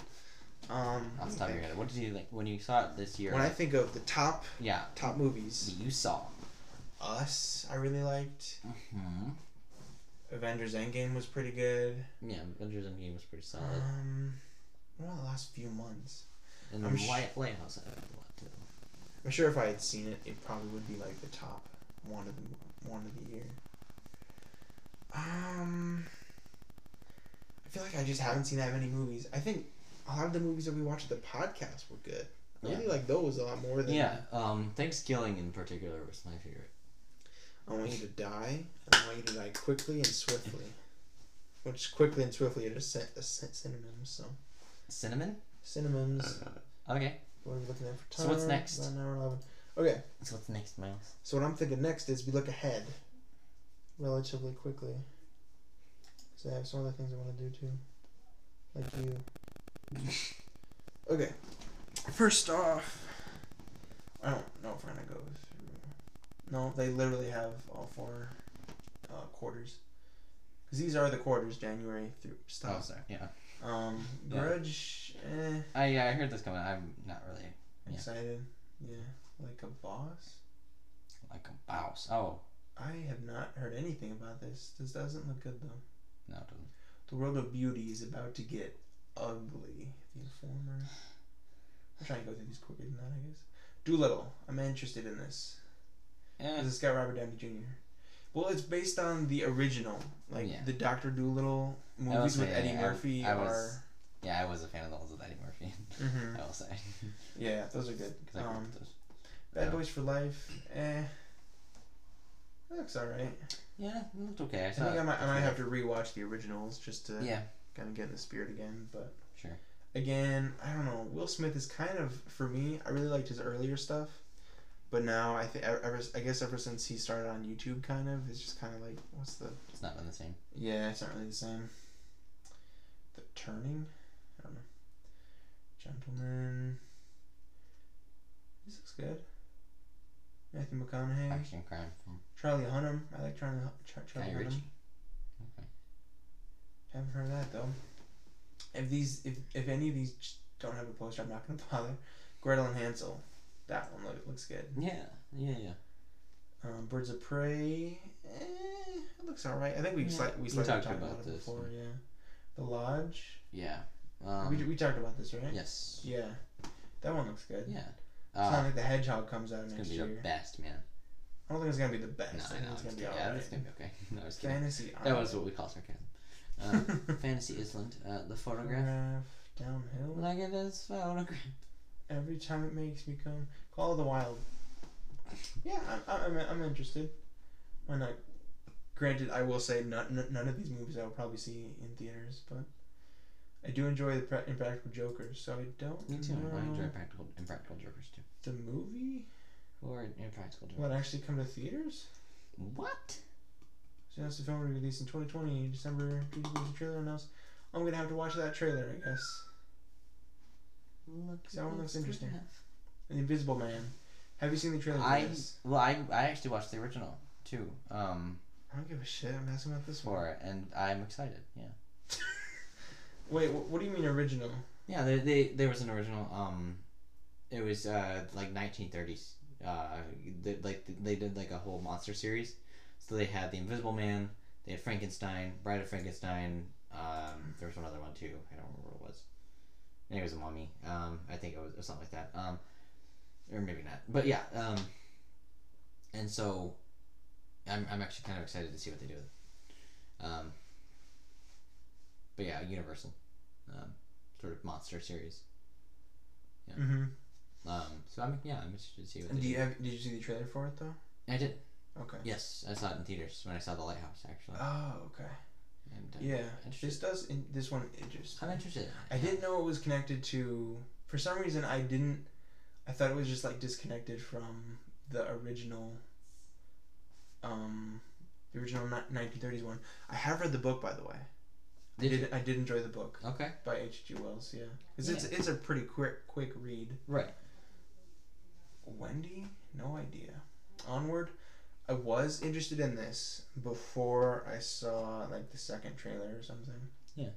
Speaker 2: Um.
Speaker 1: I'll stop you. What did you like when you saw it this year?
Speaker 2: When I
Speaker 1: like-
Speaker 2: think of the top
Speaker 1: yeah,
Speaker 2: top movies,
Speaker 1: you saw.
Speaker 2: Us, I really liked.
Speaker 1: Mm-hmm.
Speaker 2: Avengers Endgame was pretty good.
Speaker 1: Yeah, Avengers Endgame was pretty solid.
Speaker 2: Um, what were the last few months?
Speaker 1: and the
Speaker 2: I'm sh-
Speaker 1: Light- Lighthouse, I liked a lot too.
Speaker 2: I'm sure if I had seen it, it probably would be like the top one of the one of the year. Um, I feel like I just haven't seen that many movies. I think a lot of the movies that we watched at the podcast were good. I really
Speaker 1: Yeah.
Speaker 2: like those a lot more than
Speaker 1: Yeah, um, Thanksgiving in particular was my favorite.
Speaker 2: I want you to die. and I want you to die quickly and swiftly. Which quickly and swiftly are just syn- uh, syn- synonyms. So
Speaker 1: Cinnamon.
Speaker 2: synonyms.
Speaker 1: Okay.
Speaker 2: What are we looking at for time?
Speaker 1: Uh-huh. So what's next?
Speaker 2: About an hour, 11. Okay.
Speaker 1: So what's next, Miles?
Speaker 2: So what I'm thinking next is we look ahead, relatively quickly. So I have some other things I want to do too, like you. Okay. First off, I don't know if we're gonna go through. No, they literally have all four uh, quarters. Cause these are the quarters, January through
Speaker 1: Oh,
Speaker 2: stop.
Speaker 1: sorry. Yeah.
Speaker 2: Um,
Speaker 1: Yeah.
Speaker 2: Grudge, eh,
Speaker 1: I yeah, I heard this coming. I'm not really Yeah.
Speaker 2: excited, yeah, like a boss.
Speaker 1: like a boss. Oh
Speaker 2: I have not heard anything about this. This doesn't look good though.
Speaker 1: no, it doesn't.
Speaker 2: The world of beauty is about to get ugly. The Informer. I'm trying to go through these quicker than that, I guess. Doolittle. I'm interested in this.
Speaker 1: Eh,
Speaker 2: This guy Robert Downey Jr. Well, it's based on the original, like
Speaker 1: Yeah.
Speaker 2: the Doctor Doolittle
Speaker 1: was
Speaker 2: movies with
Speaker 1: saying,
Speaker 2: Eddie
Speaker 1: I-
Speaker 2: Murphy.
Speaker 1: I
Speaker 2: are
Speaker 1: was- yeah, I was a fan of the ones with Eddie Murphy.
Speaker 2: Mhm.
Speaker 1: I will say.
Speaker 2: Yeah, those are good.
Speaker 1: 'Cause I grew up
Speaker 2: Um,
Speaker 1: with those.
Speaker 2: Bad Boys for Life. Eh. That looks alright.
Speaker 1: Yeah, it looked okay. I,
Speaker 2: I
Speaker 1: saw
Speaker 2: think
Speaker 1: it
Speaker 2: I might, I might
Speaker 1: before.
Speaker 2: have to rewatch the originals just to
Speaker 1: Yeah,
Speaker 2: kind of get in the spirit again, but.
Speaker 1: sure.
Speaker 2: again, I don't know. Will Smith is kind of for me. I really liked his earlier stuff, but now I think ever I guess ever since he started on YouTube, kind of it's just kind of like what's the
Speaker 1: It's not been the same.
Speaker 2: yeah, it's not really the same. The turning, I don't know. Gentleman. This looks good. Matthew McConaughey,
Speaker 1: Action crime from
Speaker 2: Charlie Hunnam. I like Charlie Char- Charlie
Speaker 1: Guy
Speaker 2: Hunnam.
Speaker 1: Ritchie. Okay.
Speaker 2: Haven't heard of that though. If these, if if any of these ch- don't have a poster, I'm not gonna bother. Gretel and Hansel, that one look, looks good.
Speaker 1: Yeah, yeah, yeah.
Speaker 2: Um, Birds of Prey, eh, it looks all right. I think we've
Speaker 1: Yeah,
Speaker 2: sli- we
Speaker 1: we
Speaker 2: slightly
Speaker 1: talked
Speaker 2: talked, about,
Speaker 1: about
Speaker 2: it
Speaker 1: this,
Speaker 2: before. Yeah, The Lodge.
Speaker 1: Yeah. Um,
Speaker 2: we, we talked about this, right?
Speaker 1: yes. Yeah.
Speaker 2: Yeah, that one looks good.
Speaker 1: Uh,
Speaker 2: Sonic the Hedgehog comes out
Speaker 1: it's
Speaker 2: next
Speaker 1: gonna be
Speaker 2: year.
Speaker 1: the best, man.
Speaker 2: I don't think it's gonna be the
Speaker 1: No,
Speaker 2: best. I
Speaker 1: no,
Speaker 2: think it's
Speaker 1: it's
Speaker 2: gonna
Speaker 1: gonna,
Speaker 2: be all
Speaker 1: yeah,
Speaker 2: right.
Speaker 1: it's gonna be okay. No, I was kidding.
Speaker 2: Fantasy.
Speaker 1: That
Speaker 2: Island.
Speaker 1: was what we call sarcasm. Um, Fantasy Island, uh, the photograph.
Speaker 2: Photograph, downhill.
Speaker 1: Like it is photograph.
Speaker 2: Every time it makes me come. Call of the Wild. Yeah, I'm, I'm, I'm interested. Why not? Granted, I will say none, none of these movies I will probably see in theaters, but I do enjoy the pra- Impractical Jokers, so I don't
Speaker 1: Me too.
Speaker 2: know
Speaker 1: I enjoy practical impractical jokers too.
Speaker 2: the movie.
Speaker 1: Or impractical jokers.
Speaker 2: Will it actually come to theaters?
Speaker 1: What?
Speaker 2: So that's the film we released in 2020, December. Did you release a trailer announced? I'm gonna have to watch that trailer, I guess.
Speaker 1: Looks
Speaker 2: That one looks interesting. Oh, The Invisible Man. Have you seen the trailer? for
Speaker 1: I
Speaker 2: this?
Speaker 1: well, I I actually watched the original too. Um,
Speaker 2: I don't give a shit. I'm asking about this one.
Speaker 1: for it, and I'm excited. Yeah.
Speaker 2: Wait, wh- what do you mean original?
Speaker 1: Yeah, they, they there was an original. Um, it was uh like 1930s. Uh, they, like they did like a whole monster series. So they had the Invisible Man. They had Frankenstein, Bride of Frankenstein. Um, there was one other one too. I don't remember what it was. Maybe it was a mummy. Um, I think it was, it was something like that. Um, or maybe not. But yeah. Um, and so, I'm I'm actually kind of excited to see what they do with it. Um. But yeah, Universal. Um, sort of monster series.
Speaker 2: Mm-hmm.
Speaker 1: Um, so I'm yeah, I'm interested to see what
Speaker 2: And
Speaker 1: they
Speaker 2: do
Speaker 1: do.
Speaker 2: you have? Did you see the trailer for it though?
Speaker 1: I did.
Speaker 2: Okay.
Speaker 1: Yes, I saw it in theaters when I saw the lighthouse actually.
Speaker 2: Oh, okay.
Speaker 1: and, uh,
Speaker 2: Yeah.
Speaker 1: interested.
Speaker 2: This does. In, this one interests.
Speaker 1: I'm
Speaker 2: me.
Speaker 1: interested.
Speaker 2: I didn't know it was connected to. For some reason, I didn't. I thought it was just like disconnected from the original. Um, the original ni- 1930s one. I have read the book, by the way. I
Speaker 1: Did
Speaker 2: did. I did enjoy the book
Speaker 1: Okay.
Speaker 2: by H. G. Wells. Yeah, because it's it's a pretty quick quick read.
Speaker 1: Right.
Speaker 2: Wendy, no idea. Onward, I was interested in this before I saw like the second trailer or something.
Speaker 1: Yeah.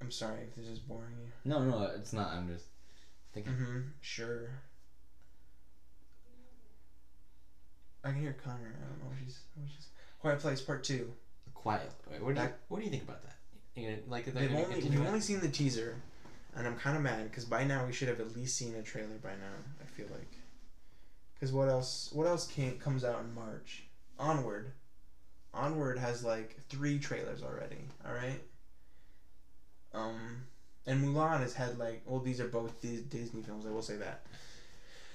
Speaker 2: I'm sorry if this is boring you.
Speaker 1: No, no, it's not. I'm just thinking.
Speaker 2: Mm-hmm. Sure. I can hear Connor. I don't know what she's. What she's Quiet Place Part Two.
Speaker 1: Quiet. Wait, what do you
Speaker 2: That-
Speaker 1: What do you think about that? You gonna, like they're
Speaker 2: We've
Speaker 1: gonna
Speaker 2: only
Speaker 1: continue
Speaker 2: we've
Speaker 1: it?
Speaker 2: only seen the teaser, and I'm kind of mad because by now we should have at least seen a trailer by now. I feel like. Because what else? What else can comes out in March? Onward. Onward has like three trailers already. All right. Um, and Mulan has had like well, these are both Dis- Disney films. I will say that.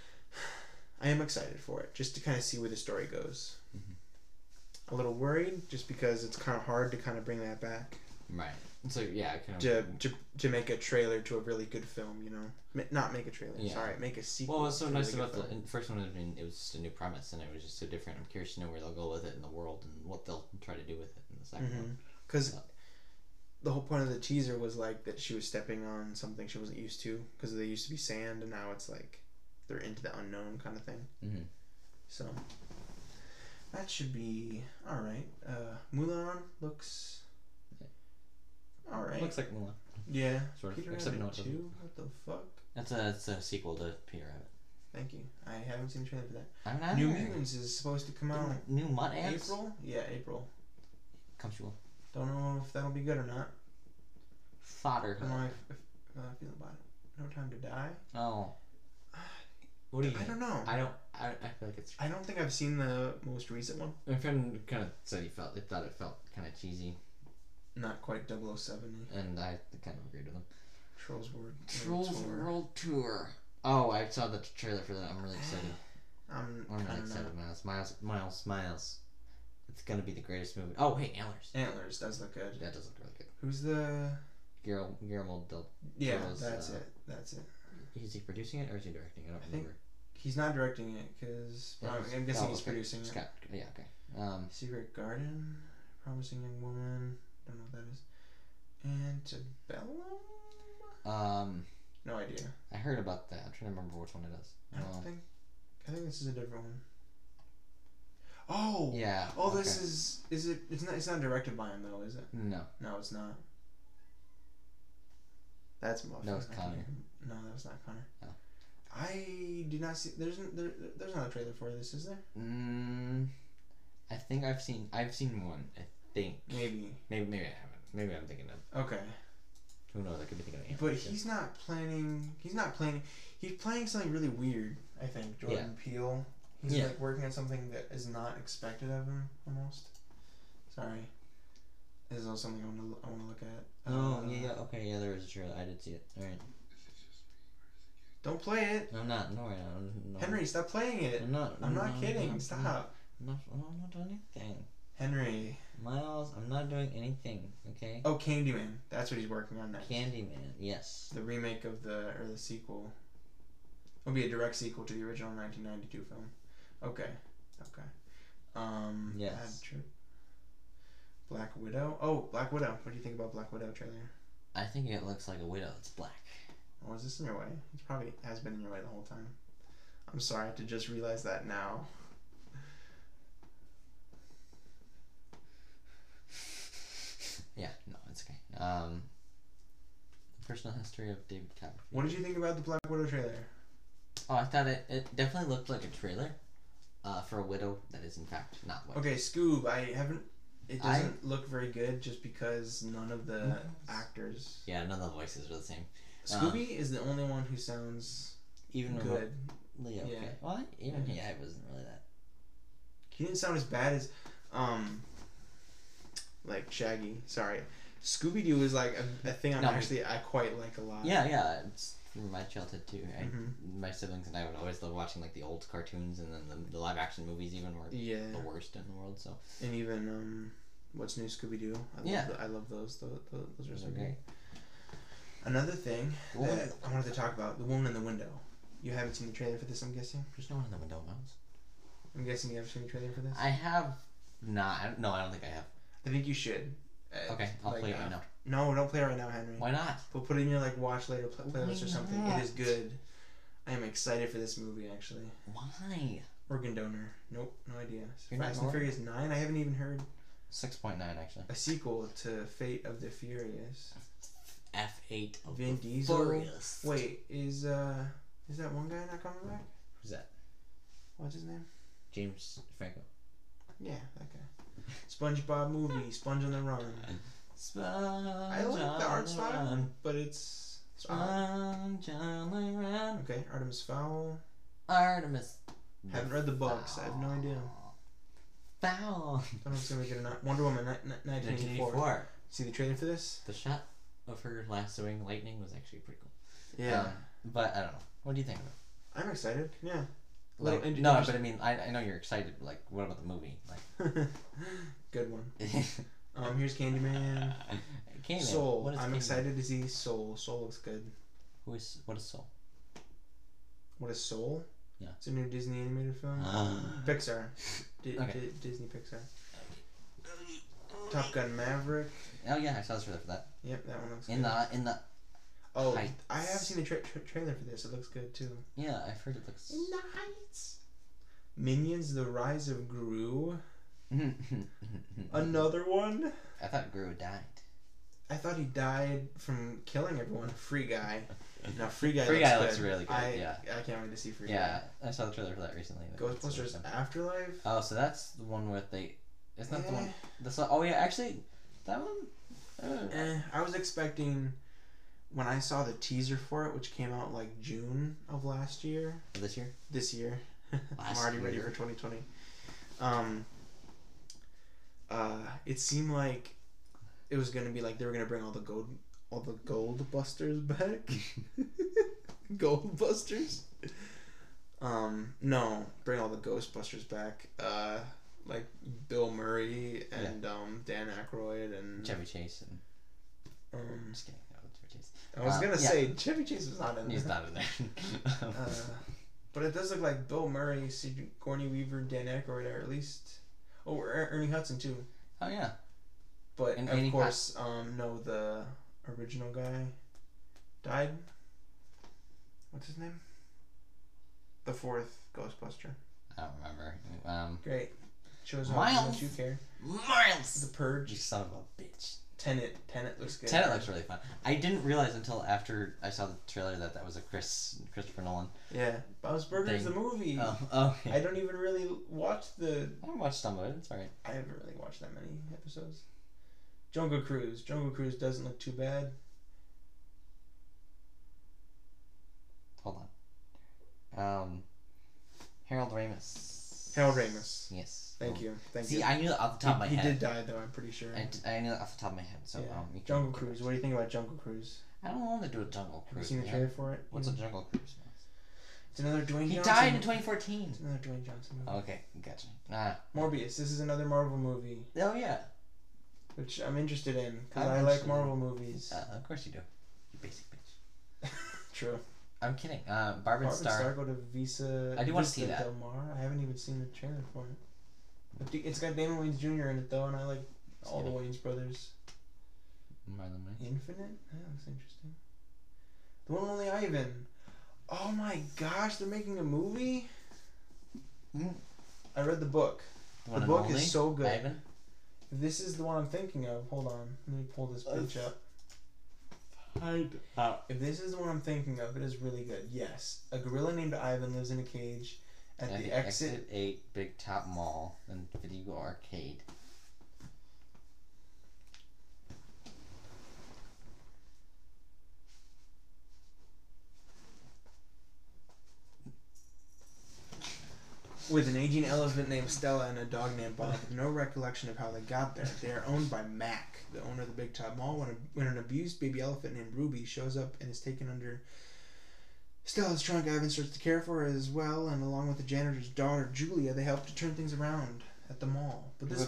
Speaker 2: I am excited for it, just to kind of see where the story goes.
Speaker 1: Mhm.
Speaker 2: A little worried, just because it's kind of hard to kind of bring that back
Speaker 1: Right. So yeah, I kind
Speaker 2: to,
Speaker 1: of.
Speaker 2: to to make a trailer to a really good film, you know, Ma- not make a trailer.
Speaker 1: Yeah.
Speaker 2: Sorry, make a sequel.
Speaker 1: Well, what's so
Speaker 2: to a really
Speaker 1: nice
Speaker 2: good
Speaker 1: about the
Speaker 2: film.
Speaker 1: and first one? I mean, it was just a new premise, and it was just so different. I'm curious to know where they'll go with it in the world and what they'll try to do with it in the 2nd
Speaker 2: Mm-hmm.
Speaker 1: one.
Speaker 2: Because the whole point of the teaser was like that she was stepping on something she wasn't used to because they used to be sand and now it's like they're into the unknown kind of thing.
Speaker 1: Mhm.
Speaker 2: So that should be all right. Uh, Mulan looks all right.
Speaker 1: Looks like Mulan.
Speaker 2: yeah.
Speaker 1: sort of,
Speaker 2: Peter
Speaker 1: except
Speaker 2: Rabbit
Speaker 1: no, it doesn't.
Speaker 2: two. What the fuck?
Speaker 1: That's a that's a sequel to Peter Rabbit.
Speaker 2: Thank you. I haven't seen the trailer for that.
Speaker 1: I don't know.
Speaker 2: New Mutants is supposed to come out.
Speaker 1: New Mutt Ants?
Speaker 2: April? Yeah, April.
Speaker 1: Comfortable.
Speaker 2: Don't know if that'll be good or not.
Speaker 1: Fodder.
Speaker 2: Don't know if, if uh, I feel about it. No Time to Die.
Speaker 1: Oh. What do you
Speaker 2: I
Speaker 1: think?
Speaker 2: don't know.
Speaker 1: I don't. I, I feel like it's.
Speaker 2: I don't think I've seen the most recent one.
Speaker 1: My friend kind of said he felt. He thought it felt kind of cheesy,
Speaker 2: Not quite 007
Speaker 1: and I kind of agreed with him.
Speaker 2: Trolls World.
Speaker 1: Trolls World Tour. Oh, I saw the trailer for that. I'm really excited.
Speaker 2: I'm,
Speaker 1: I'm
Speaker 2: I
Speaker 1: really
Speaker 2: don't know.
Speaker 1: excited, Miles. Miles. Miles. Miles. It's gonna be the greatest movie. Oh, hey, Antlers.
Speaker 2: Antlers does look good.
Speaker 1: That does look really good.
Speaker 2: Who's the?
Speaker 1: Guillermo, Guillermo del.
Speaker 2: Yeah,
Speaker 1: Trolls,
Speaker 2: that's
Speaker 1: uh,
Speaker 2: it. That's it.
Speaker 1: Is he producing it or is he directing? I don't
Speaker 2: I think-
Speaker 1: remember.
Speaker 2: He's not directing it because I'm, I'm guessing
Speaker 1: Oh,
Speaker 2: he's
Speaker 1: okay.
Speaker 2: producing it.
Speaker 1: Scott. Yeah. Okay. Um.
Speaker 2: Secret Garden, Promising Young Woman. Don't know what that is. Antebellum.
Speaker 1: Um.
Speaker 2: No idea.
Speaker 1: I heard about that. I'm trying to remember which one it is.
Speaker 2: I don't
Speaker 1: Um,
Speaker 2: think. I think this is a different one. Oh.
Speaker 1: Yeah.
Speaker 2: Oh, this
Speaker 1: okay.
Speaker 2: is is it? It's not. It's not directed by him though, is it?
Speaker 1: No.
Speaker 2: No, it's not. That's Muffin.
Speaker 1: That was
Speaker 2: I can't
Speaker 1: Connor.
Speaker 2: even- No, that was not Connor.
Speaker 1: Oh.
Speaker 2: I did not see. There's n- there, There's not a trailer for this, is there?
Speaker 1: Mm, I think I've seen. I've seen one. I think.
Speaker 2: Maybe.
Speaker 1: Maybe. Maybe I haven't. Maybe I'm thinking of.
Speaker 2: Okay.
Speaker 1: Who knows? I could be thinking of. Ant
Speaker 2: But
Speaker 1: Man, too.
Speaker 2: he's not planning. He's not planning. He's playing something really weird. I think Jordan Peele. He's
Speaker 1: Yeah.
Speaker 2: like working on something that is not expected of him almost. Sorry. This is also something I want to. I want to look at.
Speaker 1: Oh
Speaker 2: Uh,
Speaker 1: yeah, yeah. Okay. Yeah. There is a trailer. I did see it. All right.
Speaker 2: Don't play it,
Speaker 1: I'm not. No. Right. I'm, no
Speaker 2: Henry. Stop playing it.
Speaker 1: I'm not.
Speaker 2: I'm not
Speaker 1: no,
Speaker 2: kidding.
Speaker 1: I'm not-
Speaker 2: Stop.
Speaker 1: I'm not, I'm not doing anything.
Speaker 2: Henry.
Speaker 1: Miles, I'm not doing anything, okay?
Speaker 2: Oh, Candyman. That's what he's working on next.
Speaker 1: Candyman, yes.
Speaker 2: the remake of the or the sequel. It'll be a direct sequel to the original 1992 film. Okay. Okay. Um,
Speaker 1: Yes.
Speaker 2: Bad Trip. Black Widow. Oh, Black Widow. What do you think about Black Widow trailer?
Speaker 1: I think it looks like a widow. It's black.
Speaker 2: Oh, is this in your way? It probably has been in your way the whole time. I'm sorry to just realize that now.
Speaker 1: Yeah, no, it's okay. Um, personal history of David Copperfield.
Speaker 2: What did you think about the Black Widow trailer?
Speaker 1: Oh, I thought it, it definitely looked like a trailer uh, for a widow that is, in fact, not white.
Speaker 2: Okay, Scoob. I haven't. It
Speaker 1: I-
Speaker 2: doesn't look very good just because none of the actors.
Speaker 1: Yeah, none of the voices are the same.
Speaker 2: Scooby is the only one who sounds
Speaker 1: Even
Speaker 2: good.
Speaker 1: remotely okay.
Speaker 2: Yeah.
Speaker 1: Well, I- even yeah, it wasn't really that.
Speaker 2: He didn't sound as bad as, um, like Shaggy. Sorry, Scooby Doo is like a, a thing I'm
Speaker 1: No, we-
Speaker 2: actually I quite like a lot.
Speaker 1: Yeah, yeah, it's from my childhood too. I,
Speaker 2: Mhm.
Speaker 1: My siblings and I would always love watching like the old cartoons and then the, the live action movies even were
Speaker 2: Yeah,
Speaker 1: the worst in the world. So
Speaker 2: and even um, what's new Scooby Doo? I love
Speaker 1: Yeah.
Speaker 2: tho- I love those. Those, those are
Speaker 1: Those
Speaker 2: so
Speaker 1: are
Speaker 2: great.
Speaker 1: great.
Speaker 2: Another thing
Speaker 1: The woman-
Speaker 2: that I wanted to talk about: the woman in the window. You haven't seen the trailer for this, I'm guessing.
Speaker 1: there's no one in the window, Miles.
Speaker 2: I'm guessing you haven't seen the trailer for this. I,
Speaker 1: I have not. I don't, no, I don't think I have.
Speaker 2: think you should. Uh,
Speaker 1: Okay, I'll
Speaker 2: like,
Speaker 1: play it
Speaker 2: uh,
Speaker 1: right now.
Speaker 2: No, don't play it right now, Henry.
Speaker 1: Why not?
Speaker 2: We'll put it in your like watch later pl-
Speaker 1: Why
Speaker 2: playlist or something. It is
Speaker 1: not?
Speaker 2: good. I am excited for this movie actually.
Speaker 1: Why?
Speaker 2: Organ donor. Nope, no idea.
Speaker 1: You're not
Speaker 2: Fast and
Speaker 1: Nora?
Speaker 2: Furious Nine. I haven't even heard
Speaker 1: Six point nine actually.
Speaker 2: a sequel to Fate of the Furious.
Speaker 1: F eight of
Speaker 2: Vin
Speaker 1: the
Speaker 2: Diesel?
Speaker 1: Furious.
Speaker 2: Wait, is uh, is that one guy not coming back?
Speaker 1: Who's that?
Speaker 2: What's his name?
Speaker 1: James Franco.
Speaker 2: Yeah, that guy. SpongeBob movie, Sponge on the Run. I like the art style, Uh-huh. but it's, it's
Speaker 1: Uh,
Speaker 2: odd.
Speaker 1: Sponge on the run.
Speaker 2: Okay, Artemis Fowl.
Speaker 1: Artemis.
Speaker 2: Haven't read the books. I have no idea.
Speaker 1: Foul.
Speaker 2: Don't know if it's gonna be good or not. Wonder Woman, ni- ni- 1984.
Speaker 1: 1984.
Speaker 2: See the trailer for this?
Speaker 1: The shot of her lassoing lightning was actually pretty cool.
Speaker 2: Yeah,
Speaker 1: Um, but I don't know. What do you think of it?
Speaker 2: I'm excited. Yeah. Little
Speaker 1: Like,
Speaker 2: indi-
Speaker 1: no, but I mean, I, I know you're excited. But like, what about the movie?
Speaker 2: Good one.
Speaker 1: Like,
Speaker 2: Um, here's Candyman.
Speaker 1: Candyman.
Speaker 2: Soul.
Speaker 1: What is
Speaker 2: I'm
Speaker 1: Candyman?
Speaker 2: excited to see Soul. Soul looks good.
Speaker 1: Who is what is Soul?
Speaker 2: What is Soul?
Speaker 1: Yeah. Uh.
Speaker 2: It's a new Disney animated film.
Speaker 1: Oh,
Speaker 2: Pixar. Di-
Speaker 1: Okay.
Speaker 2: Di- Disney Pixar. Top Gun Maverick.
Speaker 1: oh yeah, I saw the trailer for that.
Speaker 2: Yep, that one looks
Speaker 1: In
Speaker 2: good.
Speaker 1: the in the
Speaker 2: oh,
Speaker 1: Heights.
Speaker 2: I have seen the tra- tra- trailer for this. It looks good too.
Speaker 1: yeah, I've heard it looks.
Speaker 2: In the Heights. Minions: The Rise of Gru. Another one.
Speaker 1: I thought Gru died.
Speaker 2: I thought he died from killing everyone. Free Guy. No, Free Guy.
Speaker 1: Free
Speaker 2: looks
Speaker 1: Guy
Speaker 2: good.
Speaker 1: looks really good,
Speaker 2: I,
Speaker 1: yeah.
Speaker 2: I can't wait to see Free
Speaker 1: Yeah, I saw the trailer for that recently.
Speaker 2: Guy.
Speaker 1: but it's really
Speaker 2: Ghostbusters
Speaker 1: fun.
Speaker 2: Afterlife.
Speaker 1: Oh, so that's the one with they. It's not the
Speaker 2: Eh.
Speaker 1: one. This one- oh yeah, actually, that one. uh,
Speaker 2: Eh, I was expecting when I saw the teaser for it, which came out like June of last year.
Speaker 1: this year.
Speaker 2: This year, I'm
Speaker 1: Last
Speaker 2: already ready
Speaker 1: year.
Speaker 2: for 2020. Um, uh, it seemed like it was gonna be like they were gonna bring all the gold, all the gold busters back. gold busters. Um, no, bring all the Ghostbusters back. Uh, like Bill Murray and um, Dan Aykroyd and
Speaker 1: Chevy Chase and
Speaker 2: um,
Speaker 1: I'm just kidding. That was Chevy Chase.
Speaker 2: I was
Speaker 1: Uh,
Speaker 2: gonna
Speaker 1: yeah.
Speaker 2: say Chevy Chase was not in
Speaker 1: He's
Speaker 2: there.
Speaker 1: not in there. Um,
Speaker 2: Mm-hmm. Uh, but it does look like Bill Murray, Sigourney Weaver, Dan Aykroyd, or at least oh Er- Ernie Hudson too.
Speaker 1: oh yeah,
Speaker 2: But
Speaker 1: And
Speaker 2: of
Speaker 1: Ernie
Speaker 2: course, um, no, the original guy died. What's his name? The fourth Ghostbuster.
Speaker 1: I don't remember. Um,
Speaker 2: Great. Shows how
Speaker 1: Miles.
Speaker 2: much you care. The
Speaker 1: Miles.
Speaker 2: Purge.
Speaker 1: You son of a bitch.
Speaker 2: Tenet. Tenet looks good.
Speaker 1: Tenet looks really fun. I didn't realize until after I saw the trailer that that was a Chris Christopher Nolan.
Speaker 2: Yeah. Bob's Burgers
Speaker 1: Thing.
Speaker 2: the movie.
Speaker 1: Oh,
Speaker 2: Mm. I
Speaker 1: okay.
Speaker 2: don't even really watch the
Speaker 1: I watched some of it. It's alright.
Speaker 2: I haven't really watched that many episodes. Jungle Cruise. Jungle Cruise doesn't look too bad.
Speaker 1: Hold on. Um, Harold Ramis.
Speaker 2: Harold Ramis.
Speaker 1: Yes.
Speaker 2: Thank you. Thank
Speaker 1: Oh. See,
Speaker 2: you.
Speaker 1: I knew it off the top of my
Speaker 2: he, he
Speaker 1: head.
Speaker 2: did die though. I'm pretty sure.
Speaker 1: I, d- I knew it off the top of my head. So
Speaker 2: Yeah.
Speaker 1: um, you can-
Speaker 2: Jungle Cruise. What do you think about Jungle Cruise?
Speaker 1: I don't want to do a jungle
Speaker 2: Have you
Speaker 1: cruise.
Speaker 2: seen the
Speaker 1: man.
Speaker 2: trailer Mm. for it?
Speaker 1: What's a
Speaker 2: it?
Speaker 1: jungle cruise? Miles?
Speaker 2: It's another Dwayne
Speaker 1: He
Speaker 2: Johnson.
Speaker 1: died in Oh. 2014.
Speaker 2: It's another Dwayne Johnson movie.
Speaker 1: Okay, gotcha. Ah,
Speaker 2: Morbius. This is another Marvel movie,
Speaker 1: oh yeah.
Speaker 2: which I'm interested in because
Speaker 1: I'm
Speaker 2: I
Speaker 1: interested
Speaker 2: like
Speaker 1: in-
Speaker 2: Marvel movies.
Speaker 1: Uh, of course you do. You basic bitch.
Speaker 2: True.
Speaker 1: I'm kidding. Uh, Barb and
Speaker 2: Marvin Star.
Speaker 1: Star.
Speaker 2: go to Visa.
Speaker 1: I do wanna see that.
Speaker 2: Vista Del Mar. I haven't even seen the trailer for it. But the- It's got Damon Wayans Jr. in it though, and I like all the Wayans brothers.
Speaker 1: Marlon Wayans.
Speaker 2: Infinite. Yeah, that's interesting. The one and only Ivan. Oh my gosh, they're making a movie.
Speaker 1: Mm.
Speaker 2: I read the book.
Speaker 1: The, one
Speaker 2: the
Speaker 1: and
Speaker 2: book
Speaker 1: only,
Speaker 2: is so good.
Speaker 1: Ivan.
Speaker 2: This is the one I'm thinking of. Hold on. Let me pull this
Speaker 1: Uh,
Speaker 2: bitch up. If this is the one I'm thinking of, it is really good. Yes. A gorilla named Ivan lives in a cage at the exit.
Speaker 1: eight, Big Top Mall, and Video Arcade.
Speaker 2: With an aging elephant named Stella and a dog named Bob, with no recollection of how they got there. They are owned by Mac, the owner of the Big Top Mall. When, a, when an abused baby elephant named Ruby shows up and is taken under Stella's trunk, Ivan starts to care for her as well, and along with the janitor's daughter, Julia, they help to turn things around at the mall. But this.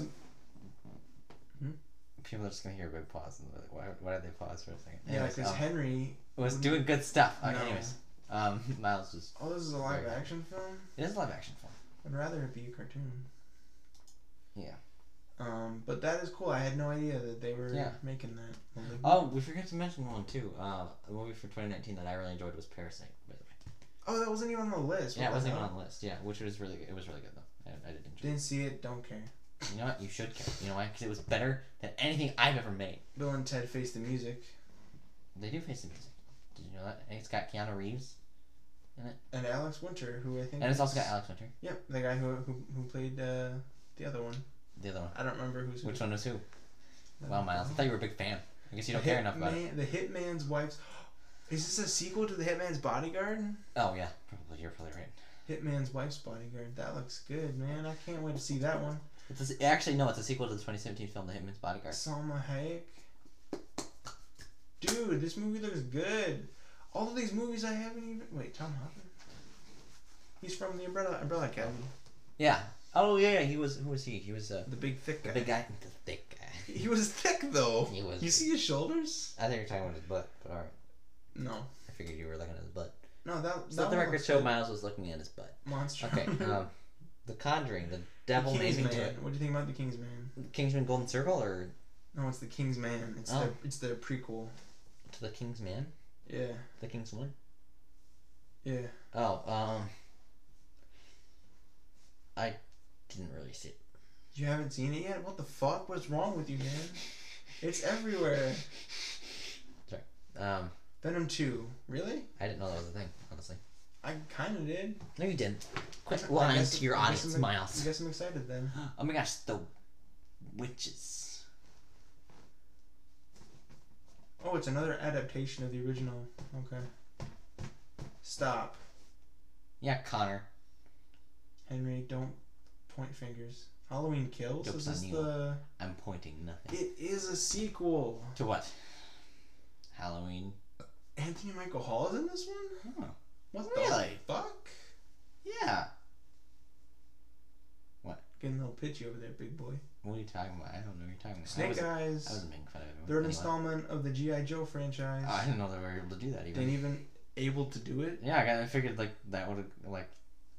Speaker 1: People are just gonna hear a big pause and they're like, why, why did they pause for a second?
Speaker 2: Yeah,
Speaker 1: Anyways,
Speaker 2: because
Speaker 1: um,
Speaker 2: Henry.
Speaker 1: was doing good stuff. Uh,
Speaker 2: No.
Speaker 1: Anyways, um, Miles was.
Speaker 2: Oh, this is a live
Speaker 1: Right.
Speaker 2: action film?
Speaker 1: It is a live action film.
Speaker 2: I'd rather it be a cartoon.
Speaker 1: Yeah.
Speaker 2: Um, but that is cool. I had no idea that they were
Speaker 1: Yeah.
Speaker 2: making that. Well, they-
Speaker 1: Oh, we forgot to mention one too. Uh, a movie for 2019 that I really enjoyed was Parasite. By the way.
Speaker 2: Oh, that wasn't even on the list.
Speaker 1: Yeah, it
Speaker 2: What the
Speaker 1: wasn't even
Speaker 2: hell?
Speaker 1: on the list. Yeah, which was really good. It was really good though. I, I did enjoy. it.
Speaker 2: Didn't see it. Don't care.
Speaker 1: You know what? You should care. You know why? Because it was better than anything I've ever made.
Speaker 2: Bill and Ted Face the Music
Speaker 1: They do face the music. Did you know that? And it's got Keanu Reeves,
Speaker 2: and Alex Winter, who I think.
Speaker 1: and it's
Speaker 2: is-
Speaker 1: also got Alex Winter.
Speaker 2: Yep, the guy who who, who played uh, the other one.
Speaker 1: The other one.
Speaker 2: I don't remember who's.
Speaker 1: Which one was who? Wow, Miles. I thought you were a big fan. I guess you don't
Speaker 2: The
Speaker 1: care enough about it.
Speaker 2: Hitman- The Hitman's wife's. Is this a sequel to The Hitman's Bodyguard?
Speaker 1: Oh yeah, probably. You're probably right.
Speaker 2: Hitman's wife's bodyguard. That looks good, man. I can't wait to see that one.
Speaker 1: It's a se- actually no. It's a sequel to the 2017 film The Hitman's Bodyguard.
Speaker 2: Salma Hayek. Dude, this movie looks good. All of these movies I haven't even. Wait, Tom Hopper. He's from the Umbrella Umbrella Academy.
Speaker 1: Yeah. Oh yeah. He was. Who was he? He was a
Speaker 2: The big thick guy.
Speaker 1: big guy. The thick guy.
Speaker 2: He was thick though.
Speaker 1: He was.
Speaker 2: You see his shoulders?
Speaker 1: I thought you were talking about his butt. But all right.
Speaker 2: No.
Speaker 1: I figured you were looking at his butt.
Speaker 2: No, that.
Speaker 1: So
Speaker 2: that
Speaker 1: let the
Speaker 2: one
Speaker 1: record
Speaker 2: looks
Speaker 1: show
Speaker 2: good.
Speaker 1: Miles was looking at his butt.
Speaker 2: monster.
Speaker 1: Okay. Um, the Conjuring. The Devil
Speaker 2: the
Speaker 1: May
Speaker 2: King's
Speaker 1: Be
Speaker 2: Man.
Speaker 1: Dead.
Speaker 2: What do you think about the King's Man?
Speaker 1: Kingsman Golden Circle or
Speaker 2: No, it's the King's Man. It's
Speaker 1: Oh.
Speaker 2: the it's the prequel.
Speaker 1: to the King's Man?
Speaker 2: Yeah.
Speaker 1: The King's Woman?
Speaker 2: Yeah.
Speaker 1: Oh, um. I didn't really see it.
Speaker 2: You haven't seen it yet? What the fuck? What's wrong with you, man? It's everywhere.
Speaker 1: Um,
Speaker 2: Venom two. Really?
Speaker 1: I didn't know that was a thing, honestly.
Speaker 2: I kind of did.
Speaker 1: No, you didn't. Quit
Speaker 2: I
Speaker 1: lying
Speaker 2: guess-
Speaker 1: to your
Speaker 2: I guess
Speaker 1: audience,
Speaker 2: I'm- I
Speaker 1: Miles.
Speaker 2: guess I'm excited then.
Speaker 1: Oh my gosh, the witches.
Speaker 2: Oh, it's another adaptation of the original. Okay. Stop,
Speaker 1: Yeah, Connor.
Speaker 2: Henry. Don't point fingers. Halloween Kills.
Speaker 1: Joke's
Speaker 2: is
Speaker 1: on
Speaker 2: this
Speaker 1: you.
Speaker 2: the?
Speaker 1: I'm pointing nothing.
Speaker 2: It is a sequel.
Speaker 1: To what? Halloween.
Speaker 2: Anthony Michael Hall is in this one.
Speaker 1: Oh,
Speaker 2: What
Speaker 1: Really?
Speaker 2: the fuck?
Speaker 1: yeah.
Speaker 2: Getting a little pitchy over there, big boy.
Speaker 1: What are you talking about? I don't know what you're talking about. I
Speaker 2: Snake
Speaker 1: wasn't,
Speaker 2: Eyes.
Speaker 1: I wasn't making fun of anyone.
Speaker 2: Third
Speaker 1: Anyway.
Speaker 2: installment of the GI Joe franchise.
Speaker 1: Ah, I didn't know they were able to do that even.
Speaker 2: Didn't even able to do it.
Speaker 1: Yeah, I got- I figured like that would have like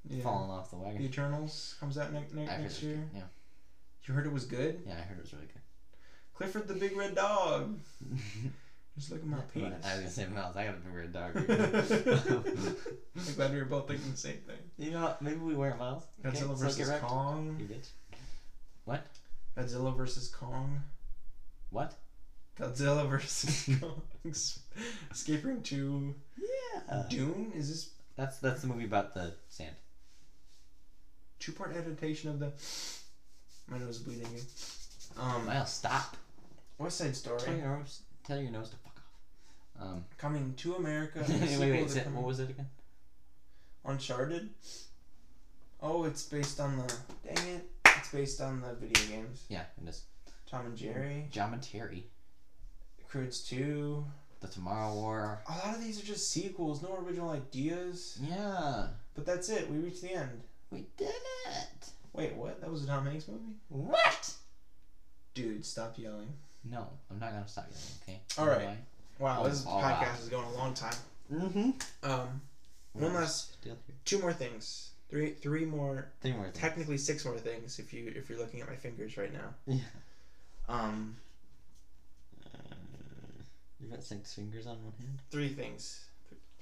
Speaker 2: Yeah.
Speaker 1: fallen off the wagon.
Speaker 2: The Eternals comes out ne- ne-
Speaker 1: I heard
Speaker 2: next
Speaker 1: it was
Speaker 2: year.
Speaker 1: good. Yeah,
Speaker 2: You heard it was good.
Speaker 1: yeah, I heard it was really good.
Speaker 2: Clifford the Big Red Dog. Just look at my
Speaker 1: But I was
Speaker 2: penis.
Speaker 1: gonna say Miles, I got a big red dog. Right now.
Speaker 2: I'm glad we were both thinking the same thing.
Speaker 1: you know, what? maybe we weren't Miles. Okay,
Speaker 2: Godzilla
Speaker 1: so get
Speaker 2: versus
Speaker 1: wrecked. You
Speaker 2: Kong.
Speaker 1: bitch.
Speaker 2: Godzilla versus Kong.
Speaker 1: What?
Speaker 2: Godzilla versus Kong. Escape Room Two.
Speaker 1: Yeah.
Speaker 2: Dune is this
Speaker 1: That's that's the movie about the sand.
Speaker 2: two part adaptation of the. My nose is bleeding. again. Um,
Speaker 1: Miles, stop.
Speaker 2: West Side
Speaker 1: Tell
Speaker 2: Story.
Speaker 1: your nose, tell your nose to fuck off. Um.
Speaker 2: Coming to America. a
Speaker 1: wait,
Speaker 2: sequel
Speaker 1: wait.
Speaker 2: to
Speaker 1: is it-
Speaker 2: Com-
Speaker 1: what was it again?
Speaker 2: Uncharted. Oh, it's based on the. Dang it! It's based on the video games.
Speaker 1: Yeah, it is.
Speaker 2: Tom and Jerry.
Speaker 1: John and Terry.
Speaker 2: Croods Two.
Speaker 1: The Tomorrow War.
Speaker 2: A lot of these are just sequels, no original ideas.
Speaker 1: Yeah,
Speaker 2: But that's it. We reached the end.
Speaker 1: we did it.
Speaker 2: Wait, what? That was a Tom Hanks movie?
Speaker 1: What?
Speaker 2: Dude, stop yelling.
Speaker 1: No, I'm not gonna stop yelling. Okay.
Speaker 2: All right. Wow,
Speaker 1: Oh,
Speaker 2: this
Speaker 1: all
Speaker 2: podcast
Speaker 1: right.
Speaker 2: is going a long time.
Speaker 1: Mm-hmm.
Speaker 2: Um, one last,
Speaker 1: Still here.
Speaker 2: two more things. Three, three more.
Speaker 1: Three more. things.
Speaker 2: Technically, six more things. If you if you're looking at my fingers right now.
Speaker 1: Yeah.
Speaker 2: Um,
Speaker 1: Uh, you got six fingers on one hand.
Speaker 2: three things.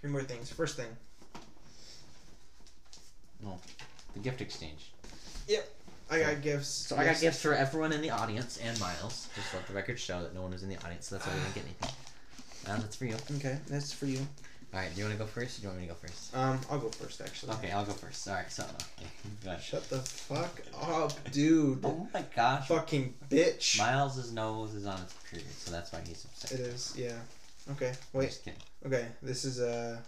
Speaker 2: Three more things. First thing.
Speaker 1: The gift exchange.
Speaker 2: I got gifts.
Speaker 1: So I got gifts for everyone in the audience and Miles. Just let the record show that no one was in the audience, so that's why we didn't get anything. Um, that's for you.
Speaker 2: Okay, that's for you.
Speaker 1: All right. Do you want to go first? Or do you want me to go first?
Speaker 2: Um, I'll go first actually.
Speaker 1: Okay, I'll go first. All right. So. Okay. Go ahead.
Speaker 2: Shut the fuck up, dude.
Speaker 1: Oh my gosh.
Speaker 2: Fucking bitch.
Speaker 1: Miles' nose is on its period, so that's why he's upset.
Speaker 2: it is. Yeah. Okay.
Speaker 1: I'm
Speaker 2: Wait.
Speaker 1: Just kidding.
Speaker 2: Okay. This is uh.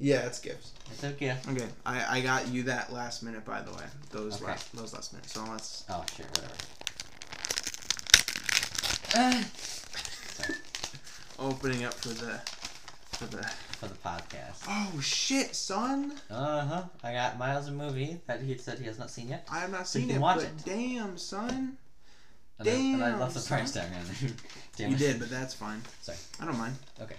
Speaker 2: Yeah, it's gifts.
Speaker 1: It's okay.
Speaker 2: Okay, I, I got you that last minute, by the way. Those
Speaker 1: Okay.
Speaker 2: last those last minute. So let's.
Speaker 1: Oh shit, whatever. Uh,
Speaker 2: opening up for the for the
Speaker 1: for the podcast.
Speaker 2: oh shit son
Speaker 1: Uh huh. I got Miles a movie that he said he has not seen yet.
Speaker 2: i have not
Speaker 1: So you
Speaker 2: seen
Speaker 1: can
Speaker 2: it
Speaker 1: watch
Speaker 2: but
Speaker 1: it.
Speaker 2: damn son
Speaker 1: And I- and I
Speaker 2: Damn,
Speaker 1: left the price tag on there. Damn
Speaker 2: you
Speaker 1: it.
Speaker 2: did but that's fine
Speaker 1: Sorry.
Speaker 2: i don't mind
Speaker 1: Okay.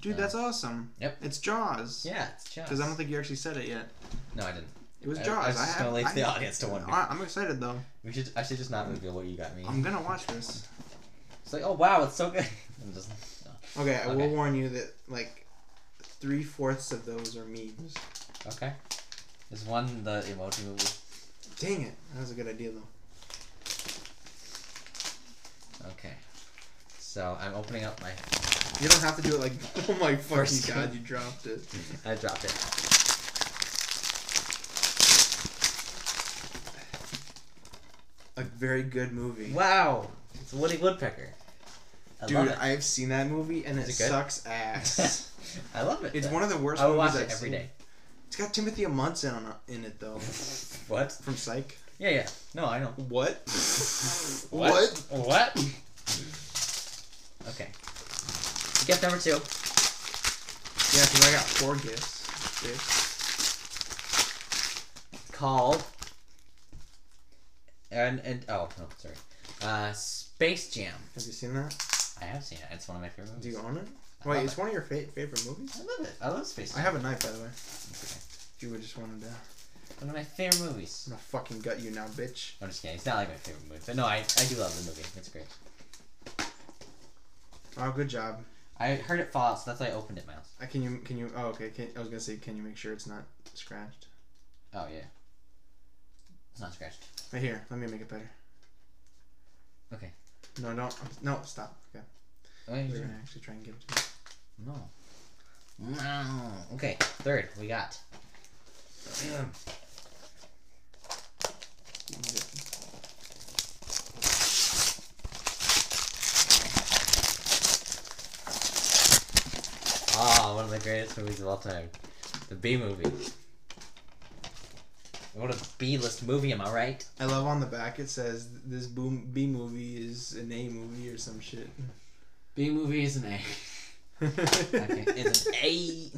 Speaker 2: dude
Speaker 1: Uh,
Speaker 2: that's awesome
Speaker 1: yep.
Speaker 2: it's jaws
Speaker 1: Yeah, it's Jaws.
Speaker 2: because i don't think you actually said it yet
Speaker 1: No, I didn't.
Speaker 2: it was
Speaker 1: I- I
Speaker 2: jaws i,
Speaker 1: was just
Speaker 2: have,
Speaker 1: gonna leave
Speaker 2: I-
Speaker 1: the audience to wonder.
Speaker 2: I, i'm excited though
Speaker 1: We should. I should just not reveal what you got me.
Speaker 2: i'm gonna watch this
Speaker 1: It's like, oh wow, it's so good. I'm just. No.
Speaker 2: okay i will
Speaker 1: Okay.
Speaker 2: warn you that like three-fourths of those are memes
Speaker 1: Okay. There's one the emoji movie.
Speaker 2: dang it that was a good idea though
Speaker 1: Okay. So I'm opening up my.
Speaker 2: you don't have to do it like oh my fucking
Speaker 1: First-
Speaker 2: god you dropped it
Speaker 1: I dropped it.
Speaker 2: a very good movie
Speaker 1: Wow. It's Woody Woodpecker. I
Speaker 2: Dude,
Speaker 1: love it.
Speaker 2: I've seen that movie and it,
Speaker 1: Is it good?
Speaker 2: sucks ass.
Speaker 1: I love it.
Speaker 2: it's
Speaker 1: though.
Speaker 2: one of the worst
Speaker 1: I would
Speaker 2: movies
Speaker 1: watch it
Speaker 2: I've
Speaker 1: every
Speaker 2: seen.
Speaker 1: day.
Speaker 2: It's got Timothy Munson on, in it though,
Speaker 1: What?
Speaker 2: from Psych.
Speaker 1: Yeah, yeah. No, I know.
Speaker 2: What?
Speaker 1: What? What? okay. Gift number two.
Speaker 2: Yeah, because I got four gifts. Bitch.
Speaker 1: Called. And and oh no, sorry. Uh, Space Jam.
Speaker 2: Have you seen that?
Speaker 1: I have seen it. It's one of my favorite movies.
Speaker 2: Do you own it?
Speaker 1: I
Speaker 2: Wait,
Speaker 1: love
Speaker 2: it's one of your fa- favorite movies.
Speaker 1: I love it. I love Space
Speaker 2: I
Speaker 1: Jam.
Speaker 2: have a knife, by the way.
Speaker 1: It's okay.
Speaker 2: If you would just wanted to, I'm
Speaker 1: One of my favorite movies.
Speaker 2: gonna fucking gut you now, bitch.
Speaker 1: I'm just kidding. It's not like my favorite movie, but no, I, I do love the movie. It's great.
Speaker 2: Oh, good job.
Speaker 1: I heard it fall, out, so that's why I opened it, Miles.
Speaker 2: I can you can you? Oh, okay. Can, I was gonna say, can you make sure it's not scratched?
Speaker 1: Oh yeah. It's not scratched.
Speaker 2: Right here. Let me make it better.
Speaker 1: Okay.
Speaker 2: No, don't. No, stop. Okay.
Speaker 1: Okay,
Speaker 2: You're gonna actually try and give it to me.
Speaker 1: No. No. Okay, third, we got. Ah, one of the greatest movies of all time. The B movie. What a B list movie, am I right?
Speaker 2: I love on the back it says this boom B movie is an A movie or some shit.
Speaker 1: B movie is an A. Okay, it's an A.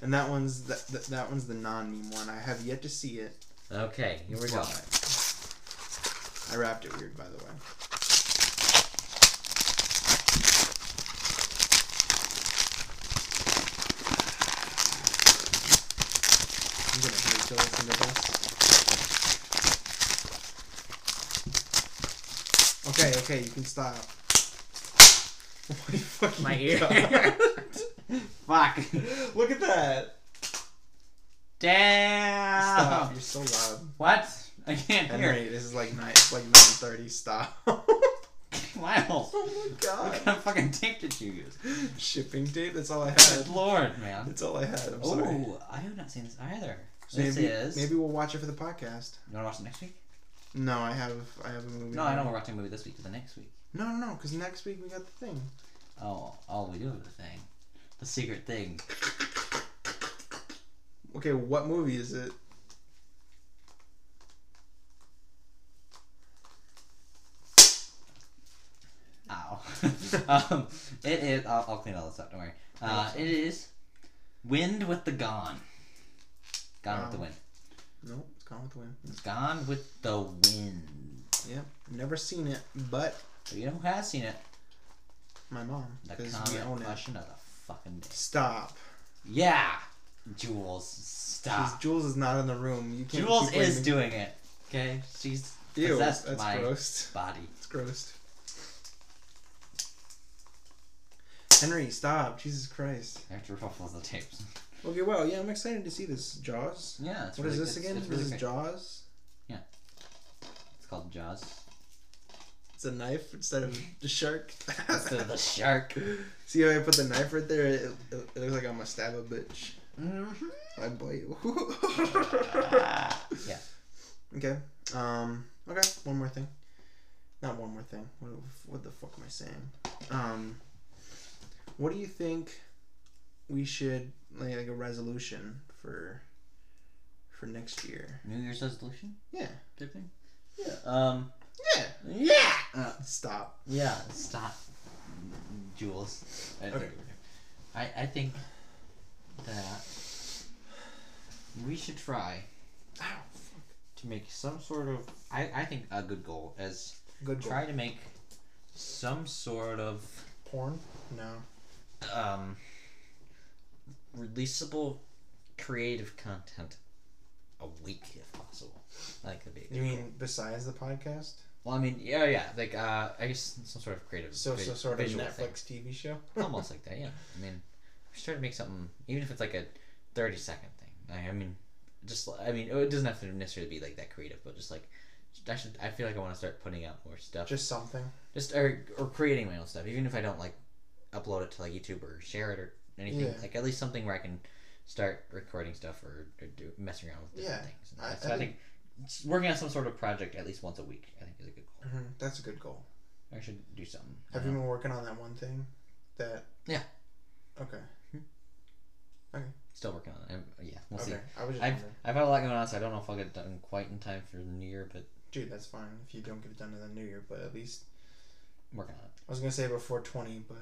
Speaker 2: and that one's that that, that one's the non meme one. I have yet to see it.
Speaker 1: Okay, here we go.
Speaker 2: I wrapped it weird by the way. I'm gonna hear it till it's in the bus. Okay, okay, you can stop. Oh my fucking
Speaker 1: My ear.
Speaker 2: God.
Speaker 1: Fuck.
Speaker 2: Look at that.
Speaker 1: Damn.
Speaker 2: Stop. You're so loud.
Speaker 1: What? I can't hear.
Speaker 2: Henry, this is like nine. It's like nine thirty. Stop. oh
Speaker 1: Miles,
Speaker 2: my
Speaker 1: what
Speaker 2: god.
Speaker 1: kind of fucking tape did you use?
Speaker 2: Shipping tape. That's all I
Speaker 1: Good
Speaker 2: had.
Speaker 1: lord, man.
Speaker 2: That's all I had. I'm sorry.
Speaker 1: Oh, I have not seen this either.
Speaker 2: maybe,
Speaker 1: This is.
Speaker 2: maybe we'll watch it for the podcast.
Speaker 1: You want to watch it next week?
Speaker 2: No, I have. I have a movie.
Speaker 1: No, I know we're watching a movie this week, but the next week.
Speaker 2: No, no, no. Because next week we got the thing.
Speaker 1: Oh, oh, we do have the thing. The secret thing.
Speaker 2: Okay, what movie is it?
Speaker 1: Ow. um, it is. I'll, I'll clean all this up. Don't worry. Uh, it is Wind with the Gone. Gone with the
Speaker 2: Wow.
Speaker 1: Wind.
Speaker 2: Nope, it's Gone with the Wind.
Speaker 1: Gone with the Wind.
Speaker 2: Yeah, never seen it, but
Speaker 1: So you know who has seen it?
Speaker 2: my mom
Speaker 1: The
Speaker 2: because we own
Speaker 1: comment
Speaker 2: it.
Speaker 1: question of the fucking day.
Speaker 2: Stop.
Speaker 1: Yeah, Jules,
Speaker 2: Because
Speaker 1: stop.
Speaker 2: Jules is not in the room. You can't.
Speaker 1: Jules
Speaker 2: keep waiting.
Speaker 1: is doing it. Okay, she's
Speaker 2: Ew,
Speaker 1: possessed
Speaker 2: that's
Speaker 1: my
Speaker 2: gross.
Speaker 1: body.
Speaker 2: It's gross. Henry, stop! Jesus Christ.
Speaker 1: I have to ruffle the tapes.
Speaker 2: Okay, well, yeah, I'm excited to see this Jaws.
Speaker 1: Yeah, it's
Speaker 2: What
Speaker 1: really,
Speaker 2: is this
Speaker 1: it's-
Speaker 2: again?
Speaker 1: It's,
Speaker 2: this
Speaker 1: really
Speaker 2: is
Speaker 1: great.
Speaker 2: Jaws.
Speaker 1: It's called Jaws.
Speaker 2: It's a knife instead of the shark.
Speaker 1: Instead of the shark.
Speaker 2: see how I put the knife right there? It, it, it looks like I'm gonna stab a bitch.
Speaker 1: Mhm.
Speaker 2: I bite you.
Speaker 1: Ah, yeah.
Speaker 2: okay. Um. Okay. One more thing. Not one more thing. What, what the fuck am I saying? Um. What do you think we should like, like a resolution for for next year?
Speaker 1: New Year's resolution
Speaker 2: Yeah.
Speaker 1: type thing. Yeah. Um.
Speaker 2: Yeah.
Speaker 1: Yeah. Uh,
Speaker 2: Stop.
Speaker 1: yeah. Stop, Jules. I think,
Speaker 2: Okay.
Speaker 1: I, I think that we should try to make some sort of. I I think a good goal is
Speaker 2: Good
Speaker 1: try
Speaker 2: try.
Speaker 1: to make some sort of
Speaker 2: Porn? No.
Speaker 1: um releasable creative content a week if possible. Like a big.
Speaker 2: You mean besides the podcast?
Speaker 1: Well, I mean, yeah, yeah, like uh, I guess some sort of creative,
Speaker 2: So
Speaker 1: vi-
Speaker 2: so sort of
Speaker 1: visual thing.
Speaker 2: Netflix TV show.
Speaker 1: almost like that. Yeah, I mean, we should try to make something, even if it's like a thirty-second thing. Like, I mean, just I mean, it doesn't have to necessarily be like that creative, but just like I should, I feel like I want to start putting out more stuff, just,
Speaker 2: Just something.
Speaker 1: or or creating my own stuff, even if I don't like upload it to like YouTube or share it or anything.
Speaker 2: Yeah.
Speaker 1: Like at least something where I can start recording stuff or, or do, messing around with different
Speaker 2: Yeah,
Speaker 1: things. And
Speaker 2: I-
Speaker 1: so
Speaker 2: I
Speaker 1: I, think s- working on some sort of project at least once a week, I think, is a good goal.
Speaker 2: hmm That's a good goal.
Speaker 1: I should do something. Uh,
Speaker 2: Have
Speaker 1: I
Speaker 2: you
Speaker 1: don't know.
Speaker 2: been working on that one thing? That.
Speaker 1: Yeah.
Speaker 2: Okay.
Speaker 1: Still working on it. I'm- yeah, we'll see.
Speaker 2: okay. I was just
Speaker 1: I've,
Speaker 2: wondering.
Speaker 1: I've had a lot going on, so I don't know if I'll get it done quite in time for the new year, but
Speaker 2: Dude, that's fine if you don't get it done in the new year, but at least
Speaker 1: I'm working on it.
Speaker 2: I was gonna say before twenty, but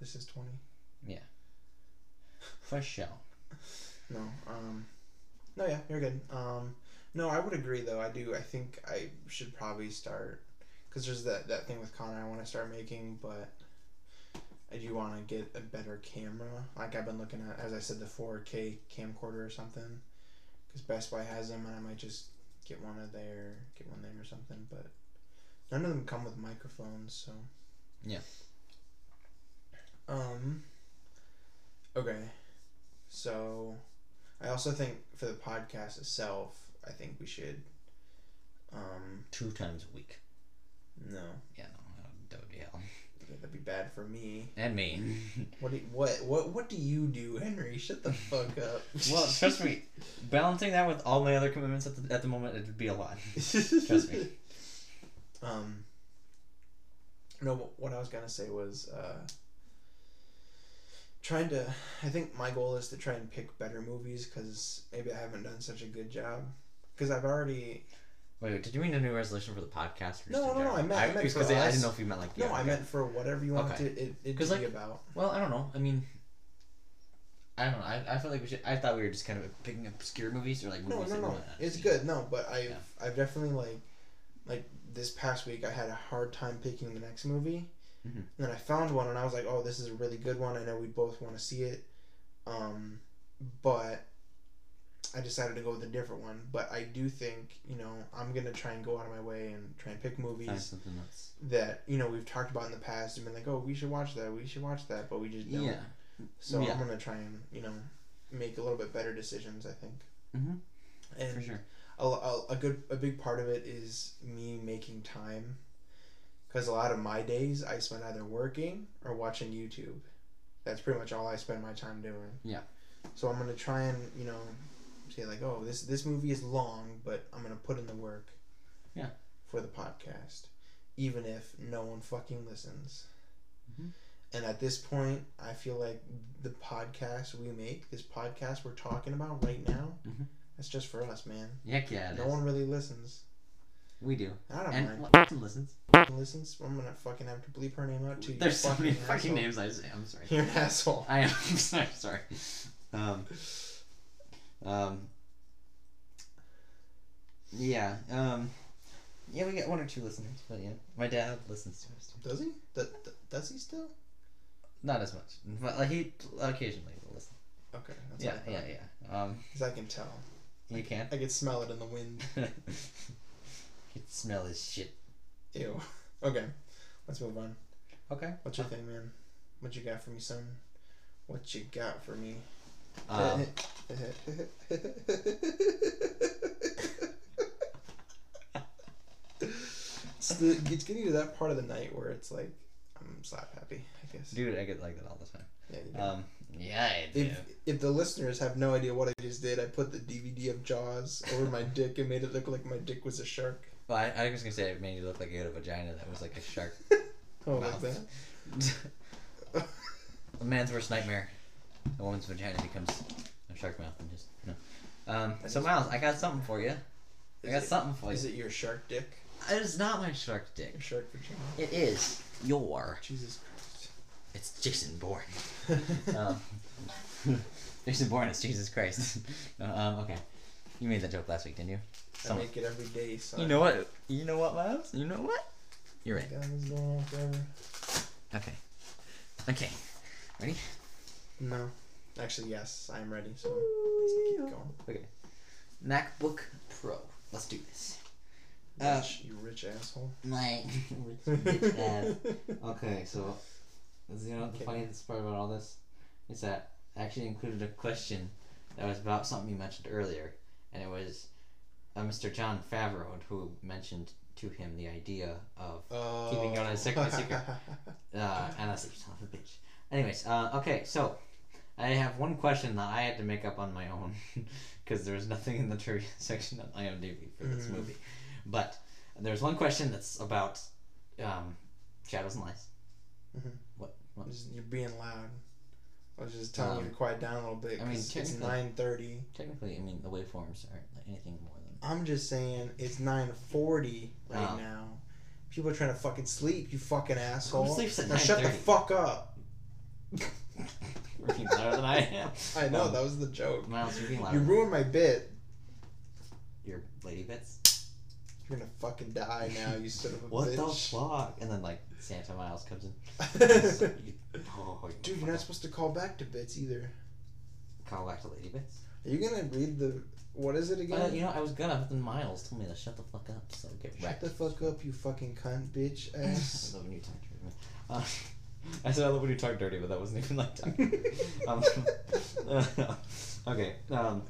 Speaker 2: this is twenty.
Speaker 1: For sure.
Speaker 2: No. Um. No. Yeah, you're good. Um. No, I would agree though. I do. I think I should probably start because there's that that thing with Connor I want to start making, but I do want to get a better camera. Like I've been looking at, as I said, the 4K camcorder or something, because Best Buy has them, and I might just get one of their get one there or something. But none of them come with microphones, so
Speaker 1: Yeah.
Speaker 2: Um. Okay. So, I also think for the podcast itself, I think we should. Um.
Speaker 1: Two times a week.
Speaker 2: No,
Speaker 1: Yeah, no, that would be hell.
Speaker 2: that'd be bad for me.
Speaker 1: And me.
Speaker 2: What? Do, what? What? What do you do, Henry? Shut the fuck up.
Speaker 1: well, trust me, balancing that with all my other commitments at the, at the moment, it would be a lot.
Speaker 2: Trust
Speaker 1: me.
Speaker 2: Um. No, wh- what I was gonna say was uh, trying to. I think my goal is to try and pick better movies because maybe I haven't done such a good job. Because I've already
Speaker 1: Wait, wait, did you mean a new resolution for the podcast? Or just
Speaker 2: No,
Speaker 1: in
Speaker 2: no, no,
Speaker 1: general?
Speaker 2: I meant- I meant
Speaker 1: because
Speaker 2: for
Speaker 1: I
Speaker 2: us.
Speaker 1: didn't know if you meant like.
Speaker 2: no,
Speaker 1: yeah,
Speaker 2: I
Speaker 1: okay.
Speaker 2: meant for whatever you want
Speaker 1: Okay.
Speaker 2: to it, it to
Speaker 1: 'Cause,
Speaker 2: be
Speaker 1: like-
Speaker 2: about.
Speaker 1: Well, I don't know. I mean, I don't know. I, I feel like we should. I thought we were just kind of picking obscure movies or like
Speaker 2: No,
Speaker 1: movies
Speaker 2: no,
Speaker 1: that
Speaker 2: no.
Speaker 1: we wanna
Speaker 2: It's
Speaker 1: see.
Speaker 2: good. No, but I've
Speaker 1: Yeah.
Speaker 2: I've definitely like like this past week I had a hard time picking the next movie.
Speaker 1: Mhm.
Speaker 2: And then I found one and I was like, "Oh, this is a really good one. I know we both want to see it." Um but I decided to go with a different one, but I do think, you know, I'm going to try and go out of my way and try and pick movies
Speaker 1: Find something that's.
Speaker 2: that, you know, we've talked about in the past and been like, "Oh, we should watch that. We should watch that." But we just don't.
Speaker 1: Yeah.
Speaker 2: So
Speaker 1: Yeah.
Speaker 2: I'm going to try and, you know, make a little bit better decisions, I think.
Speaker 1: Mhm.
Speaker 2: And
Speaker 1: For sure.
Speaker 2: a, a, a good a big part of it is me making time because a lot of my days i spend either working or watching youtube that's pretty much all i spend my time doing
Speaker 1: Yeah.
Speaker 2: so i'm gonna try and you know say like oh this this movie is long but i'm gonna put in the work
Speaker 1: Yeah.
Speaker 2: for the podcast even if no one fucking listens
Speaker 1: Mhm.
Speaker 2: and at this point i feel like the podcast we make this podcast we're talking about right now
Speaker 1: Mhm.
Speaker 2: that's just for us man
Speaker 1: Heck yeah. it
Speaker 2: no
Speaker 1: is.
Speaker 2: one really listens.
Speaker 1: We do.
Speaker 2: I don't
Speaker 1: And
Speaker 2: mind.
Speaker 1: listens.
Speaker 2: Listens. I'm gonna fucking have to bleep her name out too. you
Speaker 1: There's so many
Speaker 2: asshole.
Speaker 1: fucking names. I just, I'm sorry.
Speaker 2: You're an asshole.
Speaker 1: I am I'm sorry. sorry. Um, um, yeah. Um, yeah, we got one or two listeners, but yeah, my dad listens to us.
Speaker 2: Does he? Th- th- does he still?
Speaker 1: Not as much, but like he occasionally will listen.
Speaker 2: Okay. That's
Speaker 1: Yeah, yeah, yeah. Um,
Speaker 2: Because I can tell.
Speaker 1: you can.
Speaker 2: I can smell it in the wind.
Speaker 1: you can smell his shit.
Speaker 2: Ew. Okay. Let's move on.
Speaker 1: Okay.
Speaker 2: What's your thing, man? What you got for me, son? What you got for me?
Speaker 1: Um,
Speaker 2: it's, the, it's getting to that part of the night where it's like I'm slap happy, I guess.
Speaker 1: dude, I get like that all the time.
Speaker 2: Yeah, you do.
Speaker 1: Um, yeah, I do.
Speaker 2: Uh, if if the listeners have no idea what I just did, I put the DVD of Jaws over my dick and made it look like my dick was a shark.
Speaker 1: Well, I, I was gonna say it made you look like you had a vagina that was like a shark.
Speaker 2: Oh,
Speaker 1: Mouth.
Speaker 2: like that.
Speaker 1: a man's worst nightmare. A woman's vagina becomes a shark mouth and just no. Um, so Miles, I got something for you. I
Speaker 2: Is
Speaker 1: got
Speaker 2: it-
Speaker 1: something for
Speaker 2: Is
Speaker 1: you.
Speaker 2: it your shark dick?
Speaker 1: It is not my shark dick.
Speaker 2: Your shark vagina?
Speaker 1: It is your.
Speaker 2: Jesus
Speaker 1: It's Jason Bourne.
Speaker 2: Christ.
Speaker 1: Um, Jason Bourne is Jesus Christ. No, um, okay. You made that joke last week, didn't you?
Speaker 2: I
Speaker 1: Someone-
Speaker 2: make it every day, son.
Speaker 1: You know what? You know what, Miles? You know what? You're right.
Speaker 2: Yeah, this is going on forever.
Speaker 1: Okay. Okay. Ready?
Speaker 2: No. Actually, yes, I'm ready, so let's keep going.
Speaker 1: Okay. MacBook Pro. Let's do this. Uh,
Speaker 2: Rich, you rich asshole.
Speaker 1: my bitch ass. Okay, so is- you know what the
Speaker 2: Okay.
Speaker 1: funniest part about all this is that I actually included a question that was about something you mentioned earlier, and it was uh, Mr. John Favreau who mentioned to him the idea of
Speaker 2: Oh.
Speaker 1: Keeping going on a secret secret. uh, and I said, "You son of a bitch." Anyways, uh, okay, so I have one question that I had to make up on my own because there was nothing in the trivia section on IMDb for this
Speaker 2: Mhm.
Speaker 1: movie, but there's one question that's about um, shadows and lies.
Speaker 2: Mm-hmm. I'm just- you're being loud. I was just telling you
Speaker 1: Um,
Speaker 2: to quiet down a little bit.
Speaker 1: I mean,
Speaker 2: 'cause it's
Speaker 1: technically-
Speaker 2: 9:30.
Speaker 1: Technically, I mean the waveforms aren't like anything more than.
Speaker 2: I'm just saying it's 9:40 right
Speaker 1: Oh.
Speaker 2: now. People are trying to fucking sleep. You fucking asshole.
Speaker 1: Who sleeps at
Speaker 2: now shut the
Speaker 1: 9:30?
Speaker 2: fuck up.
Speaker 1: Working louder than I am.
Speaker 2: I know
Speaker 1: Um,
Speaker 2: that was the joke.
Speaker 1: Miles, you're being louder.
Speaker 2: You ruined my bit.
Speaker 1: Your lady bits.
Speaker 2: You're gonna fucking die now. You son of a
Speaker 1: What the
Speaker 2: bitch.
Speaker 1: fuck? And then like Santa Miles comes in. oh,
Speaker 2: Dude, you're not supposed to call back to bits either.
Speaker 1: call back to lady bits.
Speaker 2: Are you gonna read the what is it again?
Speaker 1: Uh, you know, I was gonna, but then Miles told me to shut the fuck up. So get
Speaker 2: Shut
Speaker 1: wrecked.
Speaker 2: the fuck up, you fucking cunt, bitch
Speaker 1: I
Speaker 2: ass.
Speaker 1: love when you talk dirty. man. Uh, I said I love when you talk dirty, but that wasn't even like talking. um, okay. Um,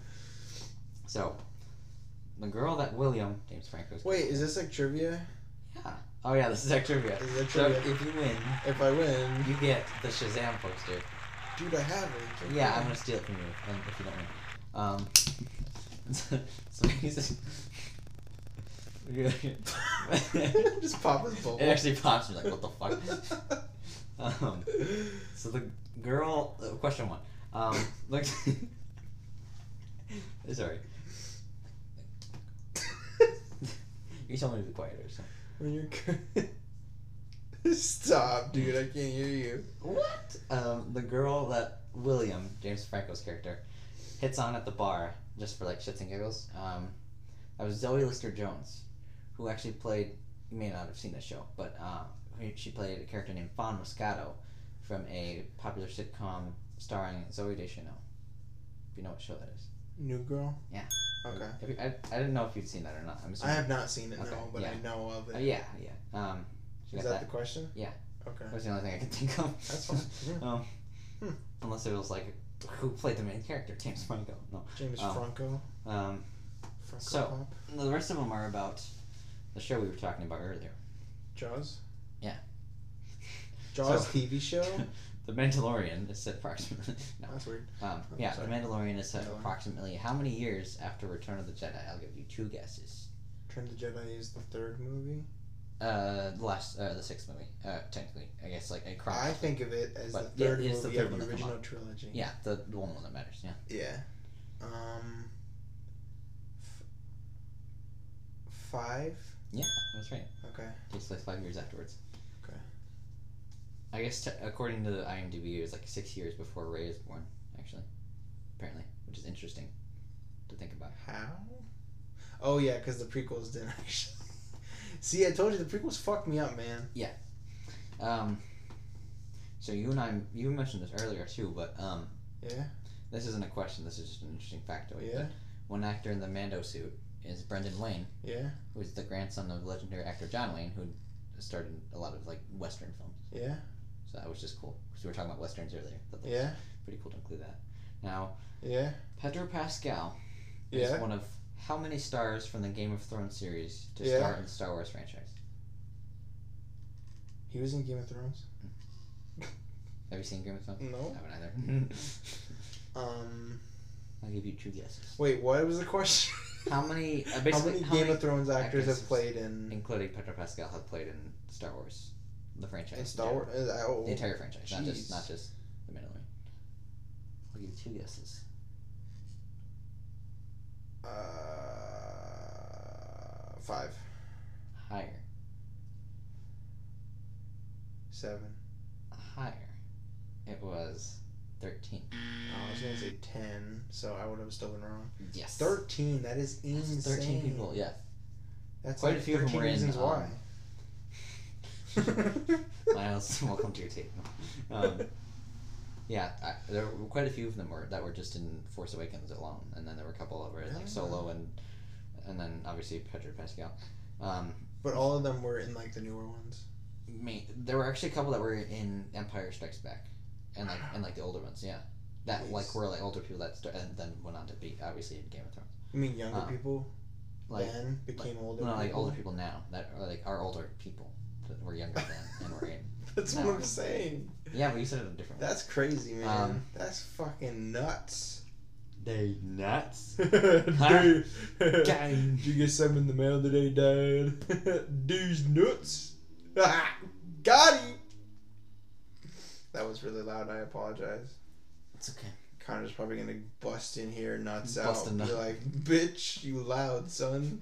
Speaker 1: so, the girl that William James Franco's.
Speaker 2: Wait, is this like trivia?
Speaker 1: Yeah. Oh yeah, this is our trivia.
Speaker 2: This is our
Speaker 1: So
Speaker 2: trivia.
Speaker 1: if you win,
Speaker 2: If I win,
Speaker 1: you get the Shazam poster.
Speaker 2: dude, I have it.
Speaker 1: Yeah, I'm gonna steal it from you um, if you don't win. Um. so he's. it
Speaker 2: just pop his bubble.
Speaker 1: actually pops me like, what the fuck? Um, so the girl, uh, question one. Um, look. sorry, you told me to be quieter. So.
Speaker 2: when you're cu- stop, dude, I can't hear you.
Speaker 1: What? Um, the girl that William James Franco's character hits on at the bar just for like shits and giggles. Um, that was Zoe Lister Jones, who actually played. You may not have seen the show, but uh, who- she played a character named Fawn Moscato from a popular sitcom starring Zoe Deschanel. If you know what show that is.
Speaker 2: New girl.
Speaker 1: Yeah.
Speaker 2: Okay.
Speaker 1: Have you- I, I didn't know if you'd seen that or not. I'm
Speaker 2: I
Speaker 1: sorry.
Speaker 2: have not seen it
Speaker 1: Okay,
Speaker 2: no, but I
Speaker 1: yeah.
Speaker 2: know of
Speaker 1: Uh,
Speaker 2: it.
Speaker 1: yeah, yeah. Um, she
Speaker 2: Is
Speaker 1: got
Speaker 2: that
Speaker 1: that.
Speaker 2: the question?
Speaker 1: Yeah.
Speaker 2: Okay.
Speaker 1: That was the only thing I could think of.
Speaker 2: That's fine. Yeah.
Speaker 1: um,
Speaker 2: Hmm.
Speaker 1: Unless it was like, who played the main character? James Franco. No.
Speaker 2: James
Speaker 1: Um,
Speaker 2: Franco.
Speaker 1: Um,
Speaker 2: Franco
Speaker 1: so-
Speaker 2: Pop.
Speaker 1: the rest of them are about the show we were talking about earlier.
Speaker 2: Jaws.
Speaker 1: Yeah.
Speaker 2: Jaws
Speaker 1: So-
Speaker 2: TV show.
Speaker 1: the Mandalorian is set approximately. No.
Speaker 2: That's weird.
Speaker 1: Um,
Speaker 2: I'm
Speaker 1: yeah,
Speaker 2: Oh, sorry.
Speaker 1: The Mandalorian is set
Speaker 2: Mandalorian.
Speaker 1: approximately how many years after Return of the Jedi? I'll give you two guesses.
Speaker 2: Return of the Jedi is the third movie.
Speaker 1: Uh, the last, uh, the sixth movie. Uh, technically, I guess like a
Speaker 2: I
Speaker 1: chronology.
Speaker 2: think of it as
Speaker 1: But,
Speaker 2: the
Speaker 1: yeah,
Speaker 2: third
Speaker 1: it
Speaker 2: movie
Speaker 1: is the third
Speaker 2: of
Speaker 1: one
Speaker 2: the
Speaker 1: that come
Speaker 2: original trilogy.
Speaker 1: Yeah, the, the one that matters. Yeah.
Speaker 2: Yeah. Um. F- five.
Speaker 1: Yeah, that's right.
Speaker 2: Okay.
Speaker 1: Takes place five years afterwards.
Speaker 2: Okay.
Speaker 1: I guess t- according to the IMDb, it was like six years before Ray is born, actually. Apparently, which is interesting to think about.
Speaker 2: How? Oh yeah, because the prequels didn't actually. See, I told you the prequels fucked me up, man.
Speaker 1: Um, so you and I, you mentioned this earlier too, but um,
Speaker 2: Yeah.
Speaker 1: this isn't a question. This is just an interesting factoid.
Speaker 2: Yeah.
Speaker 1: But one actor in the Mando suit is Brendan Wayne,
Speaker 2: Yeah.
Speaker 1: who's the grandson of legendary actor John Wayne, who started a lot of like Western films.
Speaker 2: Yeah.
Speaker 1: So that was just cool because we were talking about westerns earlier. Thought that was
Speaker 2: Yeah.
Speaker 1: Pretty cool to include that. Now,
Speaker 2: Yeah.
Speaker 1: Pedro Pascal is
Speaker 2: Yeah.
Speaker 1: one of how many stars from the Game of Thrones series to
Speaker 2: Yeah.
Speaker 1: star in the Star Wars franchise?
Speaker 2: He was in Game of Thrones.
Speaker 1: Have you seen Game of Thrones?
Speaker 2: No.
Speaker 1: I haven't either.
Speaker 2: Um.
Speaker 1: I'll give you two guesses.
Speaker 2: Wait, what was the question?
Speaker 1: How many? Uh,
Speaker 2: How
Speaker 1: basically,
Speaker 2: many Game of Thrones actors
Speaker 1: actors
Speaker 2: have played in
Speaker 1: including Pedro Pascal, have played in Star Wars, the franchise,
Speaker 2: in Star
Speaker 1: yeah.
Speaker 2: Wars? Uh, oh,
Speaker 1: the entire franchise, not just
Speaker 2: Jeez.
Speaker 1: not just the Mandalorian. I'll give you two guesses.
Speaker 2: uh, five,
Speaker 1: Higher,
Speaker 2: seven.
Speaker 1: higher. It was thirteen.
Speaker 2: Oh, I was gonna say ten, so I would have still been wrong.
Speaker 1: Yes,
Speaker 2: Thirteen. That is
Speaker 1: That's
Speaker 2: insane.
Speaker 1: Thirteen people. Yeah,
Speaker 2: That's
Speaker 1: Quite
Speaker 2: like
Speaker 1: a few of them
Speaker 2: 13
Speaker 1: were in,
Speaker 2: reasons
Speaker 1: um,
Speaker 2: why.
Speaker 1: Miles, welcome to your tape. Um, yeah, I, there were quite a few of them were that were just in Force Awakens alone, and then there were a couple that were like Solo and and then obviously Pedro Pascal. Um,
Speaker 2: but all of them were in like the newer ones.
Speaker 1: me, there were actually a couple that were in Empire Strikes Back, and like and like the older ones, yeah. That like
Speaker 2: Jeez.
Speaker 1: were like older people that st- and then went on to be obviously in Game of Thrones.
Speaker 2: I mean, younger
Speaker 1: Uh,
Speaker 2: people
Speaker 1: Like
Speaker 2: then became older.
Speaker 1: no, like
Speaker 2: people.
Speaker 1: older people now that are like are older people that were younger then and were in.
Speaker 2: That's
Speaker 1: now.
Speaker 2: what I'm saying.
Speaker 1: Yeah, but you said it a different way.
Speaker 2: That's crazy, man.
Speaker 1: Um,
Speaker 2: That's fucking nuts.
Speaker 1: They nuts.
Speaker 2: Dude.
Speaker 1: Gang.
Speaker 2: Did you get some in the mail today, Dad? Dude's nuts. Got him. That was really loud. I apologize.
Speaker 1: It's okay.
Speaker 2: Connor's probably gonna bust in here, nuts
Speaker 1: Bust
Speaker 2: out,
Speaker 1: a
Speaker 2: be
Speaker 1: nut.
Speaker 2: like, "Bitch, you loud, son,"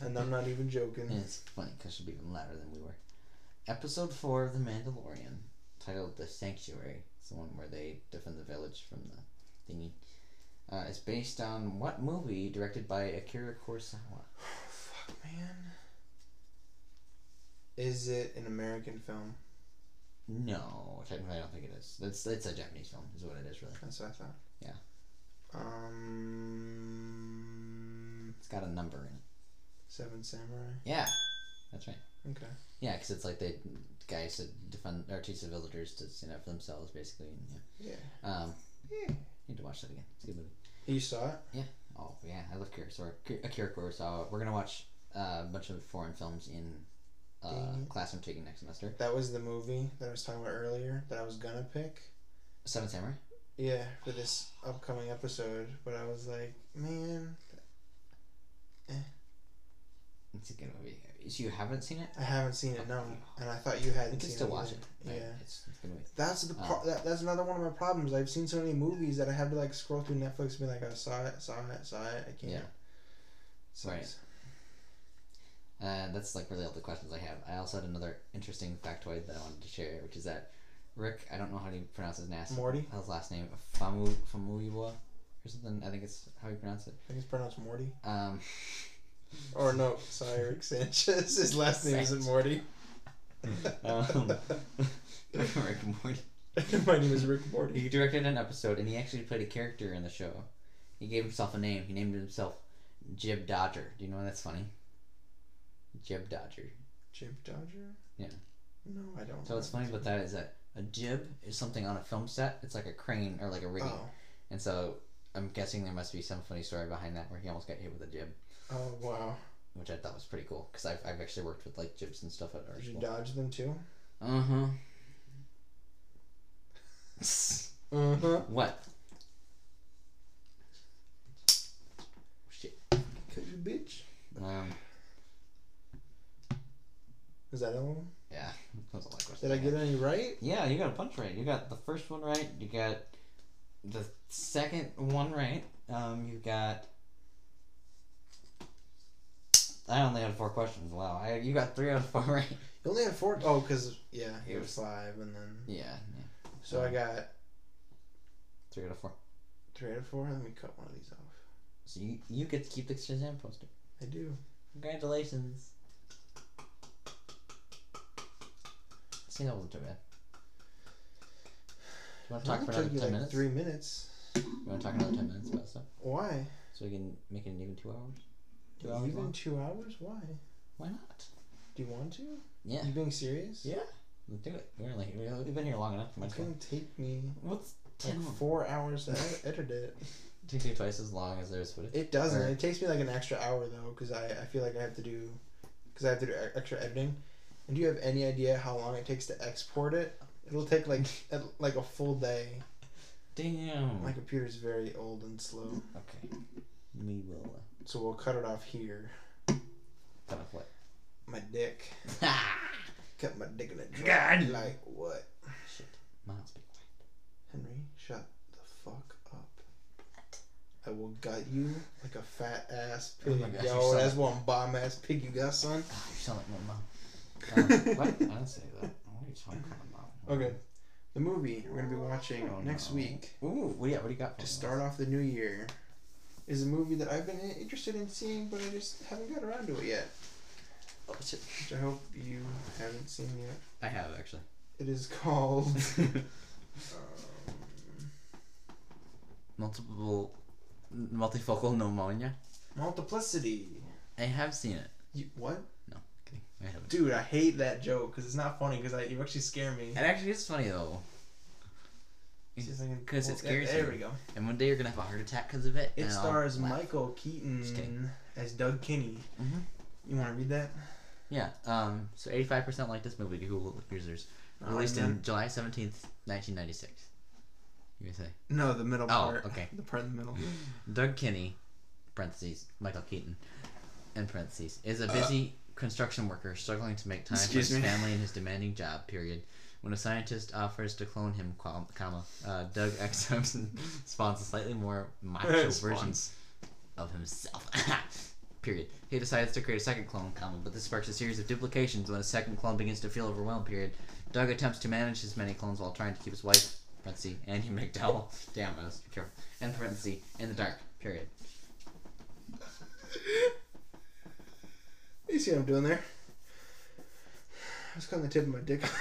Speaker 2: and I'm not even joking.
Speaker 1: And it's funny because she'll be even louder than we were. Episode 4 of The Mandalorian, titled The Sanctuary, it's the one where they defend the village from the thingy, uh, is based on what movie directed by Akira Kurosawa?
Speaker 2: Fuck, man. Is it an American film?
Speaker 1: No, technically I don't think it is. It's, it's a Japanese film, is what it is, really.
Speaker 2: That's what I thought.
Speaker 1: Yeah.
Speaker 2: Um.
Speaker 1: It's got a number in it.
Speaker 2: Seven Samurai.
Speaker 1: Yeah, that's right.
Speaker 2: Okay.
Speaker 1: Yeah, because it's like the guys that defend, or teach the villagers to stand up for themselves, basically. and,
Speaker 2: Yeah.
Speaker 1: yeah. Um,
Speaker 2: Yeah.
Speaker 1: need to watch that again. It's a good movie.
Speaker 2: You saw it?
Speaker 1: Oh yeah, I love Kurosawa. Ku- Akira Kurosawa. We're gonna watch uh, a bunch of foreign films in uh,
Speaker 2: Dang it.
Speaker 1: class I'm taking next semester.
Speaker 2: That was the movie that I was talking about earlier that I was gonna pick.
Speaker 1: Seven Samurai.
Speaker 2: Yeah, for this upcoming episode, but I was like, man,
Speaker 1: It's a good movie. So you haven't seen it?
Speaker 2: I haven't seen it. No, and I thought you
Speaker 1: You
Speaker 2: hadn't.
Speaker 1: can
Speaker 2: seen
Speaker 1: still
Speaker 2: it
Speaker 1: watch
Speaker 2: either.
Speaker 1: it. right?
Speaker 2: Yeah.
Speaker 1: It's, it's a good movie.
Speaker 2: That's the
Speaker 1: Uh,
Speaker 2: pro- that, that's another one of my problems. I've seen so many movies that I have to like scroll through Netflix and be like, I saw it, saw it, saw it. I can't.
Speaker 1: Yeah.
Speaker 2: So
Speaker 1: Right. Uh, that's like really all the questions I have. I also had another interesting factoid that I wanted to share, which is that Rick, I don't know how to pronounce his last
Speaker 2: Morty.
Speaker 1: his last name, Famu Famuyiwa or something. I think it's how you pronounce it.
Speaker 2: I think it's pronounced Morty.
Speaker 1: Um,
Speaker 2: Or no, sorry, Rick Sanchez. His last name isn't
Speaker 1: Sanchez.
Speaker 2: Morty.
Speaker 1: um Rick and Morty.
Speaker 2: my name is Rick
Speaker 1: He
Speaker 2: Morty.
Speaker 1: directed an episode, and he actually played a character in the show. He gave himself a name. He named himself Jib Dodger. Do you know why that's funny? Jib Dodger.
Speaker 2: Jib Dodger.
Speaker 1: Yeah.
Speaker 2: No, I don't.
Speaker 1: So what's funny about that is that a jib is something on a film set. It's like a crane or like a rigging.
Speaker 2: Oh,
Speaker 1: And so I'm guessing there must be some funny story behind that where he almost got hit with a jib,
Speaker 2: oh wow.
Speaker 1: which I thought was pretty cool because I've, I've actually worked with like jibs and stuff at our
Speaker 2: Did you
Speaker 1: school.
Speaker 2: dodge them too?
Speaker 1: Uh huh.
Speaker 2: Uh huh.
Speaker 1: what? Shit.
Speaker 2: Cause you bitch.
Speaker 1: Um.
Speaker 2: Is that another one?
Speaker 1: Yeah. That was all the
Speaker 2: Did I get any right?
Speaker 1: Yeah, you got a bunch right. You got the first one right. You got the second one right. Um, you got. I only had four questions. Wow, I, you got three out of four right.
Speaker 2: You only had four. Oh, because yeah,
Speaker 1: It
Speaker 2: it was five, and then
Speaker 1: Yeah, yeah,
Speaker 2: so I got
Speaker 1: three out of four.
Speaker 2: three out of four. Let me cut one of these off.
Speaker 1: So you, you get to keep the Shazam poster.
Speaker 2: I do.
Speaker 1: Congratulations. I think that wasn't too bad. Do you want to talk
Speaker 2: It
Speaker 1: for
Speaker 2: took
Speaker 1: another ten
Speaker 2: you, like,
Speaker 1: minutes?
Speaker 2: Three minutes.
Speaker 1: You want to talk another ten minutes about stuff
Speaker 2: Why?
Speaker 1: so we can make it an even two hours? Two hours
Speaker 2: Even
Speaker 1: long?
Speaker 2: two hours? Why?
Speaker 1: Why not?
Speaker 2: Do you want to?
Speaker 1: Yeah.
Speaker 2: You being serious?
Speaker 1: Yeah. Let's do it. We're like we've been here long enough. Might
Speaker 2: It's
Speaker 1: as well.
Speaker 2: gonna take me
Speaker 1: What's
Speaker 2: like
Speaker 1: ten? Four.
Speaker 2: four hours to ed- edit it.
Speaker 1: Takes you twice as long as there's footage.
Speaker 2: It doesn't.
Speaker 1: Or-
Speaker 2: It takes me like an extra hour though, because I, I feel like I have to do, because I have to do e- extra editing. And do you have any idea how long it takes to export it? It'll take like at, like a full day.
Speaker 1: Damn.
Speaker 2: My computer's very old and slow,
Speaker 1: okay. We will uh,
Speaker 2: so we'll cut it off here.
Speaker 1: cut off what?
Speaker 2: My dick.
Speaker 1: Ah.
Speaker 2: Cut my dick in the drop.
Speaker 1: God.
Speaker 2: Like what?
Speaker 1: Shit. Miles, be quiet.
Speaker 2: Henry, shut the fuck up. I will gut you like a fat ass
Speaker 1: Oh
Speaker 2: pig.
Speaker 1: my gosh, you
Speaker 2: Yo,
Speaker 1: son
Speaker 2: that's
Speaker 1: of-
Speaker 2: one bomb ass pig you got,
Speaker 1: God,
Speaker 2: son.
Speaker 1: you sound like Ah, my mom. Um, what? I don't say that. What are you talking about, mom?
Speaker 2: Okay. The movie we're gonna be watching
Speaker 1: Oh,
Speaker 2: next
Speaker 1: no.
Speaker 2: week
Speaker 1: Ooh, what do you, what do you got?
Speaker 2: to start off the new year is a movie that I've been i- interested in seeing, but I just haven't got around to it yet.
Speaker 1: Oh, shit.
Speaker 2: Which I hope you haven't seen yet.
Speaker 1: I have actually.
Speaker 2: It is called. um,
Speaker 1: Multiple, multifocal pneumonia.
Speaker 2: Multiplicity.
Speaker 1: I have seen it.
Speaker 2: You, what?
Speaker 1: No, kidding. I haven't.
Speaker 2: Dude, I hate that joke because it's not funny because you actually scare me.
Speaker 1: It actually is funny though.
Speaker 2: It's just like a-
Speaker 1: 'Cause it
Speaker 2: well,
Speaker 1: scares
Speaker 2: There
Speaker 1: you.
Speaker 2: we go.
Speaker 1: And one day you're gonna have a heart attack because of it.
Speaker 2: It
Speaker 1: and I'll
Speaker 2: stars
Speaker 1: laugh.
Speaker 2: Michael
Speaker 1: Just
Speaker 2: Keaton
Speaker 1: kidding.
Speaker 2: as Doug Kinney.
Speaker 1: Mhm.
Speaker 2: You want to read that?
Speaker 1: Yeah. Um. So 85% like this movie to Google users.
Speaker 2: Oh,
Speaker 1: Released
Speaker 2: man.
Speaker 1: in July 17th, 1996. You gonna say?
Speaker 2: No, the middle part.
Speaker 1: Oh, okay.
Speaker 2: The part in the middle.
Speaker 1: Doug Kinney, parentheses, Michael Keaton, in parentheses, is a busy construction worker struggling to make time for
Speaker 2: Uh. Excuse
Speaker 1: his
Speaker 2: me.
Speaker 1: family and his demanding job, period. When a scientist offers to clone him, qual- comma, uh, Doug accepts and spawns a slightly more macho version
Speaker 2: Spawns.
Speaker 1: of himself. period. He decides to create a second clone, comma, but this sparks a series of duplications when a second clone begins to feel overwhelmed, period. Doug attempts to manage his many clones while trying to keep his wife, parentheses, Annie McDowell, damn, I was careful, in parentheses, in the dark, period.
Speaker 2: You see what I'm doing there? I was cutting the tip of my dick.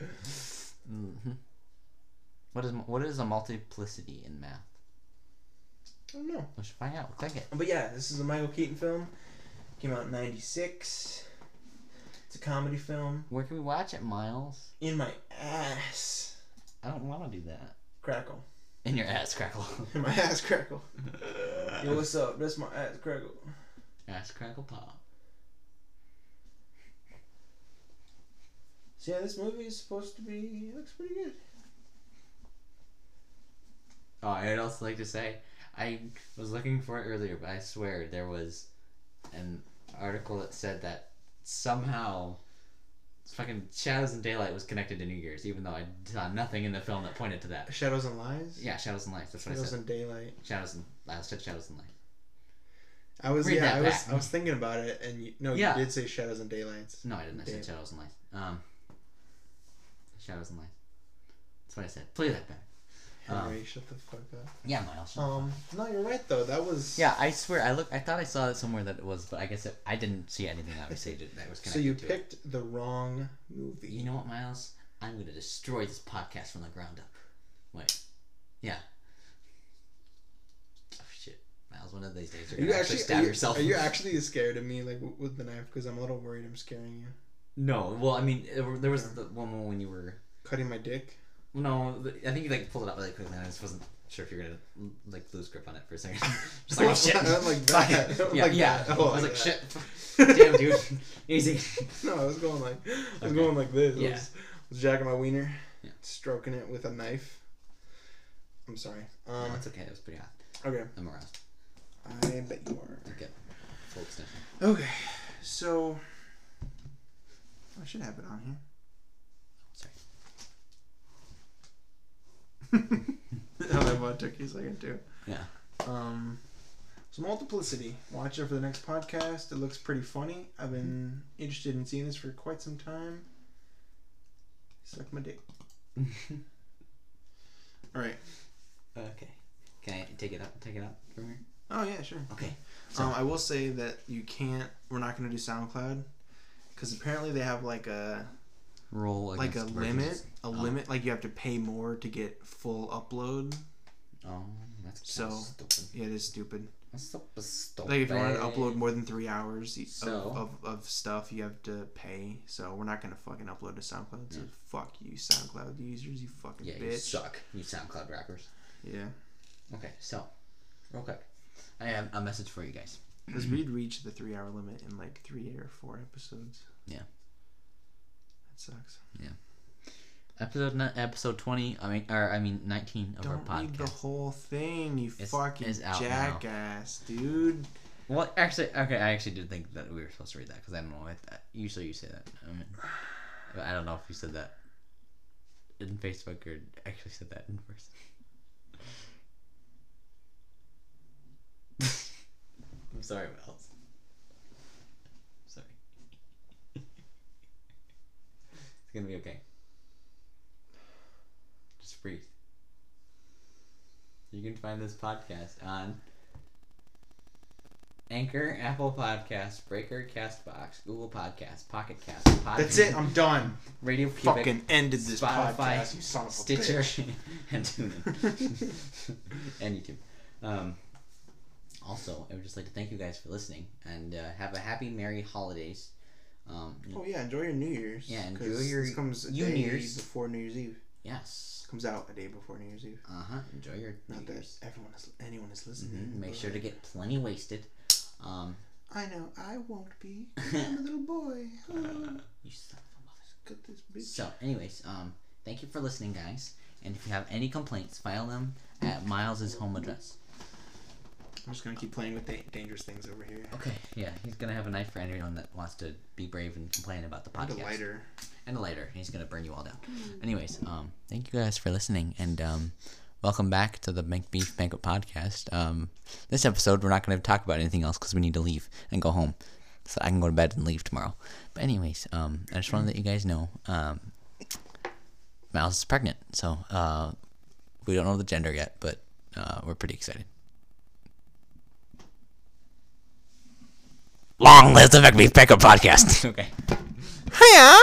Speaker 1: Mm-hmm. What is what is a multiplicity in math?
Speaker 2: I don't know.
Speaker 1: We should find out. Click it.
Speaker 2: But yeah, this is a Michael Keaton film. Came out in '96. It's a comedy film.
Speaker 1: Where can we watch it, Miles?
Speaker 2: In my ass
Speaker 1: I don't want to do that.
Speaker 2: crackle.
Speaker 1: In your ass crackle.
Speaker 2: In my ass crackle. Yo, what's up? That's my ass crackle.
Speaker 1: ass crackle pop.
Speaker 2: So yeah, this movie is supposed to be. It looks pretty good.
Speaker 1: Oh, I'd also like to say I was looking for it earlier, but I swear there was an article that said that somehow fucking Shadows and Daylight was connected to New Year's, even though I saw nothing in the film that pointed to that.
Speaker 2: Shadows and Lies.
Speaker 1: Yeah, Shadows and Lights. That's what I
Speaker 2: Shadows
Speaker 1: said.
Speaker 2: and Daylight.
Speaker 1: Shadows and I said Shadows and Lights.
Speaker 2: I was
Speaker 1: Read
Speaker 2: yeah.
Speaker 1: that
Speaker 2: I was
Speaker 1: back.
Speaker 2: I was thinking about it, and you, no,
Speaker 1: Yeah.
Speaker 2: you did say Shadows and Daylights.
Speaker 1: No, I didn't. I said
Speaker 2: Damn.
Speaker 1: shadows and lights. Um, shadows and lights. That's what I said. Play that back. Um,
Speaker 2: Henry, shut the fuck up.
Speaker 1: Yeah, Miles.
Speaker 2: Um, no, you're right though. That was
Speaker 1: yeah, I swear. I look. I thought I saw it somewhere that it was, but I guess it, I didn't see anything. Obviously, that- that was
Speaker 2: So
Speaker 1: connected.
Speaker 2: you
Speaker 1: to
Speaker 2: picked the wrong movie.
Speaker 1: It. You know what, Miles? I'm gonna destroy this podcast from the ground up. Wait. Yeah. Oh shit, Miles. One of these days you're
Speaker 2: Are
Speaker 1: gonna
Speaker 2: you
Speaker 1: actually,
Speaker 2: actually
Speaker 1: stab
Speaker 2: are you,
Speaker 1: yourself.
Speaker 2: Are you actually scared of me, like w- with the knife? Because I'm a little worried I'm scaring you.
Speaker 1: No. Well, I mean, there were- there was the one when you were
Speaker 2: Cutting my dick.
Speaker 1: No, th- I think you like pulled it out really quickly, and I just wasn't sure if you were gonna l- like lose grip on it for a second. just like oh, shit,
Speaker 2: I don't like that. I
Speaker 1: Fuck.
Speaker 2: don't
Speaker 1: yeah,
Speaker 2: like
Speaker 1: yeah.
Speaker 2: that. I don't
Speaker 1: I was like
Speaker 2: like
Speaker 1: shit,
Speaker 2: that.
Speaker 1: damn dude, easy.
Speaker 2: No, I was going like I was
Speaker 1: Okay.
Speaker 2: going like this. I
Speaker 1: Yeah.
Speaker 2: was, was jacking my wiener,
Speaker 1: Yeah.
Speaker 2: stroking it with a knife. I'm sorry.
Speaker 1: Um,
Speaker 2: Um.
Speaker 1: that's okay. It was pretty hot.
Speaker 2: Okay.
Speaker 1: I'm aroused.
Speaker 2: I bet you are.
Speaker 1: Okay, full extension.
Speaker 2: Okay, so I should have it on here.
Speaker 1: Sorry.
Speaker 2: oh, that one took you a second too.
Speaker 1: Yeah.
Speaker 2: Um, So Multiplicity. Watch it for the next podcast. It looks pretty funny. I've been interested in seeing this for quite some time. Suck my dick. All right.
Speaker 1: Oh, okay. Can I take it up? Take it up from here.
Speaker 2: Oh yeah, sure.
Speaker 1: Okay.
Speaker 2: Um, I will say that you can't. We're not going to do SoundCloud because apparently they have like a
Speaker 1: Roll
Speaker 2: like a
Speaker 1: against
Speaker 2: limit,
Speaker 1: versions.
Speaker 2: a
Speaker 1: Oh.
Speaker 2: limit. Like you have to pay more to get full upload.
Speaker 1: Oh, that's
Speaker 2: So-
Speaker 1: so stupid.
Speaker 2: Yeah, it is stupid.
Speaker 1: That's super stupid.
Speaker 2: Like if you want to upload more than three hours e- of,
Speaker 1: So?
Speaker 2: of, of stuff, you have to pay. So we're not gonna fucking upload to SoundCloud. So
Speaker 1: Yeah.
Speaker 2: fuck you, SoundCloud users. You fucking
Speaker 1: Hmm. yeah, you
Speaker 2: bitch.
Speaker 1: suck. You SoundCloud rappers.
Speaker 2: Yeah.
Speaker 1: Okay, so real quick, I have a message for you guys.
Speaker 2: Because we'd reach the three hour limit in like three or four episodes.
Speaker 1: Yeah.
Speaker 2: That sucks.
Speaker 1: Episode ni- episode twenty. I mean, or I mean nineteen of
Speaker 2: Don't
Speaker 1: our
Speaker 2: read the
Speaker 1: podcast.
Speaker 2: whole thing, you
Speaker 1: It's-
Speaker 2: fucking
Speaker 1: it's out now.
Speaker 2: jackass, dude.
Speaker 1: Well, actually, okay, I actually did think that we were supposed to read that because I don't know. If that, usually you say that. I mean, but I don't know if you said that in Facebook or actually said that in person. I'm sorry, Miles. Sorry. it's gonna be okay. Just breathe. You can find this podcast on Anchor, Apple Podcasts, Breaker, Castbox, Google Podcasts, Pocket Cast, Pod-
Speaker 2: That's it. I'm done.
Speaker 1: Radio Pubic,
Speaker 2: fucking ended this
Speaker 1: Spotify,
Speaker 2: podcast. You son of a
Speaker 1: Stitcher,
Speaker 2: bitch.
Speaker 1: and TuneIn, and YouTube. Um, also, I would just like to thank you guys for listening, and uh, have a happy, merry holidays. Um,
Speaker 2: Oh yeah, enjoy your New Year's.
Speaker 1: Yeah,
Speaker 2: 'cause
Speaker 1: enjoy your
Speaker 2: This comes a
Speaker 1: New
Speaker 2: day
Speaker 1: Year's.
Speaker 2: before New Year's Eve.
Speaker 1: yes.
Speaker 2: Comes out a day before New Year's Eve.
Speaker 1: Uh huh. Enjoy your
Speaker 2: Not
Speaker 1: New
Speaker 2: that
Speaker 1: Year's.
Speaker 2: everyone is anyone is
Speaker 1: Mhm.
Speaker 2: listening.
Speaker 1: Make
Speaker 2: but-
Speaker 1: sure to get plenty wasted. Um,
Speaker 2: I know I won't be. 'cause I'm a little boy. Oh,
Speaker 1: you son of a mother.
Speaker 2: cut this bitch.
Speaker 1: So, anyways, um, thank you for listening, guys. And if you have any complaints, file them at Miles's home address.
Speaker 2: I'm just gonna keep playing with da- dangerous things over here.
Speaker 1: Okay, yeah, he's gonna have a knife for anyone that wants to be brave and complain about the
Speaker 2: And
Speaker 1: podcast.
Speaker 2: a lighter.
Speaker 1: And a lighter. He's gonna burn you all down. Anyways, um, thank you guys for listening, and um, welcome back to the Bank Beef Banquet podcast. Um, this episode we're not gonna talk about anything else because we need to leave and go home, so I can go to bed and leave tomorrow. But anyways, um, I just want to let you guys know, um, Miles is pregnant, so uh, we don't know the gender yet, but uh, we're pretty excited. Long live the Bank Beef Banquet podcast. okay.
Speaker 3: Hiya.